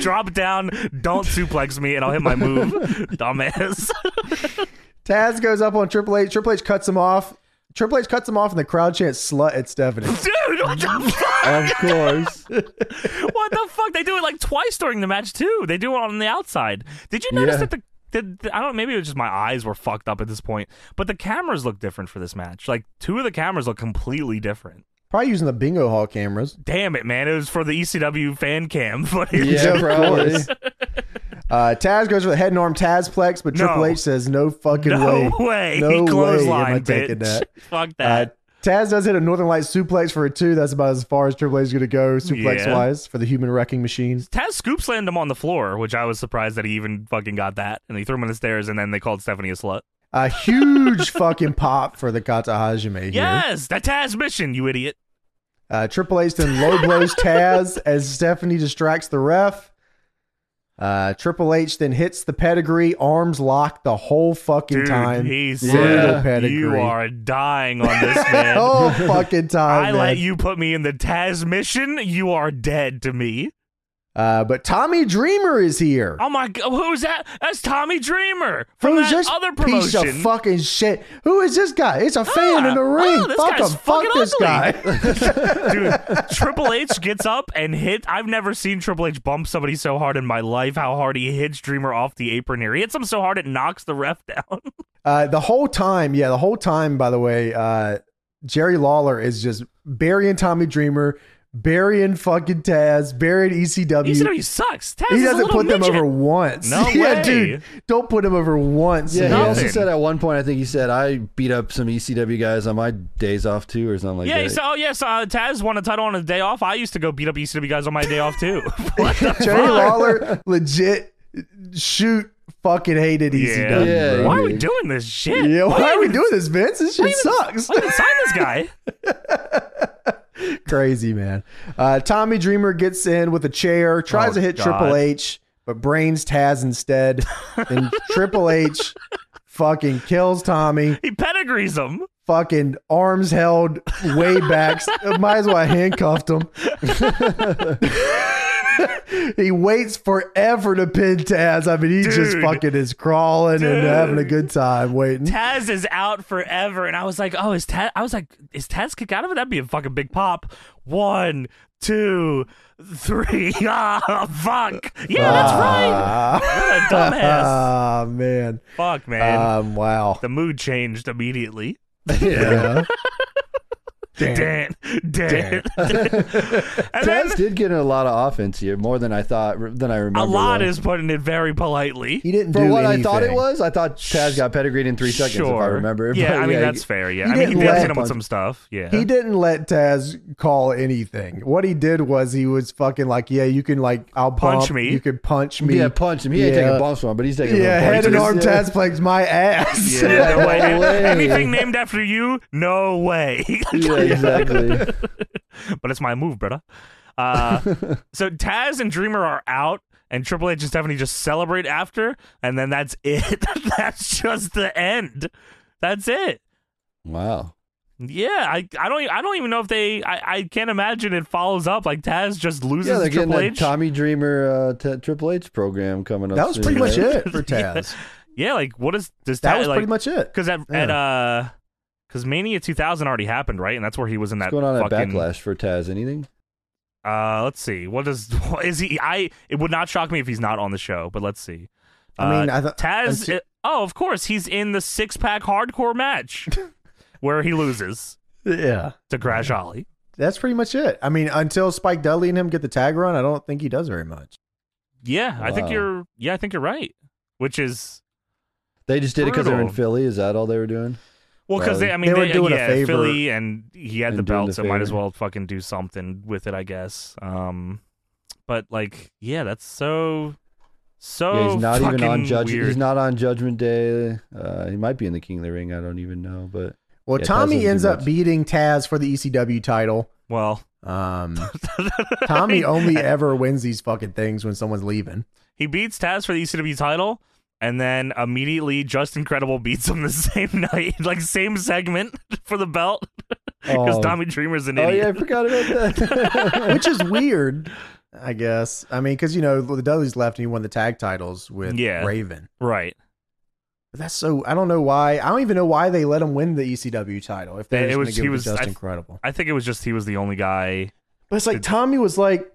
B: Drop down, don't suplex me, and I'll hit my move, dumbass.
A: Taz goes up on Triple H. Triple H cuts him off. Triple H cuts him off, and the crowd chants "slut" at Stephanie.
B: Dude, what the fuck?
D: Of course.
B: What the fuck? They do it like twice during the match too. They do it on the outside. Did you notice
D: Yeah.
B: that the the, the- I don't. Maybe it was just my eyes were fucked up at this point. But the cameras look different for this match. Like two of the cameras look completely different.
A: Probably using the bingo hall cameras.
B: Damn it, man! It was for the ECW fan cam footage.
A: Yeah, probably. Uh, Taz goes for the head and arm Tazplex, but
B: No.
A: Triple H says no fucking
B: No
A: way.
B: way.
A: No
B: he
A: way
B: clotheslined,
A: am I
B: bitch.
A: taking that.
B: Fuck
A: Uh,
B: that.
A: Taz does hit a Northern Light suplex for a two. That's about as far as Triple H is going to go suplex
B: Yeah.
A: wise for the human wrecking machine.
B: Taz scoop slammed him on the floor, which I was surprised that he even fucking got that. And he threw him on the stairs, and then they called Stephanie a slut.
A: A huge fucking pop for the Kata Hajime here.
B: Yes, that Taz mission, you idiot.
A: Uh, Triple H then low blows Taz as Stephanie distracts the ref. Uh, Triple H then hits the pedigree, arms locked the whole fucking
B: Dude,
A: time.
B: he
A: Brutal
B: said, "You are dying on this man."
A: oh fucking time!
B: I
A: man.
B: let you put me in the Taz mission. You are dead to me.
A: Uh, but Tommy Dreamer is here.
B: Oh my god, who's that? That's Tommy Dreamer from
A: Who's
B: that
A: this
B: other
A: piece
B: promotion.
A: of fucking shit? Who is this guy? It's a fan
B: Ah,
A: in the ring.
B: oh, this
A: fuck him.
B: guy's
A: Fuck
B: fucking
A: this guy.
B: Dude, Triple H gets up and hit. I've never seen Triple H bump somebody so hard in my life. How hard he hits Dreamer off the apron here. He hits him so hard it knocks the ref down.
A: Uh, the whole time, yeah, the whole time. By the way, uh, Jerry Lawler is just burying Tommy Dreamer, burying fucking Taz, burying ECW.
B: He said he sucks. Taz
A: he
B: is a
A: doesn't
B: little
A: put them
B: midget.
A: over once.
B: No
A: yeah,
B: way.
A: dude, don't put him over once.
D: Yeah,
A: in
D: he
A: this.
D: also
B: Nothing.
D: said at one point, I think he said, I beat up some ECW guys on my days off too, or something like
B: Yeah,
D: that.
B: he said, oh, yes, uh, Taz won a title on a day off. I used to go beat up ECW guys on my day off, too. what the
A: Jerry
B: fuck?
A: Lawler legit shoot fucking hated ECW.
D: Yeah.
A: bro.
B: Why are we doing this shit?
A: Yeah, why, are we
B: even-
A: doing this, Vince? This shit sucks.
B: Why even sign this guy?
A: Crazy man. Uh, Tommy Dreamer gets in with a chair, tries
B: Oh,
A: to hit
B: God.
A: Triple H, but brains Taz instead, and Triple H fucking kills Tommy.
B: He pedigrees him.
A: Fucking arms held way back. Might as well handcuffed him. he waits forever to pin Taz. I mean, he just
B: Dude.
A: fucking is crawling and having a good time waiting.
B: Taz is out forever, and I was like, oh, is Taz? I was like, is Taz kick out of it? That'd be a fucking big pop. One, two, three. Ah, fuck. Yeah, that's right. What a dumbass.
A: Ah, man.
B: Fuck, man.
A: Um, wow.
B: the mood changed immediately.
A: Yeah.
B: Dan, Dan, and then
D: Taz did get in a lot of offense here, more than I thought, than I remember.
B: a lot
D: though.
B: is putting it very politely.
A: He didn't
D: For
A: do
D: what I
A: anything.
D: thought it was, I thought Taz got pedigreed in three seconds, if I
B: Sure.
D: remember.
B: Yeah,
D: But
B: I mean
D: yeah,
B: that's fair. Yeah,
A: he
B: I mean he
A: didn't
B: did
A: let-
B: hit him with some stuff. Yeah,
A: He didn't let Taz call anything. What he did was he was fucking like, yeah, you can like, I'll
B: Punch
A: bump,
B: me.
A: You can punch me.
D: Yeah, punch him. He ain't
A: Yeah.
D: taking bumps from him, but he's taking
A: Yeah,
D: little
A: head and
D: punches.
A: arm
D: Yeah.
A: Taz plagues my ass.
B: Yeah, no
D: No
B: way.
D: way.
B: Anything named after you? No way.
D: Yeah, exactly.
B: but it's my move, brother. Uh, so Taz and Dreamer are out, and Triple H and Stephanie just celebrate after, and then that's it. that's just the end. That's it.
D: wow.
B: Yeah, I, I don't e, I don't even know if they I, I can't imagine it follows up like Taz just loses
D: Yeah,
B: to
D: they're getting
B: Triple
D: that
B: H.
D: Tommy Dreamer uh, t- Triple H program coming up.
A: That was
D: soon,
A: pretty much
D: right?
A: it for Taz.
B: yeah, like what is does
A: That
B: Taz,
A: was
B: like,
A: pretty much it.
B: because at, at uh because Mania 2000 already happened right, and that's where he was in that
D: What's going on at
B: fucking
D: Backlash for Taz? Anything?
B: Uh, let's see. What does what is he? I it would not shock me if he's not on the show, but let's see.
A: I mean,
B: Uh,
A: I thought
B: Taz.
A: I'm-
B: uh, oh, of course, he's in the six pack hardcore match where he loses
A: yeah,
B: to Crash Ollie.
A: that's pretty much it. I mean, until Spike Dudley and him get the tag run, I don't think he does very much.
B: Yeah, I think
D: Wow.
B: you're. Yeah, I think you're right. Which is
D: They just did it because they're in
B: Brutal.
D: Philly. Is that all they were doing?
B: well, because they. I mean,
A: They were doing a
B: yeah,
A: favor.
B: Philly, and he had the
D: And doing
B: belt,
D: the
B: so might as
D: favor.
B: well fucking do something with it, I guess. Um, but like, yeah, that's so. So
D: yeah, he's not even
B: Oh, fucking
D: on
B: weird.
D: judgment. He's not on Judgment Day. Uh, he might be in the King of the Ring. I don't even know, but
A: Well,
D: Yeah, Taz doesn't
A: Tommy
D: do
A: ends up
D: much.
A: beating Taz for the ECW title.
B: well,
A: Um, Tommy only ever wins these fucking things when someone's leaving.
B: He beats Taz for the ECW title, and then immediately Just Incredible beats him the same night, like same segment for the belt, because
D: Oh.
B: Tommy Dreamer's an
D: oh yeah, I
B: idiot.
D: forgot about that.
A: which is weird, I guess. I mean, because you know the Dudleys left and he won the tag titles with
B: Yeah.
A: Raven.
B: Right.
A: But that's so. I don't know why. I don't even know why they let him win the ECW title. If
B: It
A: they were
B: was-
A: just going to give
B: he
A: it
B: was-
A: to
B: I-
A: Justin Credible,
B: I think it was just he was the only guy.
A: but it's like Tommy was like,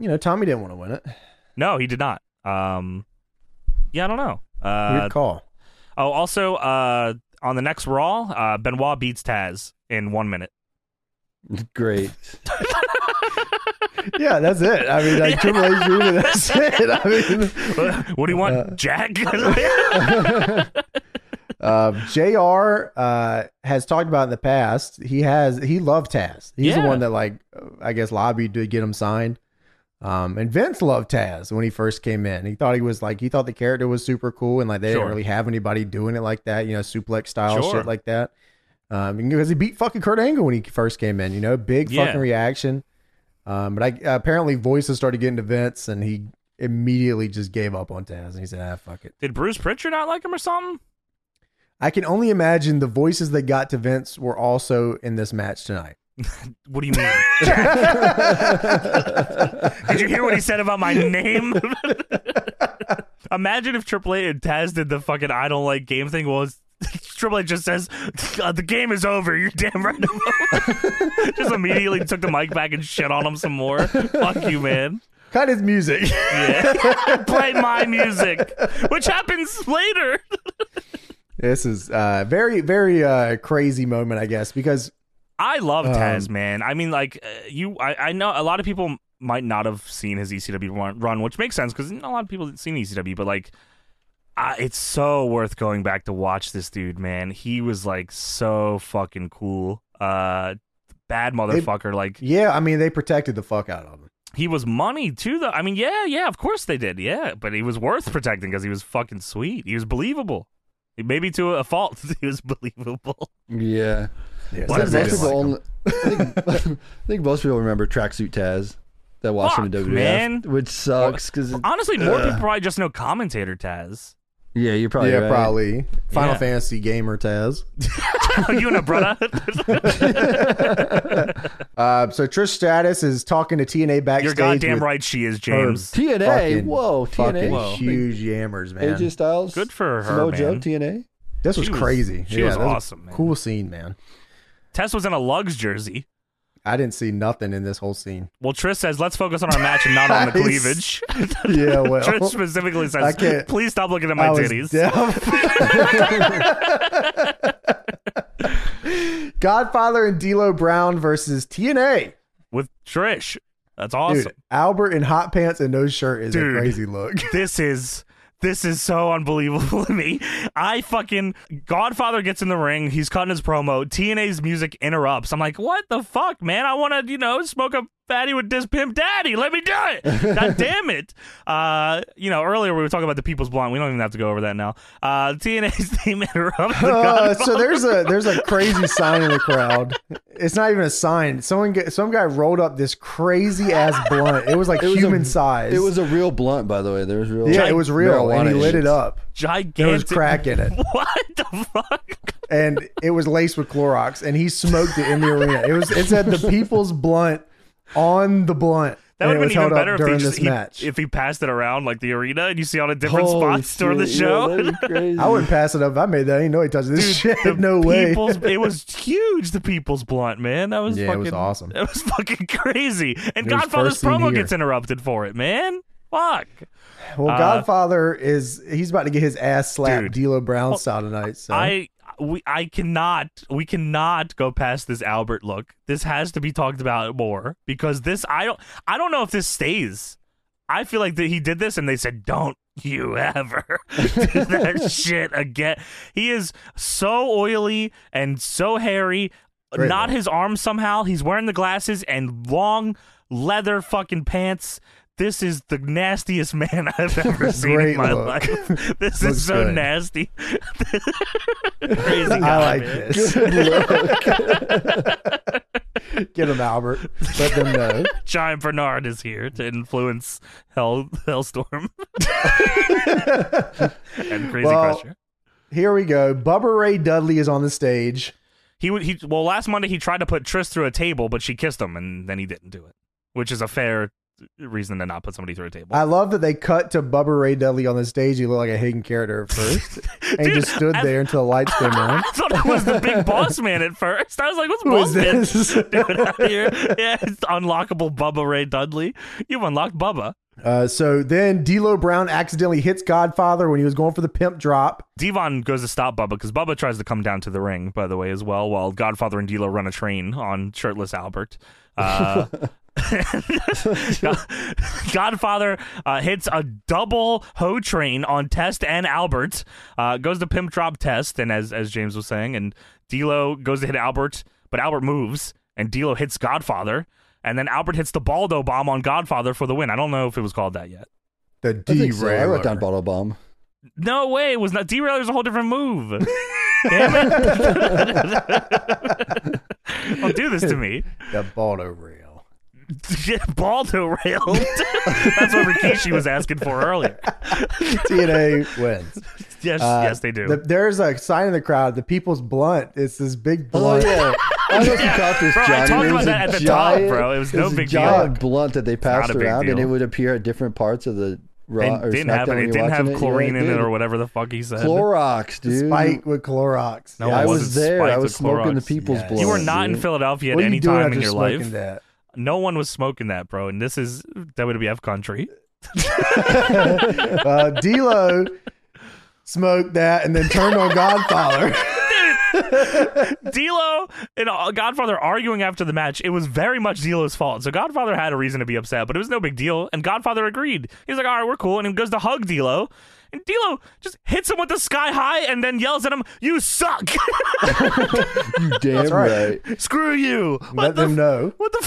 A: you know, Tommy didn't want to win it.
B: No, he did not. Um, yeah, I don't know. Uh,
A: Weird call.
B: oh, also uh, on the next Raw, uh, Benoit beats Taz in one minute.
D: Great.
A: Yeah, that's it. I mean, like Triple H ruined it. That's it. I mean,
B: what do you want, Jack?
A: uh, Jr. Uh, has talked about in the past. He has he loved Taz. He's
B: Yeah.
A: the one that like I guess lobbied to get him signed. Um, and Vince loved Taz when he first came in. He thought he was like he thought the character was super cool and like they
B: Sure.
A: didn't really have anybody doing it like that. You know, suplex style
B: Sure.
A: shit like that. Um, because he beat fucking Kurt Angle when he first came in. You know, big
B: Yeah.
A: fucking reaction. Um, but I apparently voices started getting to Vince and he immediately just gave up on Taz and he said, ah, fuck it.
B: Did Bruce Pritchard not like him or something?
A: I can only imagine the voices that got to Vince were also in this match tonight.
B: What do you mean? did you hear what he said about my name? Imagine if Triple H and Taz did the fucking I don't like game thing. Well, it's- Triple H just says "Uh, the game is over. You're damn right. just immediately took the mic back and shit on him some more. Fuck you, man.
A: Cut his music.
B: Yeah. Play my music, which happens later.
A: this is uh, very, very uh, crazy moment, I guess, because
B: I love
A: Um,
B: Taz, man. I mean, like uh, you, I, I know a lot of people m- might not have seen his ECW run, run which makes sense because a lot of people didn't seen ECW, but like, I, it's so worth going back to watch this dude, man. He was like so fucking cool. Uh, bad motherfucker. like
A: yeah, I mean they protected the fuck out of him.
B: he was money too, though. I mean, yeah, yeah, of course they did, yeah, but he was worth protecting because he was fucking sweet. He was believable. Maybe to a fault, he was believable.
D: yeah.
A: Yeah,
B: Why
A: so
B: does
A: they
B: that
A: didn't
B: people
A: like him.
D: only, I, think, I think most people remember tracksuit Taz that watched him in
B: Fuck,
D: WWF,
B: man.
D: which sucks because
B: Honestly, more people probably just know commentator Taz.
D: yeah, you're probably
A: yeah,
D: right.
A: probably Final
B: Yeah.
A: Fantasy gamer Taz.
B: Oh, you and a brother.
A: Uh, so Trish Stratus is talking to TNA backstage.
B: You're goddamn
A: with
B: right she is,
A: her
B: James.
D: TNA,
A: fucking-
D: whoa,
A: Fucking
D: TNA, whoa.
A: huge yammers, man.
D: AJ Styles,
B: Good for her,
D: Samoa
B: man.
D: Joe, TNA.
A: this was
B: she was-
A: crazy.
B: she
A: Yeah,
B: was
A: that a
B: awesome, man.
A: Cool scene, man.
B: Tess was in a lugs jersey.
A: I didn't see nothing in this whole scene.
B: Well, Trish says, let's focus on our match and not on the
A: Nice.
B: cleavage.
A: Yeah, well,
B: Trish specifically
A: I
B: says,
A: can't-
B: please stop looking at my
A: was
B: titties.
A: deaf. Godfather and D'Lo Brown versus TNA.
B: With Trish. That's
A: Dude,
B: awesome.
A: Albert in hot pants and no shirt is
B: Dude.
A: a crazy look.
B: This is. This is so unbelievable to me. I fucking Godfather gets in the ring. He's cutting his promo. TNA's music interrupts. I'm like, what the fuck, man? I want to, you know, smoke a fatty with this pimp daddy. Let me do it. God damn it. Uh, you know, earlier we were talking about the people's blunt. We don't even have to go over that now. Uh, TNA's theme interrupts. The
A: Uh,
B: Godfather.
A: so there's a there's a crazy sign in the crowd. It's not even a sign. Someone get, some guy rolled up this crazy ass blunt. It was like
D: It was a-
A: human size.
D: It was a real blunt, by the way. There was real.
A: yeah, it was real, and he
D: marijuana
A: lit
D: shit.
A: it up.
B: gigantic.
A: There was crack in it,
B: What the fuck?
A: and it was laced with Clorox, and he smoked it in the arena. It was it said the people's blunt on the blunt.
B: That
A: and
B: would
A: it was
B: have
A: held
B: been even
A: up
B: better if
A: during
B: he,
A: this
B: just, he-
A: match.
B: if he passed it around like the arena and you see all the different
D: Holy
B: spots during the
D: shit,
B: show.
D: Yeah, that'd be crazy.
A: I wouldn't pass it up. If I made that. Ain't nobody touching this shit. No way.
B: People's, it was huge. The people's blunt, man. That was
A: Yeah, it
B: fucking,
A: was awesome.
B: That was fucking crazy. And
A: It was
B: Godfather's
A: first seen
B: promo
A: here.
B: gets interrupted for it, man. Fuck.
A: Well,
B: Uh,
A: Godfather is he's about to get his ass slapped,
B: Dude.
A: D'Lo Brown style tonight. So
B: I we I cannot we cannot go past this Albert look. This has to be talked about more because this I don't I don't know if this stays. I feel like that he did this and they said, "Don't you ever do that shit again." He is so oily and so hairy.
A: Great
B: not
A: look.
B: his arm somehow. He's wearing the glasses and long leather fucking pants. This is the nastiest man I've ever seen in
A: Great
B: my
A: look.
B: life. This
A: Looks
B: is so
A: good.
B: nasty. Crazy guy,
A: I like
B: man.
A: this. get him, Albert. Let them know.
B: John Bernard is here to influence Hell Hellstorm and Crazy
A: Well-
B: Crusher.
A: Here we go. Bubba Ray Dudley is on the stage.
B: He would he well last Monday he tried to put Trish through a table, but she kissed him, and then he didn't do it, which is a fair reason to not put somebody through a table.
A: I love that they cut to Bubba Ray Dudley on the stage. He looked like a hidden character at first, and
B: Dude,
A: he just stood
B: I-
A: there until the lights came on.
B: I thought it was the big boss man at first. I was like, "What's
A: Who is
B: bullshit?"
A: this?
B: Dude, out here. Yeah, it's unlockable Bubba Ray Dudley. You've unlocked Bubba.
A: Uh, so then D'Lo Brown accidentally hits Godfather when he was going for the pimp drop.
B: Devon goes to stop Bubba because Bubba tries to come down to the ring, by the way, as well, while Godfather and D'Lo run a train on shirtless Albert. Uh, Godfather uh, hits a double hoe train on Test and Albert. Uh, goes to pimp drop Test, and as as James was saying, and D'Lo goes to hit Albert, but Albert moves, and D'Lo hits Godfather, and then Albert hits the Baldo bomb on Godfather for the win. I don't know if it was called that yet.
A: The
D: I think so. I
A: derailleur.
D: wrote down bottle bomb.
B: No way, it was not derailer's a whole different move. Damn it. Don't do this to me.
A: the Baldo rail.
B: Baldo railed. That's what Rikishi was asking for earlier.
A: TNA wins.
B: Yes,
A: Uh,
B: yes, they do.
A: the- there's a sign in the crowd. The people's blunt. It's this big
D: Oh
A: blunt.
D: yeah, I don't know if you caught this,
B: Bro, I
D: Johnny.
B: talked
D: There
B: about
D: was a
B: that at the top,
D: giant,
B: bro. It was no
D: there's a
B: big deal.
D: giant Blunt that they
B: not
D: passed
B: a big
D: around, and
B: deal.
D: it would appear at different parts of the raw.
B: it
D: or
B: didn't
D: SmackDown
B: happen.
D: when
B: It
D: you're
B: didn't
D: watching
B: have
D: Yeah,
B: chlorine in it
D: did.
B: or whatever the fuck he said.
D: Clorox, dude.
A: Spike with Clorox.
B: No,
A: Yeah,
B: it
D: I
B: wasn't
D: was there. I
B: spiked
D: was
B: with Clorox.
D: smoking the people's
A: Yes.
D: blood.
B: you were not in
D: dude.
B: Philadelphia at
A: What are
B: any
A: you doing
B: time
A: after
B: in your
A: smoking
B: life.
A: that?
B: No one was smoking that, bro. And this is WWF country.
A: uh, D'Lo smoked that and then turned on Godfather.
B: D'Lo and uh, Godfather arguing after the match. It was very much D'Lo's fault. So Godfather had a reason to be upset, but it was no big deal. And Godfather agreed. He's like, "All right, we're cool," and he goes to hug D'Lo. And D'Lo just hits him with the sky high and then yells at him, "You suck!
D: Damn
A: right.
D: right.
B: Screw you!
A: Let
B: What the
A: them
B: f-
A: know.
B: what the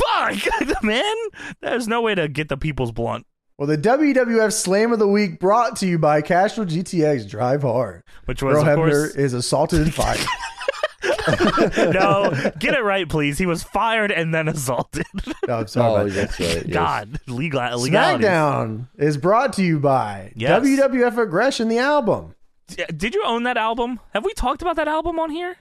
B: fuck, man? There's no way to get the people's blunt."
A: Well, the WWF Slam of the Week brought to you by Cashel GTX Drive Hard.
B: Which was,
A: Earl
B: of
A: Hebner
B: course,
A: is assaulted and fired.
B: no. Get it right, please. He was fired and then assaulted.
A: No, I'm sorry.
D: Oh,
A: about that.
D: that's right. yes.
B: God, legal legalities.
A: SmackDown is brought to you by
B: Yes.
A: WWF Aggression, the album.
B: D- Did you own that album? Have we talked about that album on here?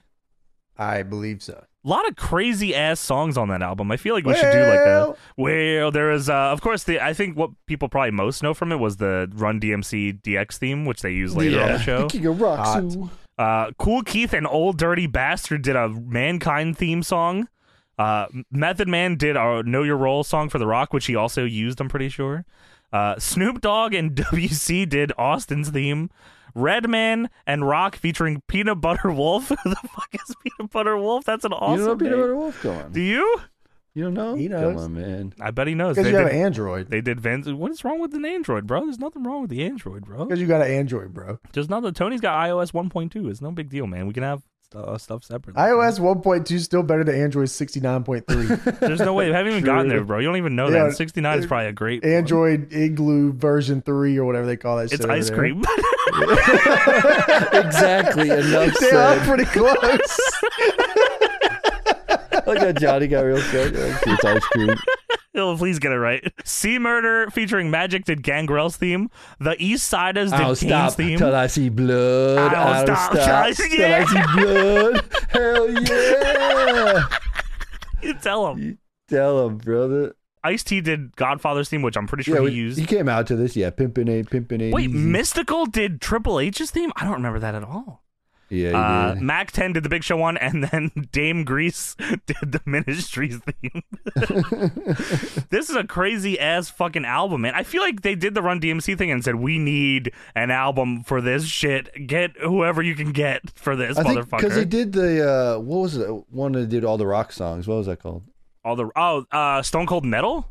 A: I believe so.
B: A lot of crazy ass songs on that album. I feel like we should do like a
A: Well-
B: well. There is, uh, of course, the I think what people probably most know from it was the Run DMC DX theme, which they use later on the show.
C: King of Rock.
A: Hot.
C: Sue.
B: Uh, cool Keith and Old Dirty Bastard did a Mankind theme song. Uh, Method Man did our Know Your Role song for The Rock, which he also used, I'm pretty sure. Uh, Snoop Dogg and WC did Austin's theme. Redman and Rock featuring Peanut Butter Wolf. Who the fuck is Peanut Butter Wolf? That's an
D: You don't know
B: awesome
D: Peter
B: name.
D: Butter Wolf? Come on.
B: Do you?
D: You don't know?
A: He
D: Come
A: knows.
D: on, man.
B: I bet he knows. They
A: Because you have
B: did,
A: an Android.
B: they did Vans. What is wrong with an Android, bro? There's nothing wrong with the Android, bro.
A: Because you got an Android, bro.
B: There's nothing. Tony's got iOS 1.2. It's no big deal, man. We can have st- uh, stuff separately.
A: iOS 1.2 is still better than Android 69.3.
B: There's no way. I haven't even gotten there, bro. You don't even know
A: Yeah.
B: that. 69 is probably a great. one.
A: Android Igloo version 3 or whatever they call that shit.
B: It's
A: over
B: ice
A: there.
B: cream.
D: exactly. Enough
A: They are
D: said.
A: pretty close.
D: Look at Johnny got real sick. It's ice cream.
B: oh, please get it right. Sea Murder featuring Magic did Gangrel's theme. The East Siders
A: Oh,
B: did
D: I'll
B: Kane's
D: stop
B: theme.
D: till I see blood.
B: I'll
D: I'll,
B: stop
D: stop,
B: till I see-
D: till I see blood. Hell yeah!
B: You tell him.
D: Tell him, brother.
B: Ice T did Godfather's theme, which I'm pretty sure
D: yeah,
B: he
D: we-
B: used.
D: he came out to this. Yeah, pimpin' ain't pimpin' ain't.
B: Wait,
D: easy.
B: Mystical did Triple H's theme? I don't remember that at all.
D: Yeah, he
B: Uh,
D: did.
B: Mac 10 did the Big Show one, and then Dame Grease did the Ministries theme. this is a crazy ass fucking album, man. I feel like they did the Run DMC thing and said, we need an album for this shit. Get whoever you can get for this,
D: I think
B: motherfucker.
D: because he did the uh, what was it? One that did all the rock songs. What was that called?
B: All the Oh, uh, Stone Cold Metal?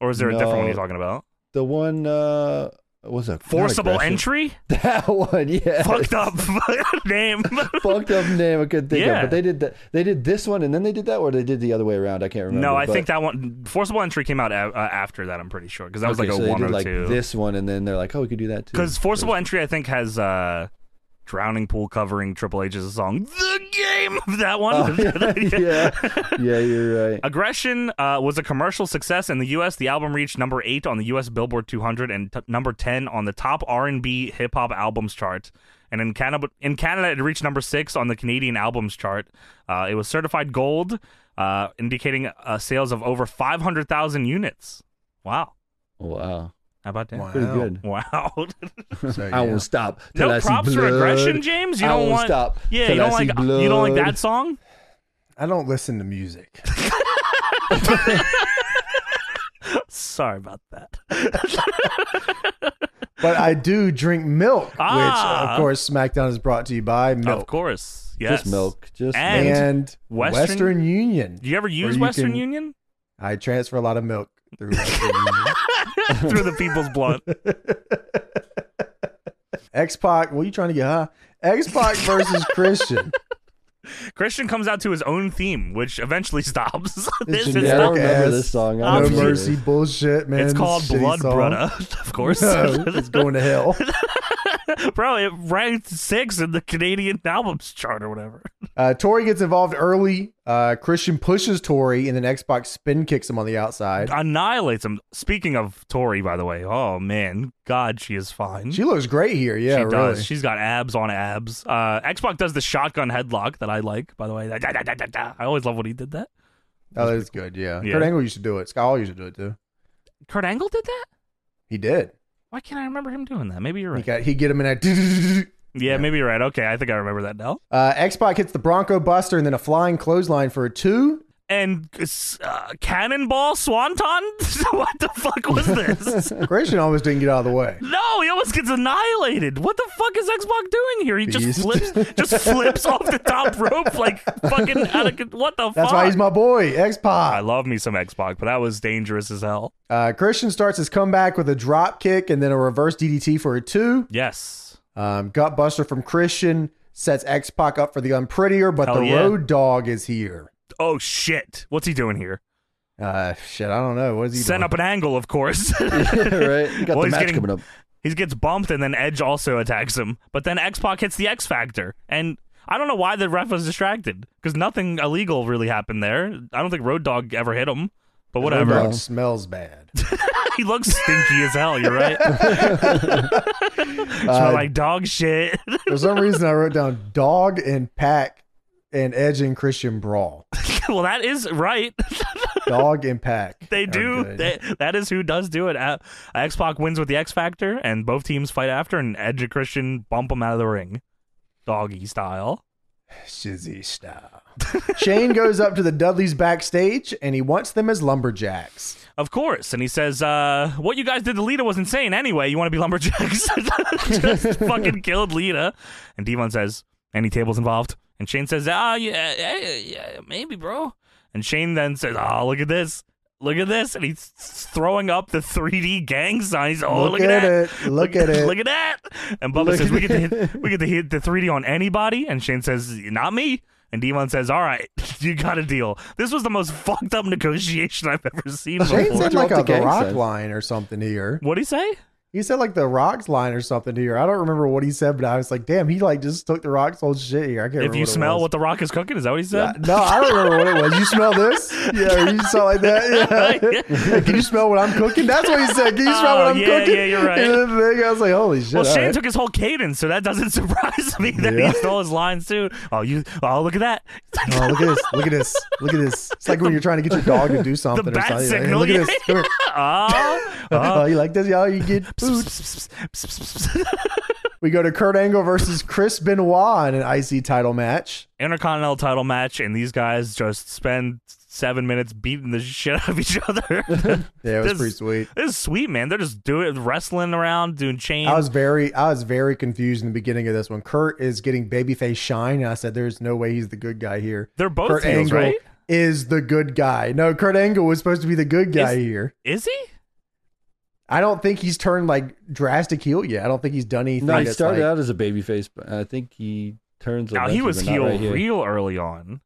B: Or is there a different one
D: No.
B: you're talking about?
D: The one uh, what was that? Not
B: Forcible
D: Aggression.
B: Entry?
D: That one, yeah.
B: Fucked up name.
D: Fucked up name I could think
B: Yeah.
D: of. But they did that. They did this one, and then they did that, or they did the other way around. I can't remember.
B: no, I
D: but-
B: think that one, Forcible Entry came out a- uh, after that, I'm pretty sure, because that was
D: Okay,
B: like a
D: so they did
B: 102.
D: like this one, and then they're like, "Oh, we could do that too."
B: Because Forcible Entry, I think, has uh, Drowning Pool covering Triple H's song. The game! That one.
D: Oh, yeah, yeah, yeah, you're right.
B: Aggression uh, was a commercial success in the U.S. The album reached number eight on the U.S. Billboard 200 and t- number 10 on the top R&B hip hop albums chart. And in Canada, in Canada, it reached number six on the Canadian albums chart. Uh, it was certified gold, uh, indicating uh, sales of over 500,000 units. Wow.
A: Oh,
D: Wow,
B: How about that? Wow.
D: pretty good.
A: So,
D: I
A: yeah.
D: won't stop. till
B: No
D: I see
B: props for
D: blood.
B: aggression, James. You
D: I
B: don't
D: won't
B: want
D: stop.
B: Yeah,
D: till
B: you don't
D: I see
B: like you don't like
D: blood.
B: that song.
A: I don't listen to music.
B: Sorry about that.
A: But I do drink milk, which
B: Ah.
A: of course SmackDown is brought to you by
B: Of
A: milk
B: course. Yes.
D: Just milk. Just
B: And-
A: and,
D: milk.
A: Western,
B: Western-
A: Union.
B: Do you ever use
A: you
B: Western
A: can-
B: Union?
A: I transfer a lot of milk through Western Union.
B: Through the people's blunt.
A: X Pac, what are you trying to get? Huh? X Pac versus Christian.
B: Christian comes out to his own theme, which eventually stops. this is
C: generic.
D: Yeah, I don't
B: not,
D: remember
A: Yes.
D: this song. I
A: No
D: don't know.
A: mercy, bullshit, man.
B: it's
A: This
B: called
A: shitty
B: Blood
A: song.
B: Brother, of course.
A: No, it's going to hell.
B: Bro, it ranked six in the Canadian albums chart or whatever.
A: Uh, Tori gets involved early. Uh, Christian pushes Tori, and then X Pac spin kicks him on the outside.
B: Annihilates him. Speaking of Tori, by the way, oh man, God, she is fine.
A: She looks great here. Yeah,
B: she
A: really.
B: does. She's got abs on abs. Uh, Xbox does the shotgun headlock that I like, by the way. Da, da, da, da, da, da. I always love when he did that.
A: oh, that's good. Yeah.
B: Yeah.
A: Kurt Angle used to do it. Scott Hall used to do it too.
B: Kurt Angle did that?
A: He did.
B: Why can't I remember him doing that? Maybe you're
A: He
B: right.
A: got he get him in that.
B: Yeah, maybe you're right. Okay, I think I remember that now.
A: Uh, X Pac hits the Bronco Buster and then a flying clothesline for a two.
B: And uh, Cannonball Swanton? what the fuck was this?
A: Christian almost didn't get out of the way.
B: No, he almost gets annihilated. What the fuck is Xbox doing here? He
A: Beast.
B: just flips, just flips off the top rope like fucking out of con- what the
A: That's
B: fuck?
A: why he's my boy, X Pac.
B: I love me some Xbox, but that was dangerous as hell.
A: Uh, Christian starts his comeback with a drop kick and then a reverse DDT for a two.
B: Yes,
A: Um, gut buster from Christian sets X Pac up for the unprettier, but
B: Hell
A: the
B: yeah.
A: road dog is here.
B: Oh shit! What's he doing here?
A: Uh, shit, I don't know. What is he
B: Set
A: doing?
B: up an angle, of course.
D: right? You got
B: Well,
D: the
B: he's
D: match
B: getting-
D: coming up.
B: he gets bumped, and then Edge also attacks him. But then X Pac hits the X Factor, and I don't know why the ref was distracted because nothing illegal really happened there. I don't think Road Dog ever hit him, but
A: Road
B: whatever.
A: dog smells bad.
B: he looks stinky as hell. You're right. Smell like dog shit.
A: For some reason, I wrote down dog and pack and Edge and Christian brawl.
B: well, that is right.
A: Dog and pack.
B: They
A: are
B: do.
A: good.
B: They, that is who does do it. Uh, X Pac wins with the X Factor, and both teams fight after, and Edge and Christian bump him out of the ring, doggy style.
A: Shizzy style. Shane goes up to the Dudleys backstage and he wants them as lumberjacks.
B: Of course, and he says, uh, "What you guys did to Lita was insane. Anyway, you want to be lumberjacks? Just fucking killed Lita." And Devon says, "Any tables involved?" And Shane says, "Ah, yeah, yeah, yeah, maybe, bro." And Shane then says, "Ah, look at this, look at this," and he's throwing up the 3D gang sign. He's, "Oh, look,
A: Look at
B: that.
A: it. Look at it."
B: Look at that!" And Bubba says, "We get to hit, we get to hit the 3D on anybody." And Shane says, "Not me." And Devon says, "All right, you got a deal." This was the most fucked up negotiation I've ever seen.
A: Shane
B: before.
A: said like
D: Drop
A: a
D: the
A: the
D: gang
A: rock
D: sign.
A: line or something here.
B: What'd he say?
A: He said like the rocks line or something here. I don't remember what he said, but I was like, damn, he like just took the rocks whole shit here. I can't
B: if
A: remember
B: you smell
A: what
B: what the rock is cooking, is that what he
A: it was.
B: said?
A: no, I don't remember what it was. You smell this? Yeah, you smell like that. Yeah. Hey, Can you smell what I'm cooking? That's what he said. Can you smell
B: Oh,
A: what I'm
B: yeah,
A: cooking?
B: yeah, you're right.
A: And then the thing, I was like, holy shit.
B: Well,
A: all
B: Shane
A: right.
B: took his whole cadence, so that doesn't surprise me that
A: uh, Yeah.
B: he stole his lines too. Oh, you! Oh, look at that!
A: Oh, look at this. Look at this. Look at this. It's like when you're trying to get your dog to do something or
B: bat
A: something. Like,
B: signal,
A: look
B: yeah.
A: at this. Come here.
B: oh,
A: Oh,
B: oh.
A: you like this? Yeah, you get food. We go to Kurt Angle versus Chris Benoit in an IC title match.
B: Intercontinental title match, and these guys just spend seven minutes beating the shit out of each other.
A: Yeah, it was
B: This-
A: pretty sweet.
B: this is sweet, man. They're just doing wrestling around, doing chains.
A: I was very, I was very confused in the beginning of this one. Kurt is getting babyface shine, and I said, "There's no way he's the good guy here."
B: They're both
A: Kurt
B: heels,
A: Angle
B: right?
A: is the good guy. No, Kurt Angle was supposed to be the good guy
B: Is-
A: here.
B: Is he?
A: I don't think he's turned like drastic heel yet. I don't think he's done anything.
D: No, he
A: that's,
D: started
A: like-
D: out as a baby face, but I think he turns.
B: Now he
D: eventually,
B: was
D: but not
B: heel
D: right here.
B: real early on,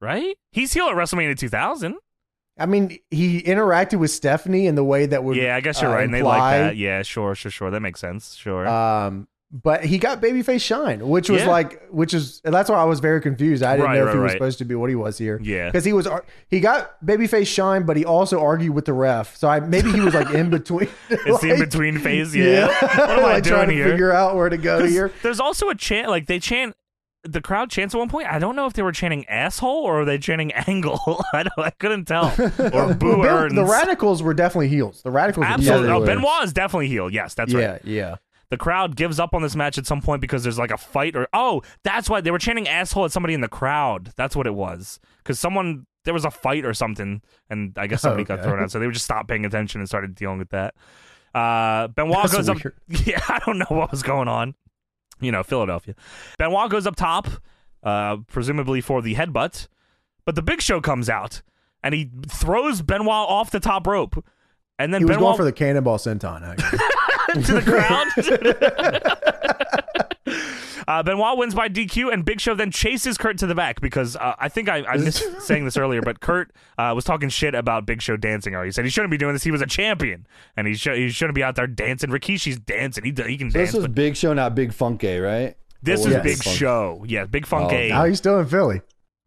B: right? He's heel at WrestleMania 2000.
A: I mean, he interacted with Stephanie in the way that would.
B: yeah, I guess you're
A: uh,
B: right. And they like
A: imply-
B: that. Yeah, sure, sure, sure. That makes sense. Sure.
A: Um, but he got babyface shine, which was
B: Yeah.
A: like, which is and that's why I was very confused. I didn't
B: Right,
A: know if
B: right,
A: he was
B: right.
A: supposed to be what he was here.
B: Yeah.
A: because he was ar- he got babyface shine, but he also argued with the ref. So I maybe he was like in between.
B: it's the in between phase. Yeah. what am I
A: like trying
B: doing
A: to
B: here?
A: figure out where to go
B: 'Cause
A: here.
B: There's also a chant. Like they chant. The crowd chants at one point. I don't know if they were chanting asshole or were they chanting angle. I don't. I couldn't tell. Or
A: Well,
B: boo
A: Bill-
B: earns.
A: the radicals were definitely heels. The radicals, were
B: Absolutely.
D: Yeah,
B: oh,
D: they were.
B: Benoit is definitely heel. Yes, that's
A: yeah,
B: right.
A: yeah.
B: The crowd gives up on this match at some point because there's like a fight or oh, that's why they were chanting asshole at somebody in the crowd. That's what it was. Cuz someone there was a fight or something and I guess somebody got
A: Okay.
B: thrown out. So they would just stop paying attention and started dealing with that. Uh, Benoit
A: That's
B: goes up.
A: weird.
B: Yeah, I don't know what was going on. You know, Philadelphia. Benoit goes up top, uh, presumably for the headbutt, but the Big Show comes out and he throws Benoit off the top rope, and then
A: He was
B: Benoit
A: going for the cannonball senton. Actually.
B: to the ground. Uh, Benoit wins by DQ, and Big Show then chases Kurt to the back because uh, I think I, I missed saying this earlier, but Kurt uh, was talking shit about Big Show dancing. Or he said he shouldn't be doing this. He was a champion, and he, sh- he shouldn't be out there dancing. Rikishi's dancing. He, d- he can
D: This
B: dance.
D: was
B: but
D: Big Show, not Big Funky, right?
B: this
D: Or
B: is
D: was it
B: Big
D: Funk?
B: Show. Yeah, Big Funk
D: Oh,
B: A.
A: now he's still in Philly.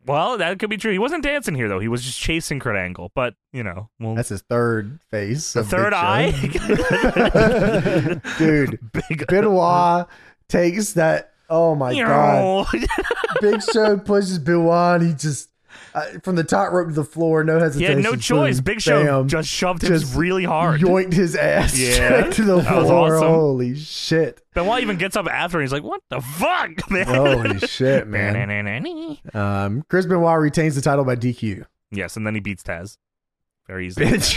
B: Well, that could be true. He wasn't dancing here though. He was just chasing Kurt Angle. But you know, well,
A: That's his third face.
B: the
A: of
B: third eye.
A: Big Show. dude.
B: Big.
A: Benoit takes that. Oh my god! Big Show pushes Benoit. And he just uh, from the top rope to the floor, no
B: He
A: hesitation.
B: had no choice.
A: boom,
B: Big Show
A: bam.
B: just shoved
A: Just
B: him really hard.
A: yoinked his ass
B: Yeah.
A: straight to the
B: That was
A: floor.
B: awesome.
A: Holy shit!
B: Benoit even gets up after and he's like, "What the fuck, man?"
A: Holy shit, man! Um, Chris Benoit retains the title by DQ.
B: Yes, and then he beats Taz very easily.
A: Bitch.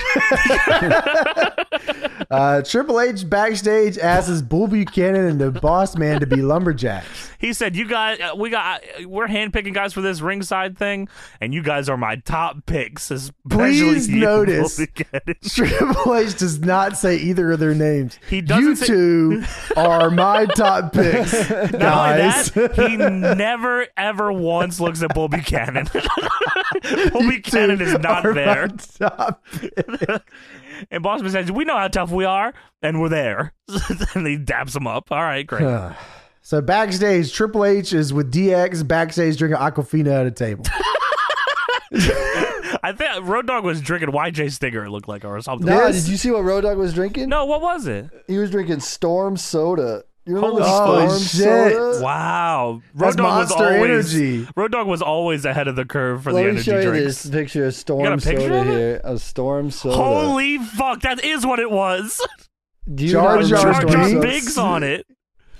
A: uh, Triple H backstage asks Bull Buchanan and the Boss Man to be lumberjacks.
B: he said, "You guys, uh, we got, uh, we're handpicking guys for this ringside thing, and you guys are my top picks." Especially
A: Please
B: you,
A: notice-
B: Bull Buchanan."
A: Triple H does not say either of their names.
B: He doesn't
A: You
B: say-
A: two are my top picks,
B: Not
A: guys.
B: only that, he never ever once looks at Bull Buchanan. Bull
A: You two
B: Buchanan is not
A: are my
B: there.
A: top picks.
B: And Bossman says, "We know how tough we are, and we're there." and he daps him up. All right, great.
A: so backstage, Triple H is with DX backstage drinking Aquafina at a table.
B: I think Road Dog was drinking YJ Stinger. It looked like or something.
A: No.
C: Nah,
A: This-
C: did you see what Road Dog was drinking?
B: No, what was it?
C: He was drinking Storm Soda. You remember
A: Holy
C: Storm
A: shit.
C: Soda?
B: Wow, Road
A: That's
B: Dog was
A: Monster
B: always,
A: Energy.
B: Road Dog was always ahead of the curve for
C: Let
B: the
C: me
B: energy
C: show you
B: drinks.
C: this picture of Storm
B: picture
C: Soda
B: of it?
C: here. A Storm Soda.
B: Holy fuck, that is what it was.
C: Do you
A: Jar
C: not
B: With
A: Jar
C: remember
B: Jar
A: Binks?
B: Jar
C: Soda?
B: Binks on it.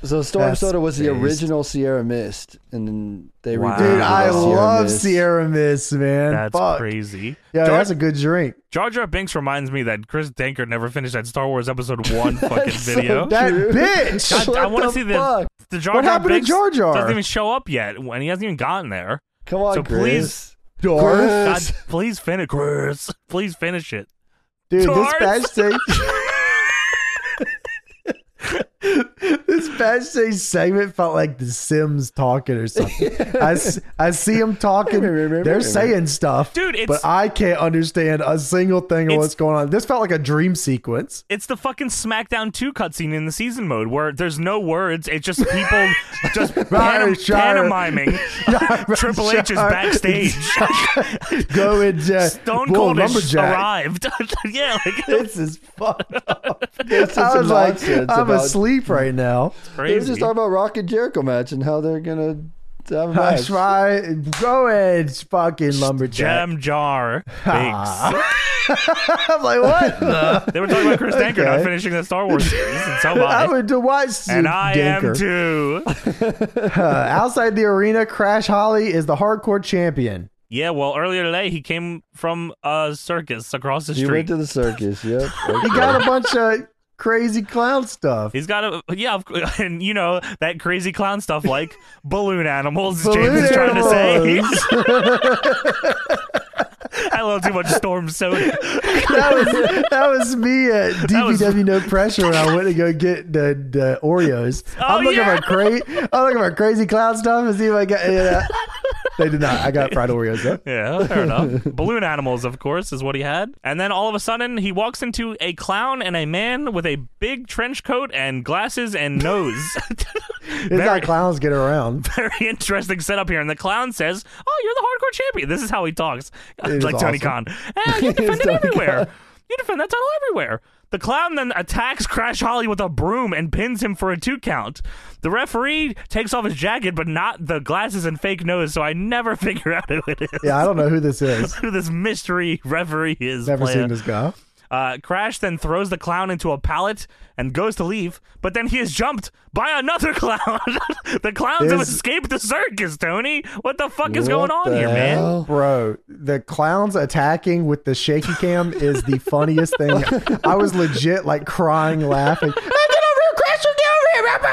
C: So Storm
A: That's
C: Soda was the
A: based.
C: original Sierra Mist, and then they
B: Wow.
C: rebranded
A: Dude,
C: it as
A: I
C: Sierra
A: love
C: Mist.
A: Sierra Mist, man.
B: That's
A: Fuck.
B: crazy.
A: Yeah,
B: Jar,
A: that's a good drink.
B: Jar Jar Binks reminds me that Chris Danker never finished that Star Wars Episode One fucking
C: So
B: video.
A: That
C: Dude.
A: bitch.
B: God, I
C: What
B: want to
C: the
B: see
C: fuck?
B: the the Jar
A: What
B: Jar
A: happened to
B: Binks
A: Jar Jar?
B: doesn't even show up yet, and he hasn't even gotten there.
C: Come on,
B: So
C: Chris.
A: Darth.
B: God, please finish, Chris. Please finish it.
A: Dude,
B: Darth.
A: this backstage. this backstage segment felt like The Sims talking or something. I, s- I see them talking. They're saying stuff.
B: Dude, it's-
A: But I can't understand a single thing of
B: It's-
A: what's going on. This felt like a dream sequence.
B: It's the fucking SmackDown 2 cutscene in the season mode where there's no words. It's just people just panom-
A: Right, sure.
B: pantomiming. Triple H is
A: Sure.
B: backstage.
A: Go and uh,
B: Stone
A: Bull
B: Cold has
A: Lumberjack.
B: arrived. yeah, like,
A: This is fucked up.
C: It's just
A: I was like, I'm
C: nonsense about-
A: asleep right now.
C: They were just
B: crazy.
C: talking about Rock and Jericho match and how they're gonna have a
A: I
C: match.
A: try. Go ahead, fucking lumberjack.
B: Jam Jar Binks.
A: I'm like, what? the?
B: they were talking about Chris Danker not
A: Okay.
B: finishing the Star Wars series, and so am
A: I
B: I.
A: went to watch
B: And
A: Zoot
B: I am
A: Danker.
B: too.
A: Uh, outside the arena, Crash Holly is the hardcore champion.
B: Yeah, well, earlier today he came from a circus across the
C: He went
B: street.
C: to the circus. Yep.
A: He got a bunch of crazy clown stuff.
B: He's got a yeah, of cou- and you know that crazy clown stuff like balloon animals.
A: Balloon
B: James is trying to
A: animals.
B: say I love too much storm soda.
A: that was that was me at
B: That was-
A: DPW No Pressure when I went to go get the, the Oreos.
B: Oh,
A: I'm looking
B: yeah.
A: for cra- I'm looking for crazy clown stuff and see if I got. any of that. They did not. I got fried Oreos though.
B: Yeah, fair enough. Balloon animals, of course, is what he had. And then all of a sudden, he walks into a clown and a man with a big trench coat and glasses and nose.
A: It's how
B: Very-
A: clowns get around.
B: very interesting setup here. And the clown says, "Oh, you're the hardcore champion." This is how he talks,
A: is
B: like Tony Khan.
A: awesome.
B: "Eh, you defend it
C: Tony
B: everywhere. You defend that title everywhere. The clown then attacks Crash Holly with a broom and pins him for a two count. The referee takes off his jacket, but not the glasses and fake nose. So I never figure out who it is.
A: Yeah, I don't know who this is.
B: Who this mystery referee is?
A: Never
B: playing.
A: seen this guy.
B: Uh, Crash then throws the clown into a pallet and goes to leave, but then he is jumped by another clown. the clowns have
A: Is-
B: escaped the circus, Tony. What the fuck is going on here, man?
A: Bro, the clowns attacking with the shaky cam is the funniest thing. I was legit like crying, laughing. "Ah, Get over here, Crash! Get over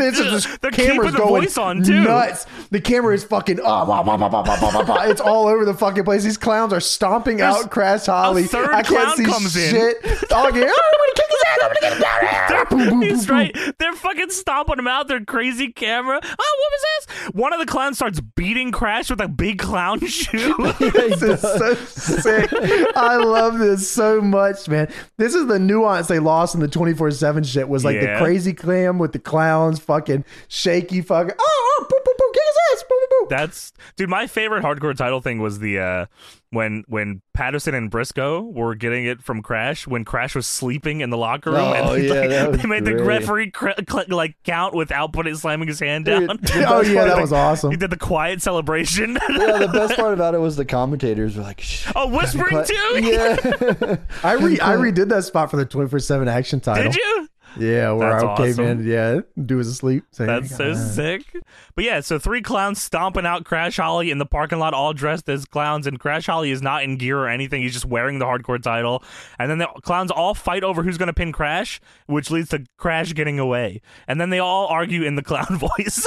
A: here!" It's just-
B: They're
A: camera's
B: keeping the
A: going
B: voice on, too.
A: Nuts! The camera is fucking. ah, wah, wah, wah, wah, wah, wah, wah, wah. It's all over the fucking place. These clowns are stomping
B: There's
A: out Crash Holly.
B: third
A: I can't
B: clown
A: see
B: comes in.
A: shit. All I get, "Oh, I'm gonna kick his ass! I'm gonna get him down here!" Boom, boom,
B: He's
A: boom,
B: right. They're fucking stomping him out. Their crazy camera. Oh, what was this? One of the clowns starts beating Crash with a big clown shoe.
A: this is so sick. I love this so much, man. This is the nuance they lost in the 24 7 shit was like
B: Yeah.
A: the crazy clam with the clowns, fucking shaky fucking. Oh, oh, boop, boop, boop, get his ass. Boop, boop, boop.
B: That's dude. My favorite hardcore title thing was the uh, when when Patterson and Briscoe were getting it from Crash when Crash was sleeping in the locker room.
D: Oh,
B: and
D: yeah,
B: like,
D: that was
B: they made the
D: great.
B: referee cr- cl- like count without putting slamming his hand down.
D: Dude,
A: oh, yeah, that
B: Like,
A: was awesome.
B: He did the quiet celebration.
D: yeah, the best part about it was the commentators were like, Shh,
B: oh, whispering
D: but-
B: too.
D: yeah.
A: I, re- I redid that spot for the 24 7 action title.
B: Did you?
A: Yeah, where
B: That's
A: I came
B: awesome.
A: in. Yeah, do his asleep. Say,
B: That's so sick. But yeah, so three clowns stomping out Crash Holly in the parking lot, all dressed as clowns, and Crash Holly is not in gear or anything. He's just wearing the hardcore title. And then the clowns all fight over who's going to pin Crash, which leads to Crash getting away. And then they all argue in the clown voice.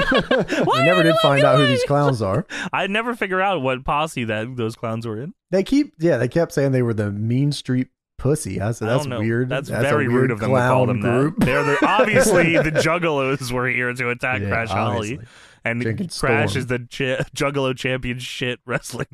A: I never did find out who these clowns are.
B: I never figure out what posse that those clowns were in.
A: They keep, yeah, they kept saying they were the Mean Street Pussy. I said,
B: I
A: that's
B: don't know.
A: weird.
B: That's,
A: a
B: very
A: weird
B: rude of them to call
A: clown
B: them that. They're, they're obviously the Juggalos were here to attack
A: Yeah,
B: Crash Holly.
A: obviously.
B: And
A: Jenkins
B: Crash
A: Storm.
B: is the ch- Juggalo champion, shit wrestling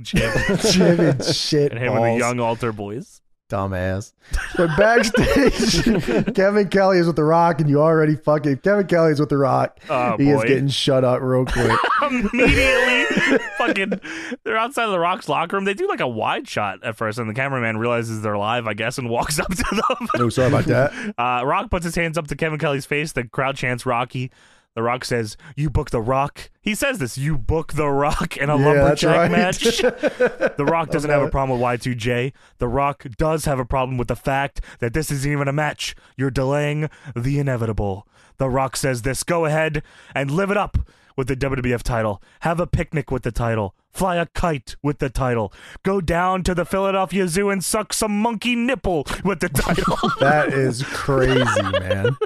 B: champion,
A: Jimin shit
B: and him
A: balls.
B: and the young altar boys.
A: dumbass. But backstage, Kevin Kelly is with The Rock, and you already fucking Kevin Kelly is with The Rock.
B: Oh,
A: he is
B: boy.
A: getting shut up real quick.
B: Immediately, fucking, they're outside of the Rock's locker room. They do like a wide shot at first, and the cameraman realizes they're live, I guess, and walks up to them.
A: no, sorry about that.
B: Uh, Rock puts his hands up to Kevin Kelly's face. The crowd chants Rocky. The Rock says, "You book the Rock." He says this, "You book the Rock" in a
A: Yeah, that's
B: lumberjack
A: right.
B: match. the Rock doesn't have a problem with Y2J. The Rock does have a problem with the fact that this isn't even a match. You're delaying the inevitable. The Rock says this, "Go ahead and live it up." With the WWF title, have a picnic with the title, fly a kite with the title, go down to the Philadelphia Zoo and suck some monkey nipple with the title.
A: That is crazy, man.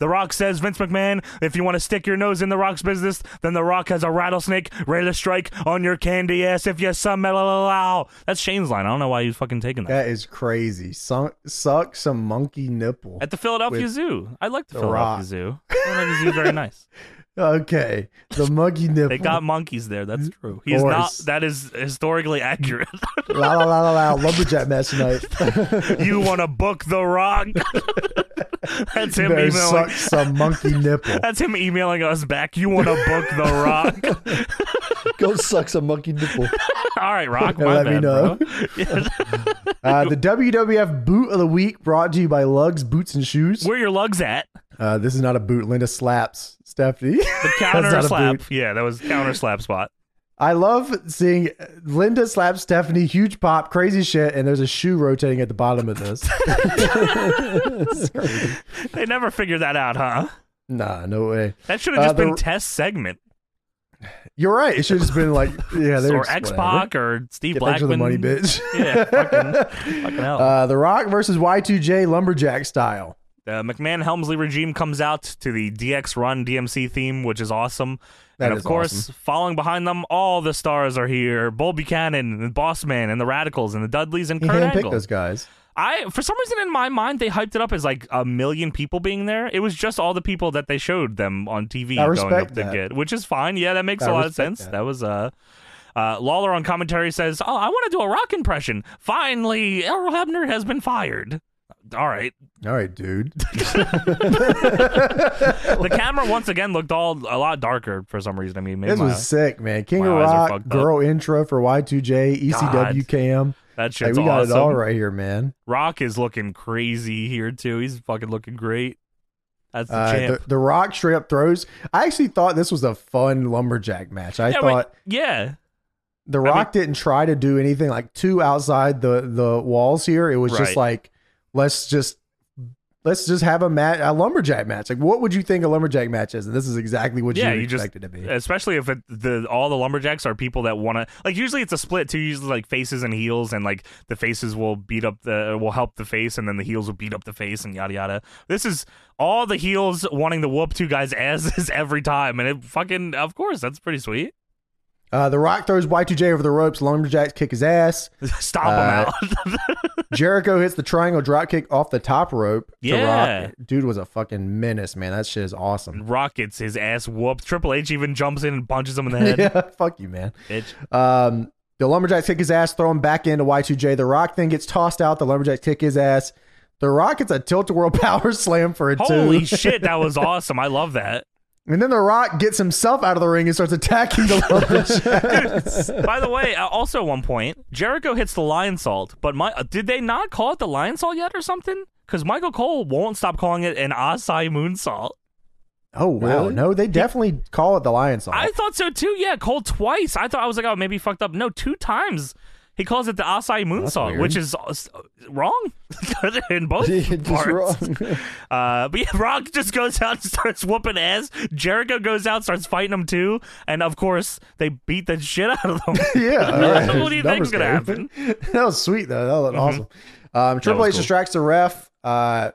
B: The Rock says, Vince McMahon, if you want to stick your nose in The Rock's business, then The Rock has a rattlesnake ready to strike on your candy ass if you some allow. That's Shane's line. I don't know why he was fucking taking that.
A: That is crazy. Suck, suck some monkey nipple.
B: At the Philadelphia
A: With
B: Zoo. I like the,
A: The
B: Philadelphia
A: Rock.
B: Zoo. Philadelphia Zoo is very nice.
A: Okay, the monkey nipple.
B: They got monkeys there. That's true. He's
A: course.
B: not. That is historically accurate.
A: la la la la la lumberjack match tonight.
B: you want to book The Rock? That's him
A: Better
B: emailing.
A: suck some monkey nipple.
B: That's him emailing us back. You want to book The Rock?
D: Go suck some monkey nipple.
B: All right, Rock. My
A: Let
B: bad,
A: me know.
B: bro.
A: Uh, the WWF boot of the week brought to you by Lugs Boots and Shoes.
B: Where your lugs at?
A: Uh, this is not a boot. Linda slaps Stephanie.
B: The
A: not
B: counter
A: a
B: slap. Yeah, that was counter slap spot.
A: I love seeing Linda slap Stephanie, huge pop, crazy shit, and there's a shoe rotating at the bottom of this.
B: They never figured that out, huh?
A: nah, no way.
B: That should have
A: Uh,
B: just
A: the-
B: been test segment
A: You're right. It should have just been like, yeah, there's
B: or X Pac or Steve
A: Uh, Get back to the money,
B: Blackman.
A: bitch.
B: Yeah, fucking, fucking hell. Uh,
A: Uh, the Rock versus Y2J lumberjack style.
B: McMahon Helmsley regime comes out to the DX Run DMC theme, which is awesome.
A: That
B: and of
A: is
B: course, following behind them, all the stars are here: Bull Buchanan, and Bossman, and the Radicals, and the Dudleys, and
A: He
B: Kurt
A: handpicked
B: Angle.
A: those guys.
B: I for some reason in my mind they hyped it up as like a million people being there. It was just all the people that they showed them on TV
A: I
B: going up
A: respect
B: to
A: that.
B: get, which is fine. Yeah, that makes
A: I
B: a lot of
A: respect
B: sense. That,
A: that.
B: was uh, uh Lawler on commentary says, "Oh, I want to do a rock impression. Finally, Errol Hebner has been fired." All right.
A: All right, dude.
B: The camera once again looked all a lot darker for some reason. I mean, maybe
A: This
B: my,
A: was sick, man. King
B: my
A: of
B: eyes are
A: Rock,
B: fucked
A: girl intro for Y2J, ECW
B: God.
A: cam.
B: that
A: Hey,
B: shit's
A: we got
B: awesome.
A: it all right here, man.
B: Rock is looking crazy here too. He's fucking looking great. That's the
A: Uh,
B: champ.
A: the, the Rock straight up throws. I actually thought this was a fun lumberjack match. I
B: yeah, wait,
A: thought
B: yeah.
A: The Rock didn't try to do anything like too outside the the walls here. It was
B: Right.
A: just like let's just let's just have a match a lumberjack match. Like what would you think a lumberjack match is? And this is exactly what
B: Yeah,
A: you,
B: you just- uh,
A: expected to be.
B: especially if it, the all the lumberjacks are people that want to like usually it's a split too usually like faces and heels and like the faces will beat up the uh, will help the face and then the heels will beat up the face and yada yada this is all the heels wanting to whoop two guys asses every time and it fucking of course that's pretty sweet
A: Uh, the Rock throws Y2J over the ropes. Lumberjacks kick his ass.
B: stomp them
A: Uh,
B: out
A: Jericho hits the triangle dropkick off the top rope. to
B: Yeah.
A: Rock. Dude was a fucking menace, man. That shit is awesome.
B: rockets his ass whooped triple h even jumps in and punches him in the head
A: Yeah, fuck you, man.
B: Bitch.
A: Um, the Lumberjacks kick his ass, throw him back into Y2J. The Rock then gets tossed out. The Lumberjacks kick his ass. The Rock gets a tilt a whirl power slam for a
B: holy
A: two.
B: shit that was awesome i love that
A: and then The Rock gets himself out of the ring and starts attacking the Lumberjacks.
B: By the way, uh, also at one point, Jericho hits the lion salt, but my uh, did they not call it the lion salt yet or something? Because Michael Cole won't stop calling it an Asai moonsault.
A: oh, wow.
D: Really?
A: No, they definitely call it the Lion Song.
B: I thought so too. Yeah, Cole twice. I thought I was like, oh, maybe he fucked up. No, two times he calls it the Asai moonsault,
A: weird.
B: which is uh, s- wrong in both
C: It's
B: parts.
C: wrong.
B: Uh, but yeah, Rock just goes out and starts whooping ass. Jericho goes out, starts fighting him too, and of course they beat the shit out of them.
A: yeah. all
B: What
A: right.
B: do you think's gonna Mm-hmm.
A: Numbers game. that was sweet though. That looked awesome. Um, Triple
B: was
A: H
B: cool.
A: distracts the ref. Uh,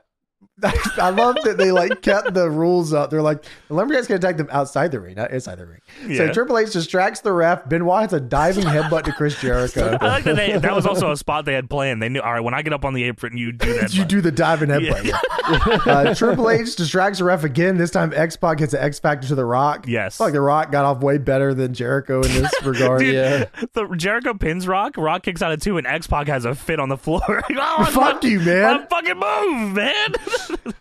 A: I love that they like kept the rules up. They're like the lumberjacks can attack them outside the ring, not inside the ring.
B: Yeah.
A: So Triple H distracts the ref. Benoit hits a diving headbutt to Chris Jericho.
B: I like that they, that was also a spot they had planned. They knew, all right, when I get up on the apron, you do that.
A: you do the diving headbutt. uh, Triple H distracts the ref again. This time X Pac hits an X Factor to the Rock.
B: Yes.
A: It's like the Rock got off way better than Jericho in this regard.
B: Dude,
D: Yeah.
B: the Jericho pins Rock. Rock kicks out of two, and X Pac has a fit on the floor. Like, oh,
A: Fuck you, man.
B: i fucking move, man.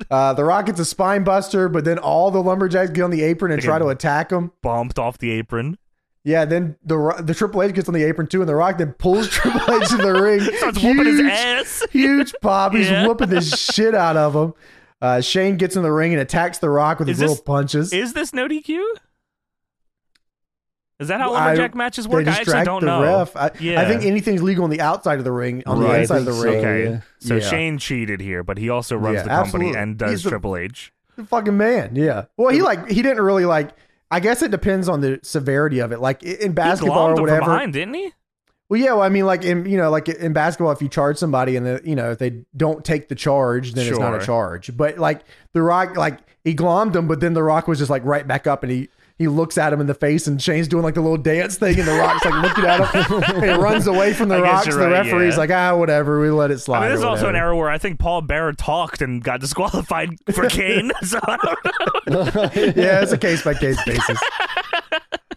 A: Uh, the Rock gets a spine buster, but then all the lumberjacks get on the apron and try to attack him.
B: Bumped off the apron.
A: Yeah, then the Ro- the Triple H gets on the apron too, and the Rock then pulls Triple H to the ring,
B: Starts whooping his ass.
A: Huge pop, he's
B: Yeah.
A: whooping the shit out of him. Uh, Shane gets in the ring and attacks the Rock with
B: Is
A: his little
B: this-
A: punches.
B: Is this no DQ? Is that how
A: Well, I-
B: lumberjack matches
A: they
B: work? I actually
A: distract
B: don't
A: the
B: know.
A: ref. I,
B: Yeah.
A: I think anything's legal on the outside of the ring. On
D: Right,
A: the
D: I
A: inside of the
D: think
A: ring,
D: so.
B: Okay,
D: Yeah.
B: so
A: Yeah.
B: Shane cheated here, but he also runs
A: Yeah,
B: the company
A: absolutely.
B: and does
A: He's the-
B: Triple H.
A: the fucking man. Yeah. Well, he like he didn't really like. I guess it depends on the severity of it. Like i- in basketball
B: he glommed him
A: or
B: from
A: whatever,
B: behind, didn't he?
A: Well, yeah. Well, I mean, like in you know, like in basketball, if you charge somebody and the, you know if they don't take the charge, then it's not
B: Sure.
A: a charge. But like the Rock, like he glommed him, but then the Rock was just like right back up and he. He looks at him in the face, and Shane's doing like the little dance thing, and the Rock's like looking at him, and he runs away from the
B: I guess
A: Rock's.
B: you're
A: The
B: right,
A: referee's
B: yeah.
A: like, ah, whatever, we let it slide.
B: I mean,
A: or
B: this is also an
A: whatever."
B: era where I think Paul Bearer talked and got disqualified for Kane. So I don't know.
A: yeah, it's a case by case basis.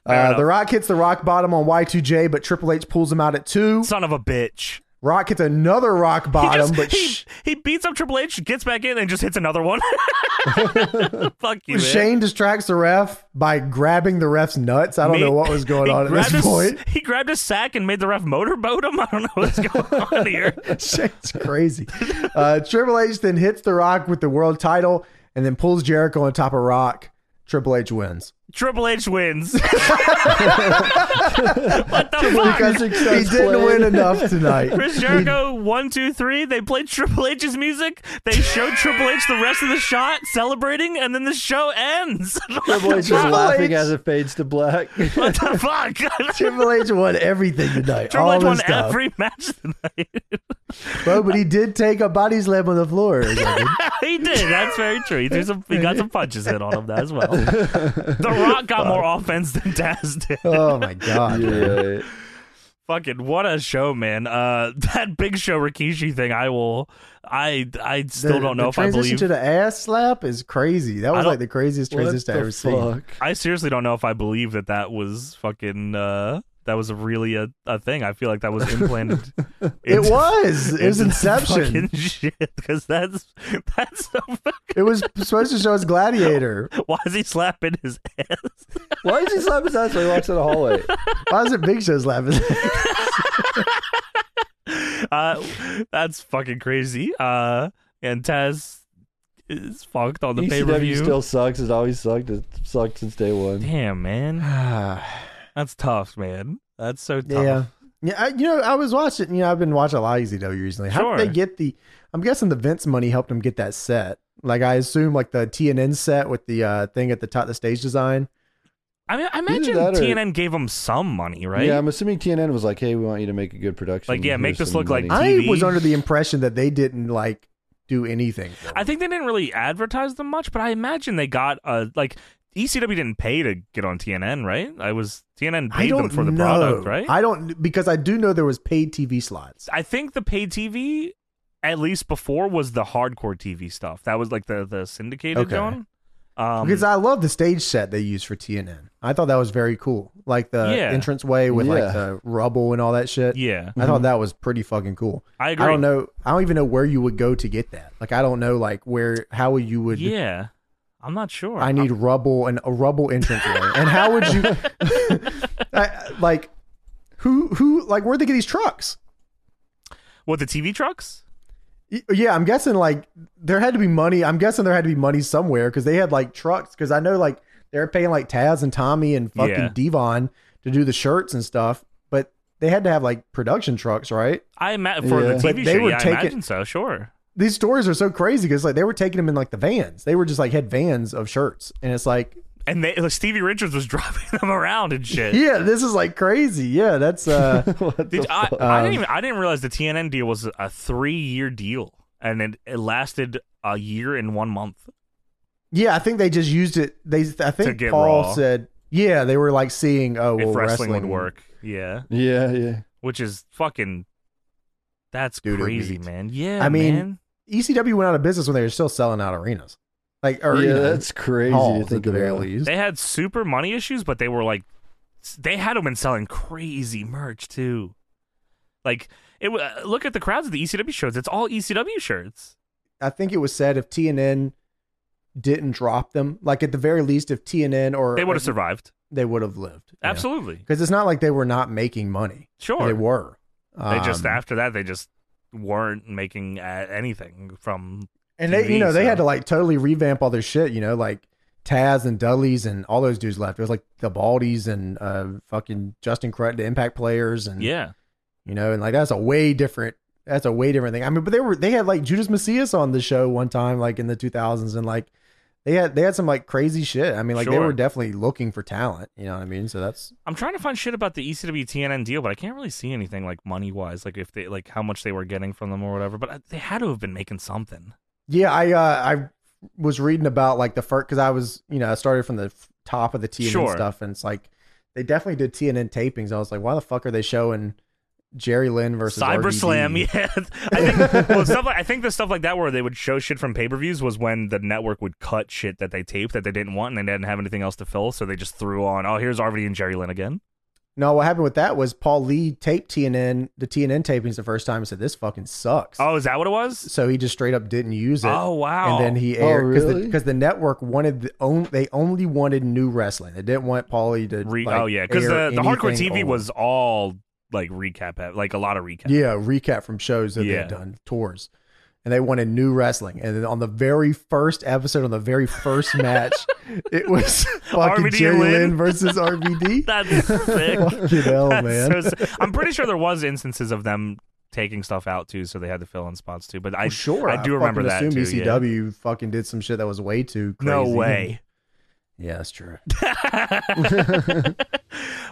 A: Uh, the Rock hits the rock bottom on Y2J, but Triple H pulls him out at two.
B: Son of a bitch.
A: Rock hits another rock
B: He,
A: bottom,
B: just,
A: but
B: he,
A: sh-
B: he beats up Triple H, gets back in, and just hits another one. Fuck you, man.
A: Shane distracts the ref by grabbing the ref's nuts. I don't
B: Me-
A: know what was going
B: he
A: on at
B: grabbed
A: this
B: his-
A: point.
B: He grabbed a sack and made the ref motorboat him. I don't know what's going on here.
A: Shane's crazy. Uh, Triple H then hits The Rock with the world title and then pulls Jericho on top of Rock. Triple H wins.
B: Triple H wins. what the fuck?
A: Because he didn't win enough tonight.
B: Chris Jericho, one, two, three. They played Triple H's music. They showed Triple H the rest of the shot, celebrating, and then the show ends.
D: Triple H is
A: Triple
D: laughing
A: H.
D: as it fades to black.
B: what the fuck?
A: Triple H won everything tonight.
B: Triple
A: all
B: H
A: this
B: won
A: stuff.
B: every match tonight.
A: Bro, but he did take a body slam on the floor. or something.
B: he did. That's very true. He, threw some, he got some punches in on him as well. The Rock got more offense than Taz did.
A: oh my god.
D: yeah.
B: Fucking what a show, man! Uh, that Big Show Rikishi thing, I will, I, I still
A: The-
B: don't know
A: the
B: if I
A: transition
B: believe.
A: to the ass slap is crazy. That was
B: don't-
A: like the craziest
D: What
A: transition I
D: the
A: ever seen.
D: fuck?
B: I seriously don't know if I believe that that was fucking uh that was really a, a thing. I feel like that was implanted.
A: It was. It was Inception.
B: because that's that's so fucking,
A: It was supposed to show us Gladiator.
B: why is he slapping his ass?
D: Why is he slapping his ass when he walks in the hallway?
A: Why is it Big Show's laughing?
B: Uh, that's fucking crazy. Uh, and Taz is fucked on the pay per
D: ECW
B: view.
D: E still sucks. It's always sucked. It's sucked since day one.
B: Damn, man,
A: I
B: that's tough, man. That's so tough.
A: Yeah. Yeah, I, you know, I was watching. You know, I've been watching a lot of ECW recently. How
B: Sure.
A: did they get the? I'm guessing the Vince money helped them get that set. Like I assume, like the TNN set with the uh, thing at the top, the stage design.
B: I mean, I imagine
D: that or-
B: TNN gave him some money, right?
D: Yeah, I'm assuming TNN was like, "Hey, we want you to make a good production.
B: Like, yeah, make
D: Here's
B: this
D: some
B: look like
D: money."
A: I
B: TV?
A: was under the impression that they didn't like do anything. for
B: I
A: it.
B: think they didn't really advertise them much, but I imagine they got uh like ECW didn't pay to get on TNN, right? I was TNN
A: I
B: paid them
A: don't
B: for the
A: know.
B: product, right?
A: I don't because I do know there was paid TV slots.
B: I think the pay TV, at least before, was the hardcore TV stuff. That was like the the syndicated
A: Okay.
B: one. Um,
A: because I love the stage set they used for TNN. I thought that was very cool, like the
B: Yeah.
A: entrance way with
D: Yeah.
A: like the rubble and all that shit.
B: yeah,
A: I thought that was pretty fucking cool.
B: I agree.
A: I don't know. I don't even know where you would go to get that. Like, I don't know, like where how you would.
B: Yeah, I'm not sure.
A: I need rubble and a rubble entrance way. And how would you, I, like, who who like where'd they get these trucks?
B: Uh, what the TV trucks?
A: Y- Yeah, I'm guessing like there had to be money. I'm guessing there had to be money somewhere because they had like trucks. Because I know like they're paying like Taz and Tommy and fucking
B: Yeah.
A: Devon to do the shirts and stuff, but they had to have like production trucks, right?
B: I ima- for
D: Yeah.
B: the
A: But
B: TV
A: they
B: show.
A: were
B: yeah,
A: taking-
B: I imagine so. Sure.
A: these stories are so crazy because like they were taking them in like the vans. They were just like had vans of shirts, and it's like,
B: And they, like, Stevie Richards was driving them around and shit.
A: yeah, this is like crazy. Yeah, that's uh,
B: Did, I, I
D: Um,
B: didn't even I didn't realize the TNN deal was a three year deal, and it, it lasted a year and one month.
A: yeah. I think they just used it. They, I think
B: get
A: Paul
B: Raw.
A: said, yeah, they were like seeing, oh, well,
B: if wrestling, would work, yeah,
D: Yeah, yeah.
B: which is fucking. That's
A: Dude, it
B: crazy,
A: beats.
B: man. Yeah,
A: I mean,
B: man.
A: ECW E went out of business when they were still selling out arenas, like or
D: yeah,
A: you know,
D: that's crazy
A: halls
D: to think
A: at the very
D: about.
A: least.
B: they had super money issues, but they were like, they had them in selling crazy merch too. Like it. wa- Look at the crowds of the ECW shows. It's all ECW shirts.
A: I think it was said if TNN didn't drop them, like at the very least, if TNN or
B: They would have survived.
A: they would have lived
B: Absolutely.
A: because it's not like they were not making money.
B: Sure.
A: They were.
B: They just
A: Um,
B: after that they just weren't making uh, anything from
A: And they, you
B: TV,
A: know, they had
B: so-
A: to like totally revamp all their shit. You know, like Taz and Dudley's and all those dudes left. It was like the Baldies and uh, fucking Justin Crut, the Impact players, and
B: yeah.
A: you know, and like that's a way different. That's a way different thing. I mean, but they were they had like Judas Messias on the show one time, like in the two thousands, and like they had they had some like crazy shit. I mean, like they
B: Sure.
A: were definitely looking for talent. You know what I mean? So that's
B: I'm trying to find shit about the E ECW TNN deal, but I can't really see anything like money wise, like if they like how much they were getting from them or whatever. But uh, they had to have been making something.
A: yeah. I uh, I was reading about like the first because I was you know I started from the f- top of the TNN
B: Sure.
A: stuff, and it's like they definitely did TNN tapings. I was like, why the fuck are they showing Jerry Lynn versus
B: Cyber
A: RVD?
B: Slam, yeah. I think well, stuff like, I think the stuff like that where they would show shit from pay per views was when the network would cut shit that they taped that they didn't want and they didn't have anything else to fill, so they just threw on. Oh, here's RVD and Jerry Lynn again.
A: No, what happened with that was Paul Lee taped TNN the TNN tapings the first time and said this fucking sucks.
B: Oh, is that what it was?
A: so he just straight up didn't use it.
B: Oh wow.
A: And then he
D: Oh,
A: aired because
D: really?
A: the, 'cause the network wanted the on, they only wanted new wrestling. They didn't want Paulie to
B: Re-
A: like,
B: oh yeah, because
A: air
B: the, the hardcore
A: anything
B: TV
A: old.
B: was all like recap, ep- like a lot of recap.
A: yeah recap from shows that
B: Yeah.
A: they've done tours, and they wanted new wrestling. And then on the very first episode, on the very first match, it was fucking
B: RVD and
A: Jerry
B: Lynn.
A: Lynn versus RVD.
B: That's sick.
A: Fucking hell,
B: That's
A: man.
B: so sick. I'm pretty sure there was instances of them taking stuff out too, so they had to fill in spots too. But I
A: Well, sure,
B: I do remember that
A: Assume E
B: too. yeah.
A: ECW fucking did some shit that was way too crazy.
B: No way.
A: Yeah, that's true.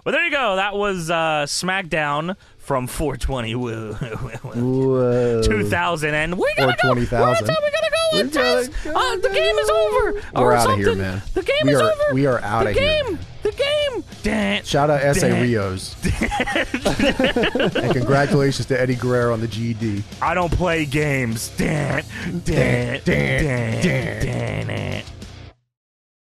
B: Well, there you go. That was uh, SmackDown from 420 woo,
D: Whoa.
B: 2000 and we gotta go.
A: 420,000.
B: We're gonna go with
D: gotta
B: this. Uh, the game is over.
A: We're
B: or
A: out of here,
B: Oh, something.
A: man.
B: The game
A: we
B: is
A: are,
B: over.
A: We are out
B: the
A: of here.
B: game. The game. Dance.
A: Shout out S.A.
B: Damn.
A: Rios. and congratulations to Eddie Guerrero on the E GED.
B: I don't play games. Dan, dan, dan, dan, dan, dan.